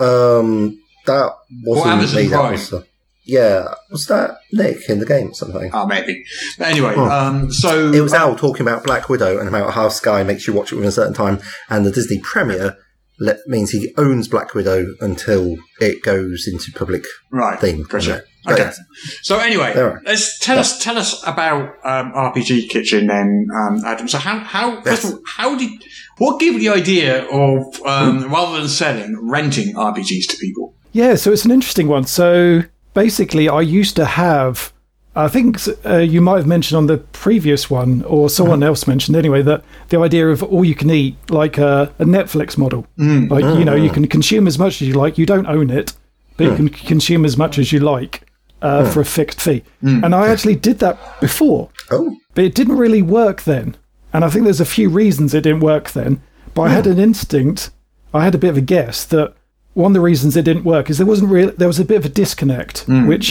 [SPEAKER 6] Oh, um, that wasn't
[SPEAKER 5] Amazon
[SPEAKER 6] me. That
[SPEAKER 5] Prime.
[SPEAKER 6] was, uh, yeah, was that Nick in the game or something?
[SPEAKER 5] Ah, maybe. But anyway, um, so
[SPEAKER 6] It was Al talking about Black Widow and about how Sky makes you watch it within a certain time, and the Disney premiere let, means he owns Black Widow until it goes into public
[SPEAKER 5] Right.
[SPEAKER 6] thing.
[SPEAKER 5] Gotcha.
[SPEAKER 6] But
[SPEAKER 5] Okay.
[SPEAKER 6] yes.
[SPEAKER 5] So anyway,
[SPEAKER 6] All right.
[SPEAKER 5] let's tell us tell us about um, RPG Kitchen then, um, Adam. So how how first of all, how did what gave you the idea of
[SPEAKER 6] Hmm.
[SPEAKER 5] um, rather than selling renting RPGs to people?
[SPEAKER 7] Yeah, so it's an interesting one. So basically, I used to have, I think uh, you might have mentioned on the previous one, or someone else mentioned anyway, that the idea of all you can eat, like uh, a, a Netflix model. Like, you know, you can consume as much as you like, you don't own it, but you can consume as much as you like uh, for a fixed fee. And I actually did that before
[SPEAKER 6] Oh,
[SPEAKER 7] but it didn't really work then. And I think there's a few reasons it didn't work then. But I had an instinct, I had a bit of a guess that one of the reasons it didn't work is there wasn't real there was a bit of a disconnect, which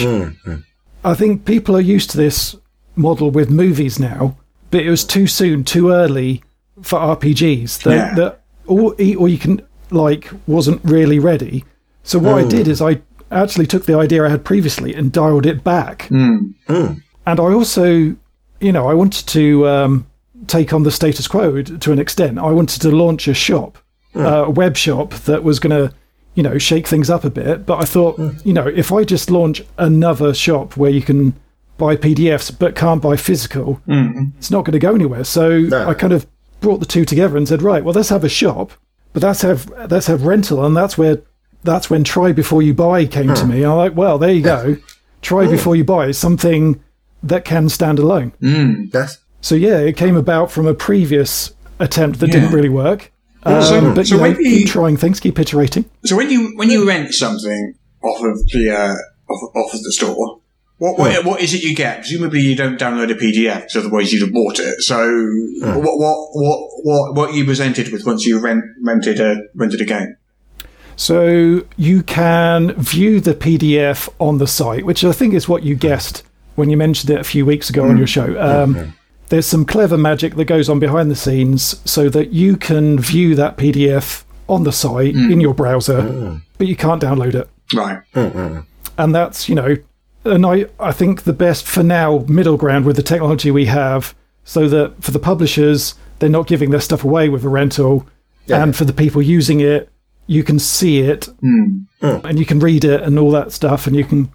[SPEAKER 7] I think people are used to this model with movies now, but it was too soon, too early for RPGs. That,
[SPEAKER 5] Yeah.
[SPEAKER 7] that all eat all you can like wasn't really ready. So what I did is I actually took the idea I had previously and dialed it back. And I also you know, I wanted to um, take on the status quo d- to an extent. I wanted to launch a shop, uh, a web shop that was going to, you know, shake things up a bit. But I thought, you know, if I just launch another shop where you can buy PDFs but can't buy physical, it's not going to go anywhere. So I kind of brought the two together and said, right, well, let's have a shop, but let's have let's have rental, and that's where that's when try before you buy came to me. I'm like, well, there you go. Try before you buy is something that can stand alone.
[SPEAKER 6] yes.
[SPEAKER 7] So yeah, it came about from a previous attempt that didn't really work. Um, but
[SPEAKER 5] so
[SPEAKER 7] you know,
[SPEAKER 5] maybe-
[SPEAKER 7] keep trying things, keep iterating.
[SPEAKER 5] So when you when you rent something off of the uh, off, off of the store, what what, what is it you get? Presumably you don't download a PDF, 'cause otherwise you'd have bought it. So what what what what what you presented with once you rent, rented a rented a game?
[SPEAKER 7] So you can view the PDF on the site, which I think is what you guessed when you mentioned it a few weeks ago on your show. Um, There's some clever magic that goes on behind the scenes so that you can view that PDF on the site in your browser, but you can't download it.
[SPEAKER 5] Right.
[SPEAKER 7] and that's you know and I, I think the best for now middle ground with the technology we have so that for the publishers they're not giving their stuff away with a rental and for the people using it you can see it and you can read it and all that stuff and you can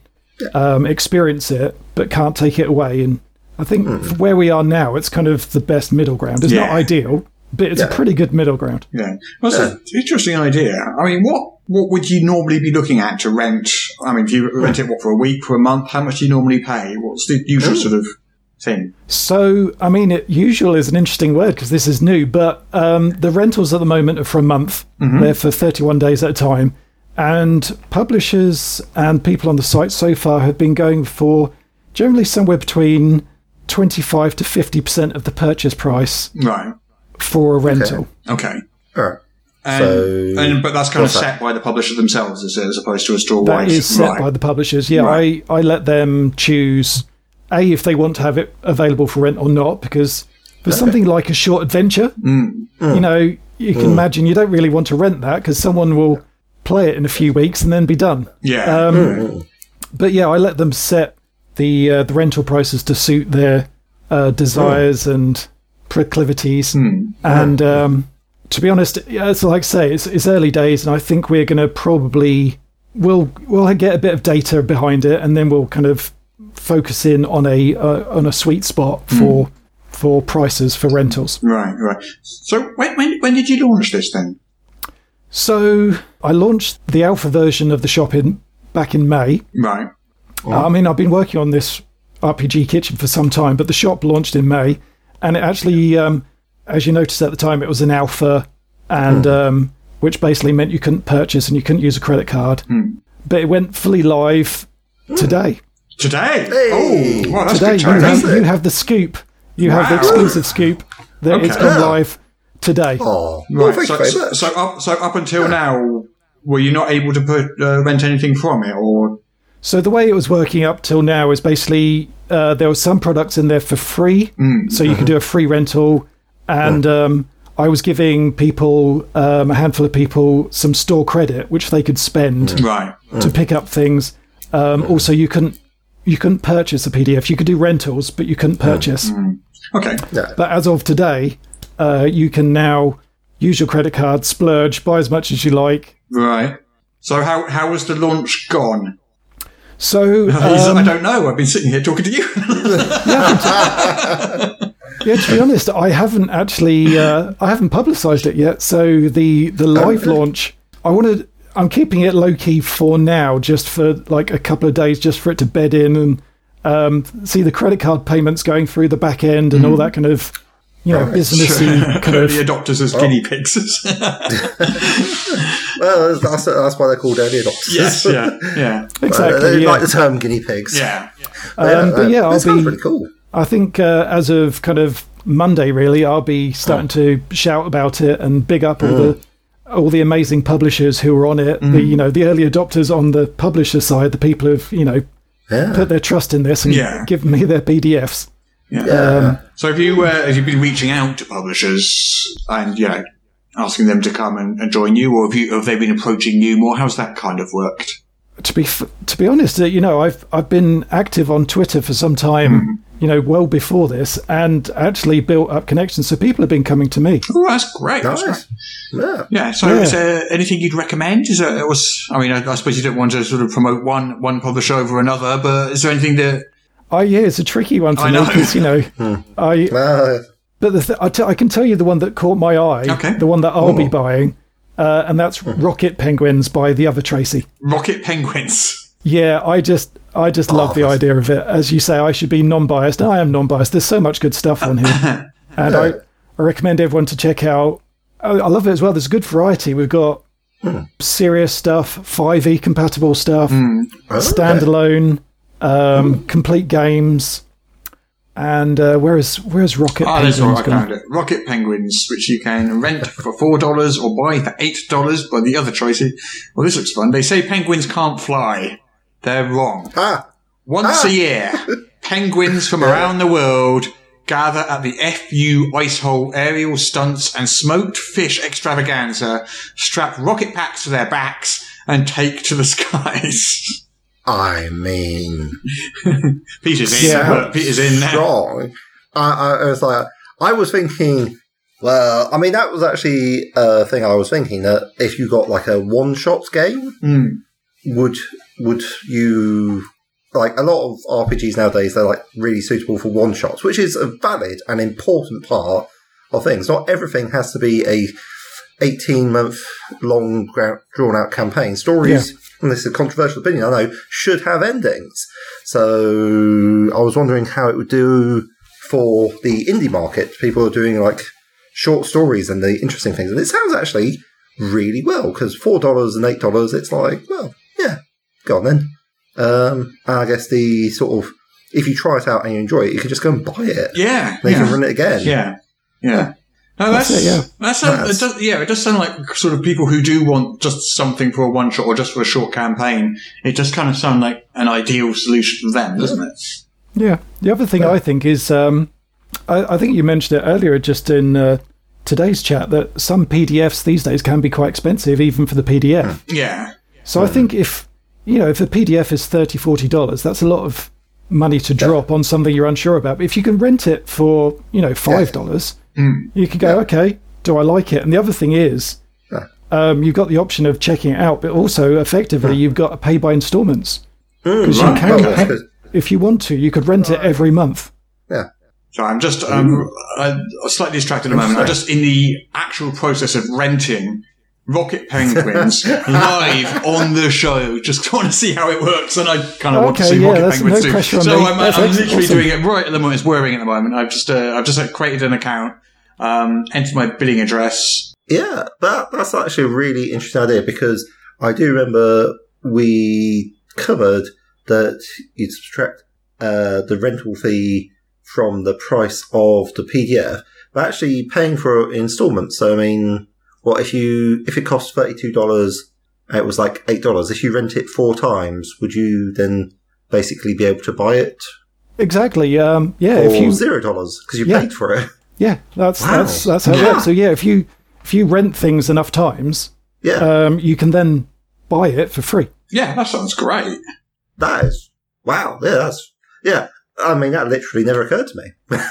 [SPEAKER 7] um, experience it but can't take it away and i think for where we are now it's kind of the best middle ground it's not
[SPEAKER 5] Yeah.
[SPEAKER 7] ideal but it's a pretty good middle ground
[SPEAKER 5] Yeah. Well, that's an interesting idea. I mean, what what would you normally be looking at to rent? I mean, if you rent it, what, for a week, for a month? How much do you normally pay? What's the usual sort of thing?
[SPEAKER 7] So, I mean, it, usual is an interesting word because this is new, but um, the rentals at the moment are for a month. They're for 31 days at a time. And publishers and people on the site so far have been going for generally somewhere between 25 to 50% of the purchase price
[SPEAKER 5] Right.
[SPEAKER 7] for a rental.
[SPEAKER 5] Okay.
[SPEAKER 6] All right.
[SPEAKER 5] And,
[SPEAKER 6] So-
[SPEAKER 5] and but that's kind of
[SPEAKER 6] What's that?
[SPEAKER 5] set by the publisher themselves, is it, as opposed to a store
[SPEAKER 7] That
[SPEAKER 5] wide.
[SPEAKER 7] is set
[SPEAKER 5] right.
[SPEAKER 7] by the publishers. Yeah,
[SPEAKER 5] Right.
[SPEAKER 7] I, I let them choose a if they want to have it available for rent or not because for something like a short adventure,
[SPEAKER 5] Mm.
[SPEAKER 7] you know, you can imagine you don't really want to rent that because someone will play it in a few weeks and then be done.
[SPEAKER 5] yeah.
[SPEAKER 7] Um, But yeah, I let them set the uh, the rental prices to suit their uh, desires and proclivities. And um, to be honest, yeah, it's like I say, it's, it's early days, and I think we're going to probably we'll we'll get a bit of data behind it, and then we'll kind of focus in on a uh, on a sweet spot for for prices for rentals.
[SPEAKER 5] Mm. right. Right. So when, when when did you launch this then?
[SPEAKER 7] So I launched the alpha version of the shop in back in May.
[SPEAKER 5] Right.
[SPEAKER 7] I mean, I've been working on this RPG kitchen for some time, but the shop launched in May, and it actually, um, as you noticed at the time, it was an alpha,
[SPEAKER 5] Hmm.
[SPEAKER 7] and um, which basically meant you couldn't purchase and you couldn't use a credit card.
[SPEAKER 5] Hmm.
[SPEAKER 7] But it went fully live today.
[SPEAKER 5] Today.
[SPEAKER 6] Hey.
[SPEAKER 5] Hmm. Oh, wow, that's
[SPEAKER 7] Today,
[SPEAKER 5] good
[SPEAKER 7] you
[SPEAKER 5] timing.
[SPEAKER 7] have, you have the scoop. You have the
[SPEAKER 5] Wow.
[SPEAKER 7] exclusive scoop that it's
[SPEAKER 5] Okay.
[SPEAKER 7] gone live today.
[SPEAKER 6] Oh, well,
[SPEAKER 5] Right.
[SPEAKER 6] thank
[SPEAKER 5] so,
[SPEAKER 6] you very
[SPEAKER 5] so,
[SPEAKER 6] much.
[SPEAKER 5] so up so up until now, were you not able to put uh, rent anything from it, or
[SPEAKER 7] So the way it was working up till now is basically uh, there were some products in there for free, so you could do a free rental, and um, I was giving people um, a handful of people some store credit which they could spend
[SPEAKER 5] right?
[SPEAKER 7] to pick up things. Um, Also, you couldn't you couldn't purchase a PDF. You could do rentals, but you couldn't purchase.
[SPEAKER 5] Okay.
[SPEAKER 7] But as of today, uh, you can now. use your credit card, splurge, buy as much as you like.
[SPEAKER 5] Right. So how how was the launch gone?
[SPEAKER 7] So
[SPEAKER 5] I
[SPEAKER 7] um,
[SPEAKER 5] don't know. I've been sitting here talking to you.
[SPEAKER 7] yeah, to be honest, I haven't actually uh, I haven't publicised it yet. So the
[SPEAKER 6] Oh,
[SPEAKER 7] the live launch, I wanted I'm keeping it low key for now, just for like a couple of days, just for it to bed in and um, see the credit card payments going through the back end
[SPEAKER 6] Mm-hmm.
[SPEAKER 7] and all that kind of you know businessy kind
[SPEAKER 5] Early
[SPEAKER 7] of
[SPEAKER 5] adopters as guinea
[SPEAKER 6] Oh.
[SPEAKER 5] pigs.
[SPEAKER 6] Well, that's, that's why they're called early adopters.
[SPEAKER 5] yes. Yeah. Yeah.
[SPEAKER 6] they
[SPEAKER 7] exactly. Yeah.
[SPEAKER 6] like the term guinea pigs.
[SPEAKER 5] Yeah.
[SPEAKER 7] Um, but yeah,
[SPEAKER 6] that
[SPEAKER 7] I'll
[SPEAKER 6] sounds
[SPEAKER 7] be
[SPEAKER 6] pretty cool.
[SPEAKER 7] I think uh, as of kind of Monday, really, I'll be starting to shout about it and big up all
[SPEAKER 5] Mm.
[SPEAKER 7] the all the amazing publishers who were on it. The you know the early adopters on the publisher side, the people who've you know put their trust in this and
[SPEAKER 5] Yeah.
[SPEAKER 7] given me their PDFs.
[SPEAKER 5] So have you uh, have you been reaching out to publishers and you know asking them to come and, and join you, or have you have they been approaching you more? How's that kind of worked?
[SPEAKER 7] To be f- to be honest, uh, you know, I've I've been active on Twitter for some time.
[SPEAKER 5] Mm.
[SPEAKER 7] You know, well before this, and actually built up connections. So people have been coming to me.
[SPEAKER 5] Oh, that's great. That's great.
[SPEAKER 6] Nice. Yeah.
[SPEAKER 5] Yeah. So, is there anything you'd recommend? Is there, it was, I mean, I, I suppose you don't want to sort of promote one one publisher over another, but is there anything that?
[SPEAKER 7] I yeah, it's a tricky one for
[SPEAKER 5] I
[SPEAKER 7] me
[SPEAKER 5] know. Hmm.
[SPEAKER 7] because you know, I
[SPEAKER 6] Uh,
[SPEAKER 7] But the th- I, t- I can tell you the one that caught my eye,
[SPEAKER 5] Okay. Oh. Hmm.
[SPEAKER 7] the one that I'll be buying, uh, and that's Rocket Penguins by the other Tracy.
[SPEAKER 5] Rocket Penguins.
[SPEAKER 7] Yeah, I just I just love the idea of it. As you say, I should be non-biased. I am non-biased. There's so much good stuff on here, and I, I recommend everyone to check out. I, I love it as well. There's a good variety. We've got
[SPEAKER 5] Hmm.
[SPEAKER 7] serious stuff, 5e compatible stuff,
[SPEAKER 5] Hmm.
[SPEAKER 7] standalone, um, complete games, and uh, where is where's Rocket
[SPEAKER 5] Ah,
[SPEAKER 7] Penguins
[SPEAKER 5] there's what I
[SPEAKER 7] gone?
[SPEAKER 5] found it. Rocket Penguins, which you can rent for four dollars or buy for eight dollars. By the other Tracy. Well, this looks fun. They say penguins can't fly. They're wrong.
[SPEAKER 6] ah,
[SPEAKER 5] Once a year, penguins from around the world gather at the FU Ice Hole Aerial Stunts and Smoked Fish Extravaganza, strap rocket packs to their backs, and take to the skies.
[SPEAKER 6] I mean,
[SPEAKER 5] Peter's in.
[SPEAKER 6] Yeah.
[SPEAKER 5] Peter's in now.
[SPEAKER 6] strong. I, I, I was like, I was thinking, well, I mean, that was actually a thing I was thinking that if you got like a one shot game, would would you like a lot of RPGs nowadays? They're like really suitable for one shots, which is a valid and important part of things. Not everything has to be a eighteen month long drawn out campaign. Stories, and this is a controversial opinion, I know, should have endings. So I was wondering how it would do for the indie market. People are doing like short stories and the interesting things, and it sounds actually really well because four dollars and eight dollars, it's like, well, yeah, go on then. Um, and I guess the sort of if you try it out and you enjoy it, you can just go and buy it.
[SPEAKER 5] Yeah.
[SPEAKER 6] They
[SPEAKER 5] yeah.
[SPEAKER 6] can run it again.
[SPEAKER 5] Yeah, yeah. No, that's,
[SPEAKER 7] That's it, yeah.
[SPEAKER 5] that's, it does, yeah. It does sound like sort of people who do want just something for a one shot or just for a short campaign. It does kind of sound like an ideal solution for them, doesn't it?
[SPEAKER 7] Mm. Yeah. The other thing I think is, um, I, I think you mentioned it earlier, just in uh, today's chat, that some PDFs these days can be quite expensive, even for the PDF.
[SPEAKER 5] Yeah,
[SPEAKER 7] So I think if you know if a PDF is 30 dollars, that's a lot of money to drop on something you're unsure about. But if you can rent it for you know five dollars, you can go, okay, do I like it? And the other thing is. Um, you've got the option of checking it out, but also effectively you've got to pay by instalments because you can.
[SPEAKER 6] Oh, Well, that's
[SPEAKER 7] pay-
[SPEAKER 6] good.
[SPEAKER 7] if you want to, you could rent it every month.
[SPEAKER 5] So I'm just um,
[SPEAKER 7] Mm-hmm.
[SPEAKER 5] I'm slightly distracted at the moment. I'm just in the actual process of renting Rocket Penguins live on the show. Just want to see how it works, and I kind of want to
[SPEAKER 7] Okay,
[SPEAKER 5] see
[SPEAKER 7] yeah,
[SPEAKER 5] Rocket
[SPEAKER 7] that's
[SPEAKER 5] Penguins
[SPEAKER 7] no
[SPEAKER 5] too.
[SPEAKER 7] pressure on
[SPEAKER 5] so
[SPEAKER 7] me.
[SPEAKER 5] I'm,
[SPEAKER 7] That's
[SPEAKER 5] I'm
[SPEAKER 7] excellent.
[SPEAKER 5] literally doing it right at the moment. It's whirring at the moment. I've just uh, I've just like, created an account, um, entered my billing address.
[SPEAKER 6] Yeah, that that's actually a really interesting idea because I do remember we covered that you'd subtract uh, the rental fee from the price of the PDF, but actually paying for it in installments. So I mean, what if you if it costs thirty two dollars, it was like eight dollars. If you rent it four times, would you then basically be able to buy it
[SPEAKER 7] Exactly. Um, yeah.
[SPEAKER 6] for
[SPEAKER 7] If you
[SPEAKER 6] zero dollars because you
[SPEAKER 7] Yeah.
[SPEAKER 6] paid for it?
[SPEAKER 7] yeah, that's
[SPEAKER 6] Wow.
[SPEAKER 7] that's that's how it works. So yeah, if you if you rent things enough times,
[SPEAKER 6] Yeah,
[SPEAKER 7] um, you can then buy it for free.
[SPEAKER 5] Yeah, that sounds great.
[SPEAKER 6] That is wow. Yeah, that's yeah. I mean, that literally never occurred to me.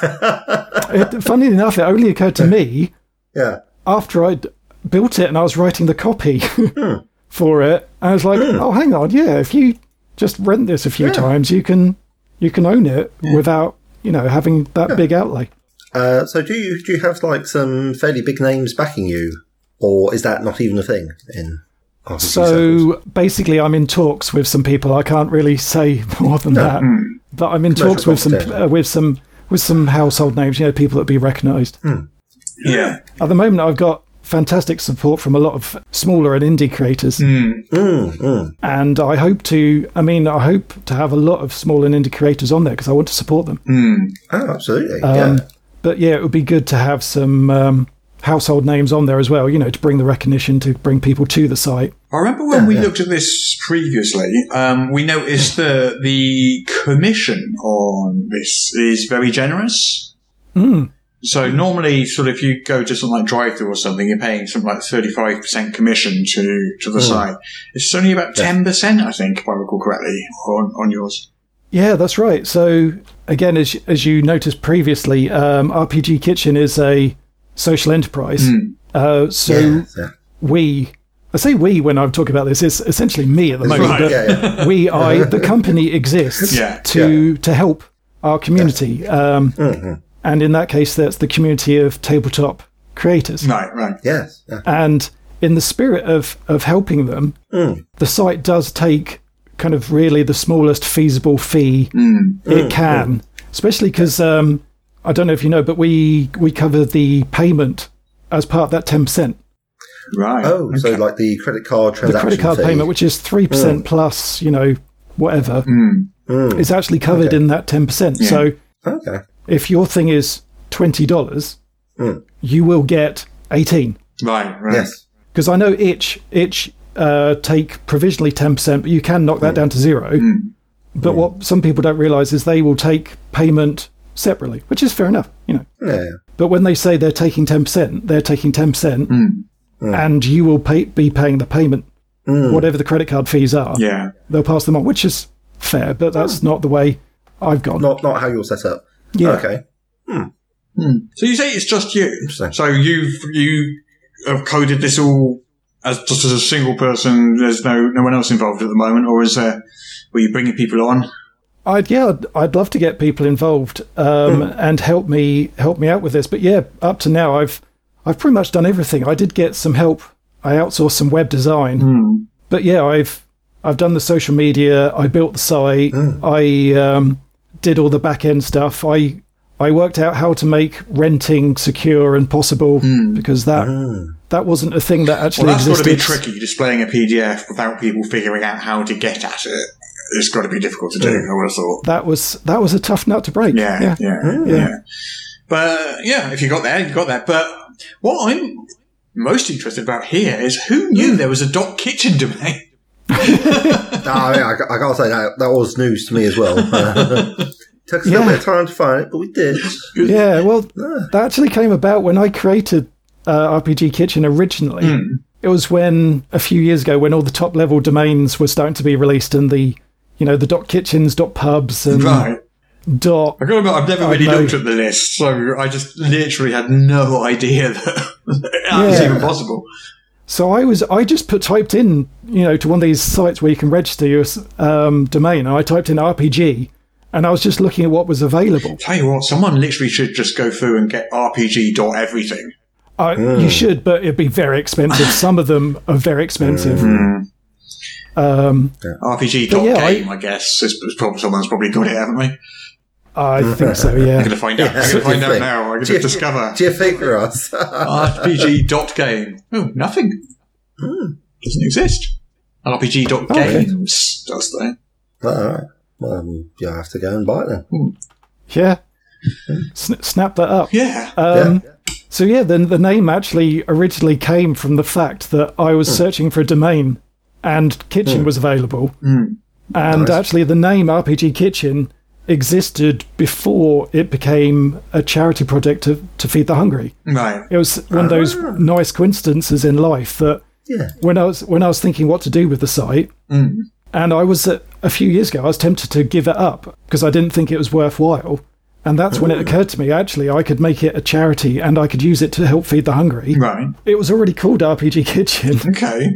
[SPEAKER 7] It, funnily enough, it only occurred to me
[SPEAKER 6] yeah,
[SPEAKER 7] after I'd built it and I was writing the copy for it, I was like, oh, hang on, yeah, if you just rent this a few times, you can you can own it without you know having that big outlay.
[SPEAKER 6] Uh, so do you do you have like some fairly big names backing you, or is that not even a thing in? RPG circles?
[SPEAKER 7] So basically, I'm in talks with some people. I can't really say more than that, but I'm in
[SPEAKER 6] Commercial
[SPEAKER 7] talks with some
[SPEAKER 6] confidential.
[SPEAKER 7] uh, with some with some household names. You know, people that'd be recognised.
[SPEAKER 5] Yeah.
[SPEAKER 7] At the moment, I've got fantastic support from a lot of smaller and indie creators. And I hope to, I mean, I hope to have a lot of small and indie creators on there because I want to support them.
[SPEAKER 6] oh, absolutely,
[SPEAKER 7] Um,
[SPEAKER 6] yeah.
[SPEAKER 7] But yeah, it would be good to have some um, household names on there as well, you know, to bring the recognition, to bring people to the site.
[SPEAKER 5] I remember when we looked at this previously, um, we noticed that the commission on this is very generous.
[SPEAKER 6] Hmm.
[SPEAKER 5] So normally, sort of, if you go to something like drive through or something, you're paying something like 35% commission to, to the
[SPEAKER 6] Hmm.
[SPEAKER 5] site. It's only about 10%, I think, if I recall correctly, on, on yours.
[SPEAKER 7] Yeah, that's right. So again, as as you noticed previously, um, RPG Kitchen is a social enterprise. Uh, so
[SPEAKER 6] Yeah, yeah.
[SPEAKER 7] we, I say we when I'm talking about this, it's essentially me at the moment.
[SPEAKER 6] Right,
[SPEAKER 7] but
[SPEAKER 6] yeah, yeah.
[SPEAKER 7] we I the company exists
[SPEAKER 5] Yeah,
[SPEAKER 7] to to help our community, um, and in that case, that's the community of tabletop creators.
[SPEAKER 5] Right, right.
[SPEAKER 6] Yes, yeah.
[SPEAKER 7] And in the spirit of of helping them,
[SPEAKER 6] Hmm.
[SPEAKER 7] the site does take kind of really the smallest feasible fee
[SPEAKER 6] Hmm.
[SPEAKER 7] it can, especially because um, I don't know if you know, but we we cover the payment as part of that ten percent.
[SPEAKER 5] Right.
[SPEAKER 6] Oh, so like the credit card
[SPEAKER 7] the
[SPEAKER 6] transaction
[SPEAKER 7] credit card
[SPEAKER 6] fee. Hmm.
[SPEAKER 7] payment, which is three percent plus, you know, whatever, is actually covered in that ten percent. So
[SPEAKER 6] Okay.
[SPEAKER 7] if your thing is twenty dollars,
[SPEAKER 6] Hmm.
[SPEAKER 7] you will get eighteen.
[SPEAKER 5] Right, right.
[SPEAKER 6] Yes.
[SPEAKER 7] Because I know itch itch uh, take provisionally ten percent, but you can knock that down to zero. But what some people don't realise is they will take payment separately, which is fair enough, you know.
[SPEAKER 6] Yeah.
[SPEAKER 7] But when they say they're taking ten percent, they're taking ten percent, and you will pay, be paying the payment, whatever the credit card fees are.
[SPEAKER 5] Yeah.
[SPEAKER 7] They'll pass them on, which is fair, but that's not the way I've gone.
[SPEAKER 6] Not not how you're set up.
[SPEAKER 7] Yeah.
[SPEAKER 6] Okay.
[SPEAKER 5] So you say it's just you.
[SPEAKER 6] Interesting.
[SPEAKER 5] So you've you have coded this all as just as a single person. There's no no one else involved at the moment, or is there? Were you bringing people on?
[SPEAKER 7] I'd yeah, I'd, I'd love to get people involved um,
[SPEAKER 5] Hmm.
[SPEAKER 7] and help me help me out with this. But yeah, up to now, I've I've pretty much done everything. I did get some help. I outsourced some web design,
[SPEAKER 5] Hmm.
[SPEAKER 7] but yeah, I've I've done the social media. I built the site.
[SPEAKER 5] Hmm.
[SPEAKER 7] I um, did all the back end stuff. I I worked out how to make renting secure and possible because that that wasn't a thing that actually
[SPEAKER 5] Hmm. Well, that's got to
[SPEAKER 7] existed.
[SPEAKER 5] be tricky. Displaying a PDF without people figuring out how to get at it. It's got to be difficult to do. I would have thought.
[SPEAKER 7] That was that was a tough nut to break.
[SPEAKER 5] Yeah, yeah, yeah.
[SPEAKER 7] Yeah.
[SPEAKER 5] But yeah, if you got there, you got there. But what I'm most interested about here is who knew there was a dot kitchen domain.
[SPEAKER 6] No, I, mean, I, I can't say that that was news to me as well. Uh, Took us a little
[SPEAKER 7] Yeah.
[SPEAKER 6] bit of time to find it, but we did.
[SPEAKER 7] Yeah, well, that actually came about when I created uh, RPG Kitchen originally. It was when a few years ago, when all the top level domains were starting to be released, and the you know the dot kitchens, dot pubs, and
[SPEAKER 5] Right.
[SPEAKER 7] dot
[SPEAKER 5] I gotta admit, I've never
[SPEAKER 7] I
[SPEAKER 5] really
[SPEAKER 7] know.
[SPEAKER 5] looked at the list, so I just literally had no idea that that was
[SPEAKER 7] Yeah.
[SPEAKER 5] even possible.
[SPEAKER 7] So I was I just put typed in you know to one of these sites where you can register your um, domain, and I typed in RPG, and I was just looking at what was available.
[SPEAKER 5] Tell you what, someone literally should just go through and get RPG dot everything.
[SPEAKER 7] I, You should, but it'd be very expensive. Some of them are very expensive.
[SPEAKER 5] RPG dot
[SPEAKER 7] yeah, I-
[SPEAKER 5] game, I, guess. Is, is probably someone's probably got it, haven't they? I'm
[SPEAKER 7] I think so. Yeah.
[SPEAKER 5] gonna find out. I'm
[SPEAKER 6] Yeah.
[SPEAKER 5] gonna find out
[SPEAKER 6] Thing.
[SPEAKER 5] now. I'm
[SPEAKER 6] Do
[SPEAKER 5] gonna
[SPEAKER 6] you-
[SPEAKER 5] discover
[SPEAKER 6] Do you figure us?
[SPEAKER 5] RPG dot game. Oh, nothing. Hmm, Doesn't exist. RPG dot
[SPEAKER 7] Okay.
[SPEAKER 5] games does that.
[SPEAKER 6] All right. Well, um, yeah, I have to go and buy it then.
[SPEAKER 7] Yeah. Sn- snap that up.
[SPEAKER 5] Yeah.
[SPEAKER 7] Um, So yeah, then the name actually originally came from the fact that I
[SPEAKER 5] Hmm.
[SPEAKER 7] was searching for a domain, and kitchen was available,
[SPEAKER 5] Hmm.
[SPEAKER 7] and actually the name RPG Kitchen existed before it became a charity project to, to feed the hungry.
[SPEAKER 5] right.
[SPEAKER 7] It was one of those
[SPEAKER 5] Ah.
[SPEAKER 7] nice coincidences in life that
[SPEAKER 6] Yeah.
[SPEAKER 7] when I was when I was thinking what to do with the site,
[SPEAKER 5] Hmm,
[SPEAKER 7] and I was uh, a few years ago, I was tempted to give it up because I didn't think it was worthwhile. And that's when it occurred to me actually, I could make it a charity and I could use it to help feed the hungry.
[SPEAKER 5] Right.
[SPEAKER 7] It was already called RPG Kitchen.
[SPEAKER 5] Okay.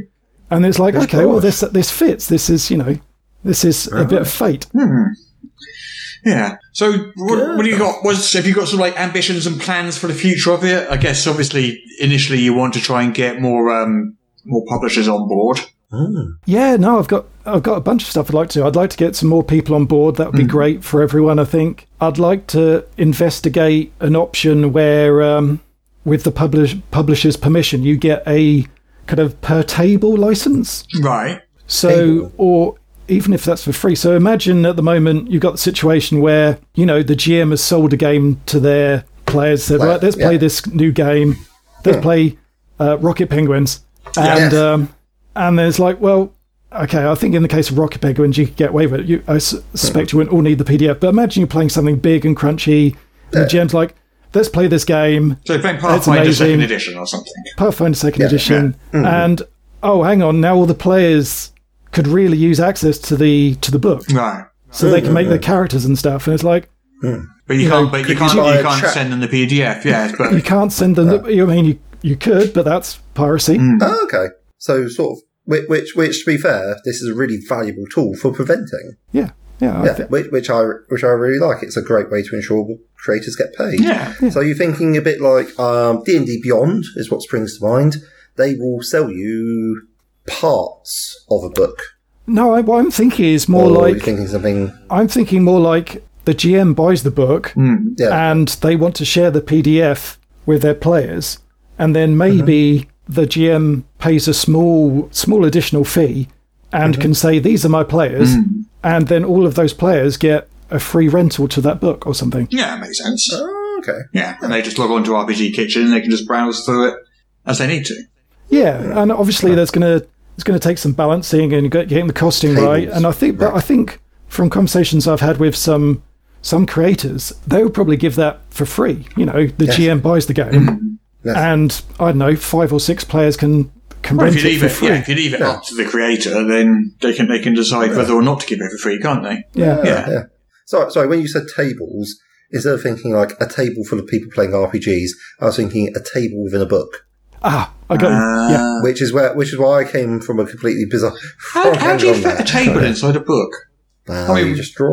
[SPEAKER 7] And it's like, okay, well,
[SPEAKER 6] course.
[SPEAKER 7] this this fits. This is, you know, this is a bit of fate.
[SPEAKER 5] Yeah. So what, what do you got? Was have you got some like ambitions and plans for the future of it? I guess obviously initially you want to try and get more um more publishers on board.
[SPEAKER 7] Yeah, no, I've got I've got a bunch of stuff I'd like to. I'd like to get some more people on board. That would be great for everyone. I think I'd like to investigate an option where, um, with the publish, publisher's permission, you get a kind of per table license.
[SPEAKER 5] Right.
[SPEAKER 7] So, or even if that's for free. So imagine at the moment you've got the situation where, you know, the GM has sold a game to their players, said,
[SPEAKER 6] Player,
[SPEAKER 7] right, let's
[SPEAKER 6] yeah. Hmm.
[SPEAKER 7] play this new game. Let's play uh, Rocket Penguins. And,
[SPEAKER 6] Yes.
[SPEAKER 7] um, and then it's like, well, okay, I think in the case of Rocket Penguins, you could get away with it. You, I
[SPEAKER 6] Hmm.
[SPEAKER 7] s- suspect you wouldn't all need the PDF, but imagine you're playing something big and crunchy. And the GM's like, let's play this game.
[SPEAKER 5] So playing
[SPEAKER 7] That's
[SPEAKER 5] Pathfinder Second
[SPEAKER 7] amazing.
[SPEAKER 5] Edition or something.
[SPEAKER 7] Pathfinder Second Edition, and oh, hang on, now all the players could really use access to the to the book,
[SPEAKER 5] Right.
[SPEAKER 7] so they can make their characters and stuff. And it's like
[SPEAKER 5] But you,
[SPEAKER 7] You
[SPEAKER 5] can't.
[SPEAKER 7] know,
[SPEAKER 5] but you
[SPEAKER 6] could
[SPEAKER 5] can't.
[SPEAKER 6] you buy
[SPEAKER 5] You
[SPEAKER 6] a
[SPEAKER 5] can't
[SPEAKER 6] track?
[SPEAKER 5] send them the PDF. Yeah.
[SPEAKER 7] you
[SPEAKER 5] But
[SPEAKER 7] can't send them. The, you- I mean, you you could, but that's piracy.
[SPEAKER 6] Oh, okay. So sort of, which, which, which to be fair, this is a really valuable tool for preventing.
[SPEAKER 7] Yeah, yeah. I
[SPEAKER 6] Yeah,
[SPEAKER 7] thi-
[SPEAKER 6] which, which I which I really like. It's a great way to ensure creators get paid.
[SPEAKER 5] Yeah.
[SPEAKER 6] So you're thinking a bit like um, D and D Beyond is what springs to mind. They will sell you parts of a book,
[SPEAKER 7] no, I, what I'm thinking is more
[SPEAKER 6] or
[SPEAKER 7] like
[SPEAKER 6] you're thinking something.
[SPEAKER 7] I'm thinking more like the GM buys the book
[SPEAKER 6] Yeah,
[SPEAKER 7] and they want to share the PDF with their players, and then maybe the GM pays a small small additional fee and can say these are my players, and then all of those players get a free rental to that book or something.
[SPEAKER 5] yeah, it makes sense.
[SPEAKER 6] Oh, okay.
[SPEAKER 5] Yeah. And they just log on to RPG Kitchen and they can just browse through it as they need to.
[SPEAKER 7] Yeah, and obviously there's gonna it's gonna take some balancing and get- getting the costing right. And I think, but I think from conversations I've had with some some creators, they would probably give that for free. You know, the GM buys the game, and I don't know, five or six players can can
[SPEAKER 5] If
[SPEAKER 7] rent
[SPEAKER 5] you
[SPEAKER 7] it
[SPEAKER 5] leave
[SPEAKER 7] for
[SPEAKER 5] it,
[SPEAKER 7] free.
[SPEAKER 5] yeah, if you leave it up to the creator, then they can they can decide whether or not to give it for free, can't they?
[SPEAKER 7] yeah.
[SPEAKER 5] Yeah.
[SPEAKER 6] So sorry, when you said tables, instead of thinking like a table full of people playing RPGs, I was thinking a table within a book,
[SPEAKER 7] Ah, I got
[SPEAKER 5] Uh,
[SPEAKER 7] it. Yeah.
[SPEAKER 6] which is where which is why I came from a completely bizarre.
[SPEAKER 5] How, how do you
[SPEAKER 6] from
[SPEAKER 5] fit a
[SPEAKER 6] that.
[SPEAKER 5] table inside a book?
[SPEAKER 6] Well,
[SPEAKER 5] I mean-
[SPEAKER 6] you just draw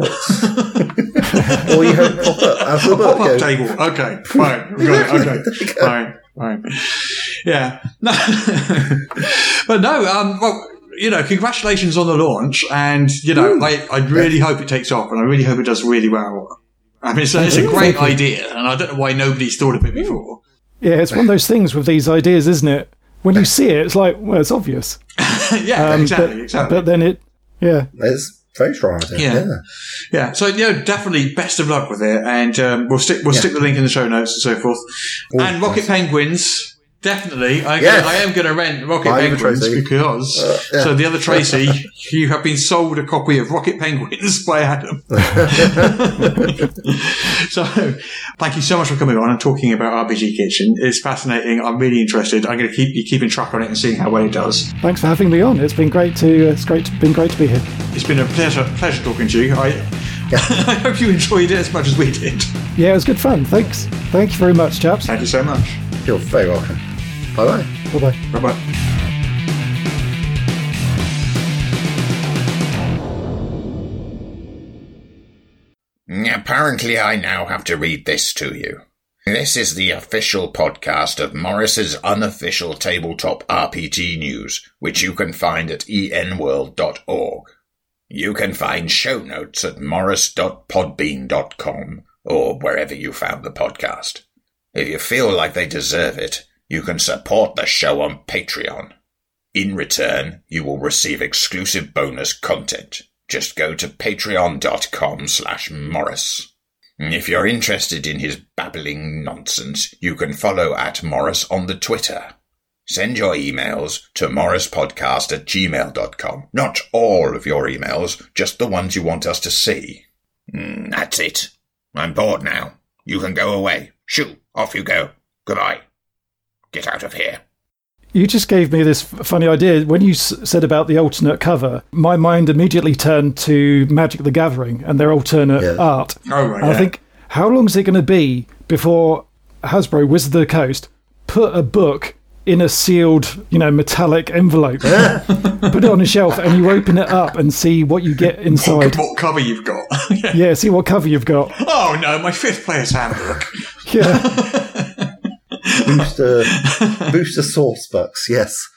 [SPEAKER 6] it, or you have pop up as the book.
[SPEAKER 5] Pop-up
[SPEAKER 6] you know.
[SPEAKER 5] table. Okay. Fine. Got it. Okay. Fine. Fine. Yeah. No. but no. Um. Well, you know, congratulations on the launch, and you know, I, I really hope it takes off, and I really hope it does really well. I mean, it's, it's a great idea, and I don't know why nobody's thought of it before.
[SPEAKER 7] Yeah, it's one of those things with these ideas, isn't it? When you see it, it's like, well, it's obvious.
[SPEAKER 5] yeah.
[SPEAKER 7] Um,
[SPEAKER 5] exactly.
[SPEAKER 7] but,
[SPEAKER 5] exactly.
[SPEAKER 7] But then it, yeah,
[SPEAKER 6] It's very strong. idea,
[SPEAKER 5] Yeah.
[SPEAKER 6] yeah.
[SPEAKER 5] Yeah, so you know, definitely best of luck with it, and um, we'll stick we'll stick the link in the show notes and so forth. and Rocket Penguins, definitely. I,
[SPEAKER 6] Yes.
[SPEAKER 5] I am going to rent Rocket
[SPEAKER 6] Buy the
[SPEAKER 5] Penguins
[SPEAKER 6] Tracy. Uh,
[SPEAKER 5] because
[SPEAKER 6] yeah.
[SPEAKER 5] so the other Tracy, you have been sold a copy of Rocket Penguins by Adam. so thank you so much for coming on and talking about RPG Kitchen. It's fascinating. I'm really interested. I'm going to keep be keeping track on it and seeing how well it does.
[SPEAKER 7] thanks for having me on. It's been great to, uh, it's great, been great to be here.
[SPEAKER 5] It's been a pleasure pleasure talking to you. I I hope you enjoyed it as much as we did.
[SPEAKER 7] Yeah, it was good fun. Thanks. Thank you very much, chaps.
[SPEAKER 5] Thank you so much.
[SPEAKER 6] You're very welcome. Bye bye.
[SPEAKER 7] Bye bye.
[SPEAKER 5] Bye bye.
[SPEAKER 3] Apparently, I now have to read this to you. This is the official podcast of Morris's unofficial tabletop RPG news, which you can find at enworld.org. You can find show notes at morris.podbean.com or wherever you found the podcast. If you feel like they deserve it, you can support the show on Patreon. In return, you will receive exclusive bonus content. Just go to patreon.com slash morris. If you're interested in his babbling nonsense, you can follow at Morris on the Twitter. Send your emails to morrispodcast at gmail.com. Not all of your emails, just the ones you want us to see. Mm, that's it. I'm bored now. You can go away. Shoo, off you go. Goodbye. Get out of here.
[SPEAKER 7] You just gave me this f- funny idea. When you s- said about the alternate cover, my mind immediately turned to Magic the Gathering and their alternate
[SPEAKER 6] Yeah.
[SPEAKER 7] art.
[SPEAKER 5] Oh, right,
[SPEAKER 7] And I
[SPEAKER 5] yeah.
[SPEAKER 7] think how long is it going to be before Hasbro Wizard of the Coast put a book in a sealed, you know, metallic envelope, put it on a shelf, and you open it up and see what you get inside?
[SPEAKER 5] What cover you've got?
[SPEAKER 7] Yeah, see what cover you've got.
[SPEAKER 5] oh no, my fifth player's handbook.
[SPEAKER 7] Yeah,
[SPEAKER 6] Booster, booster source books, yes.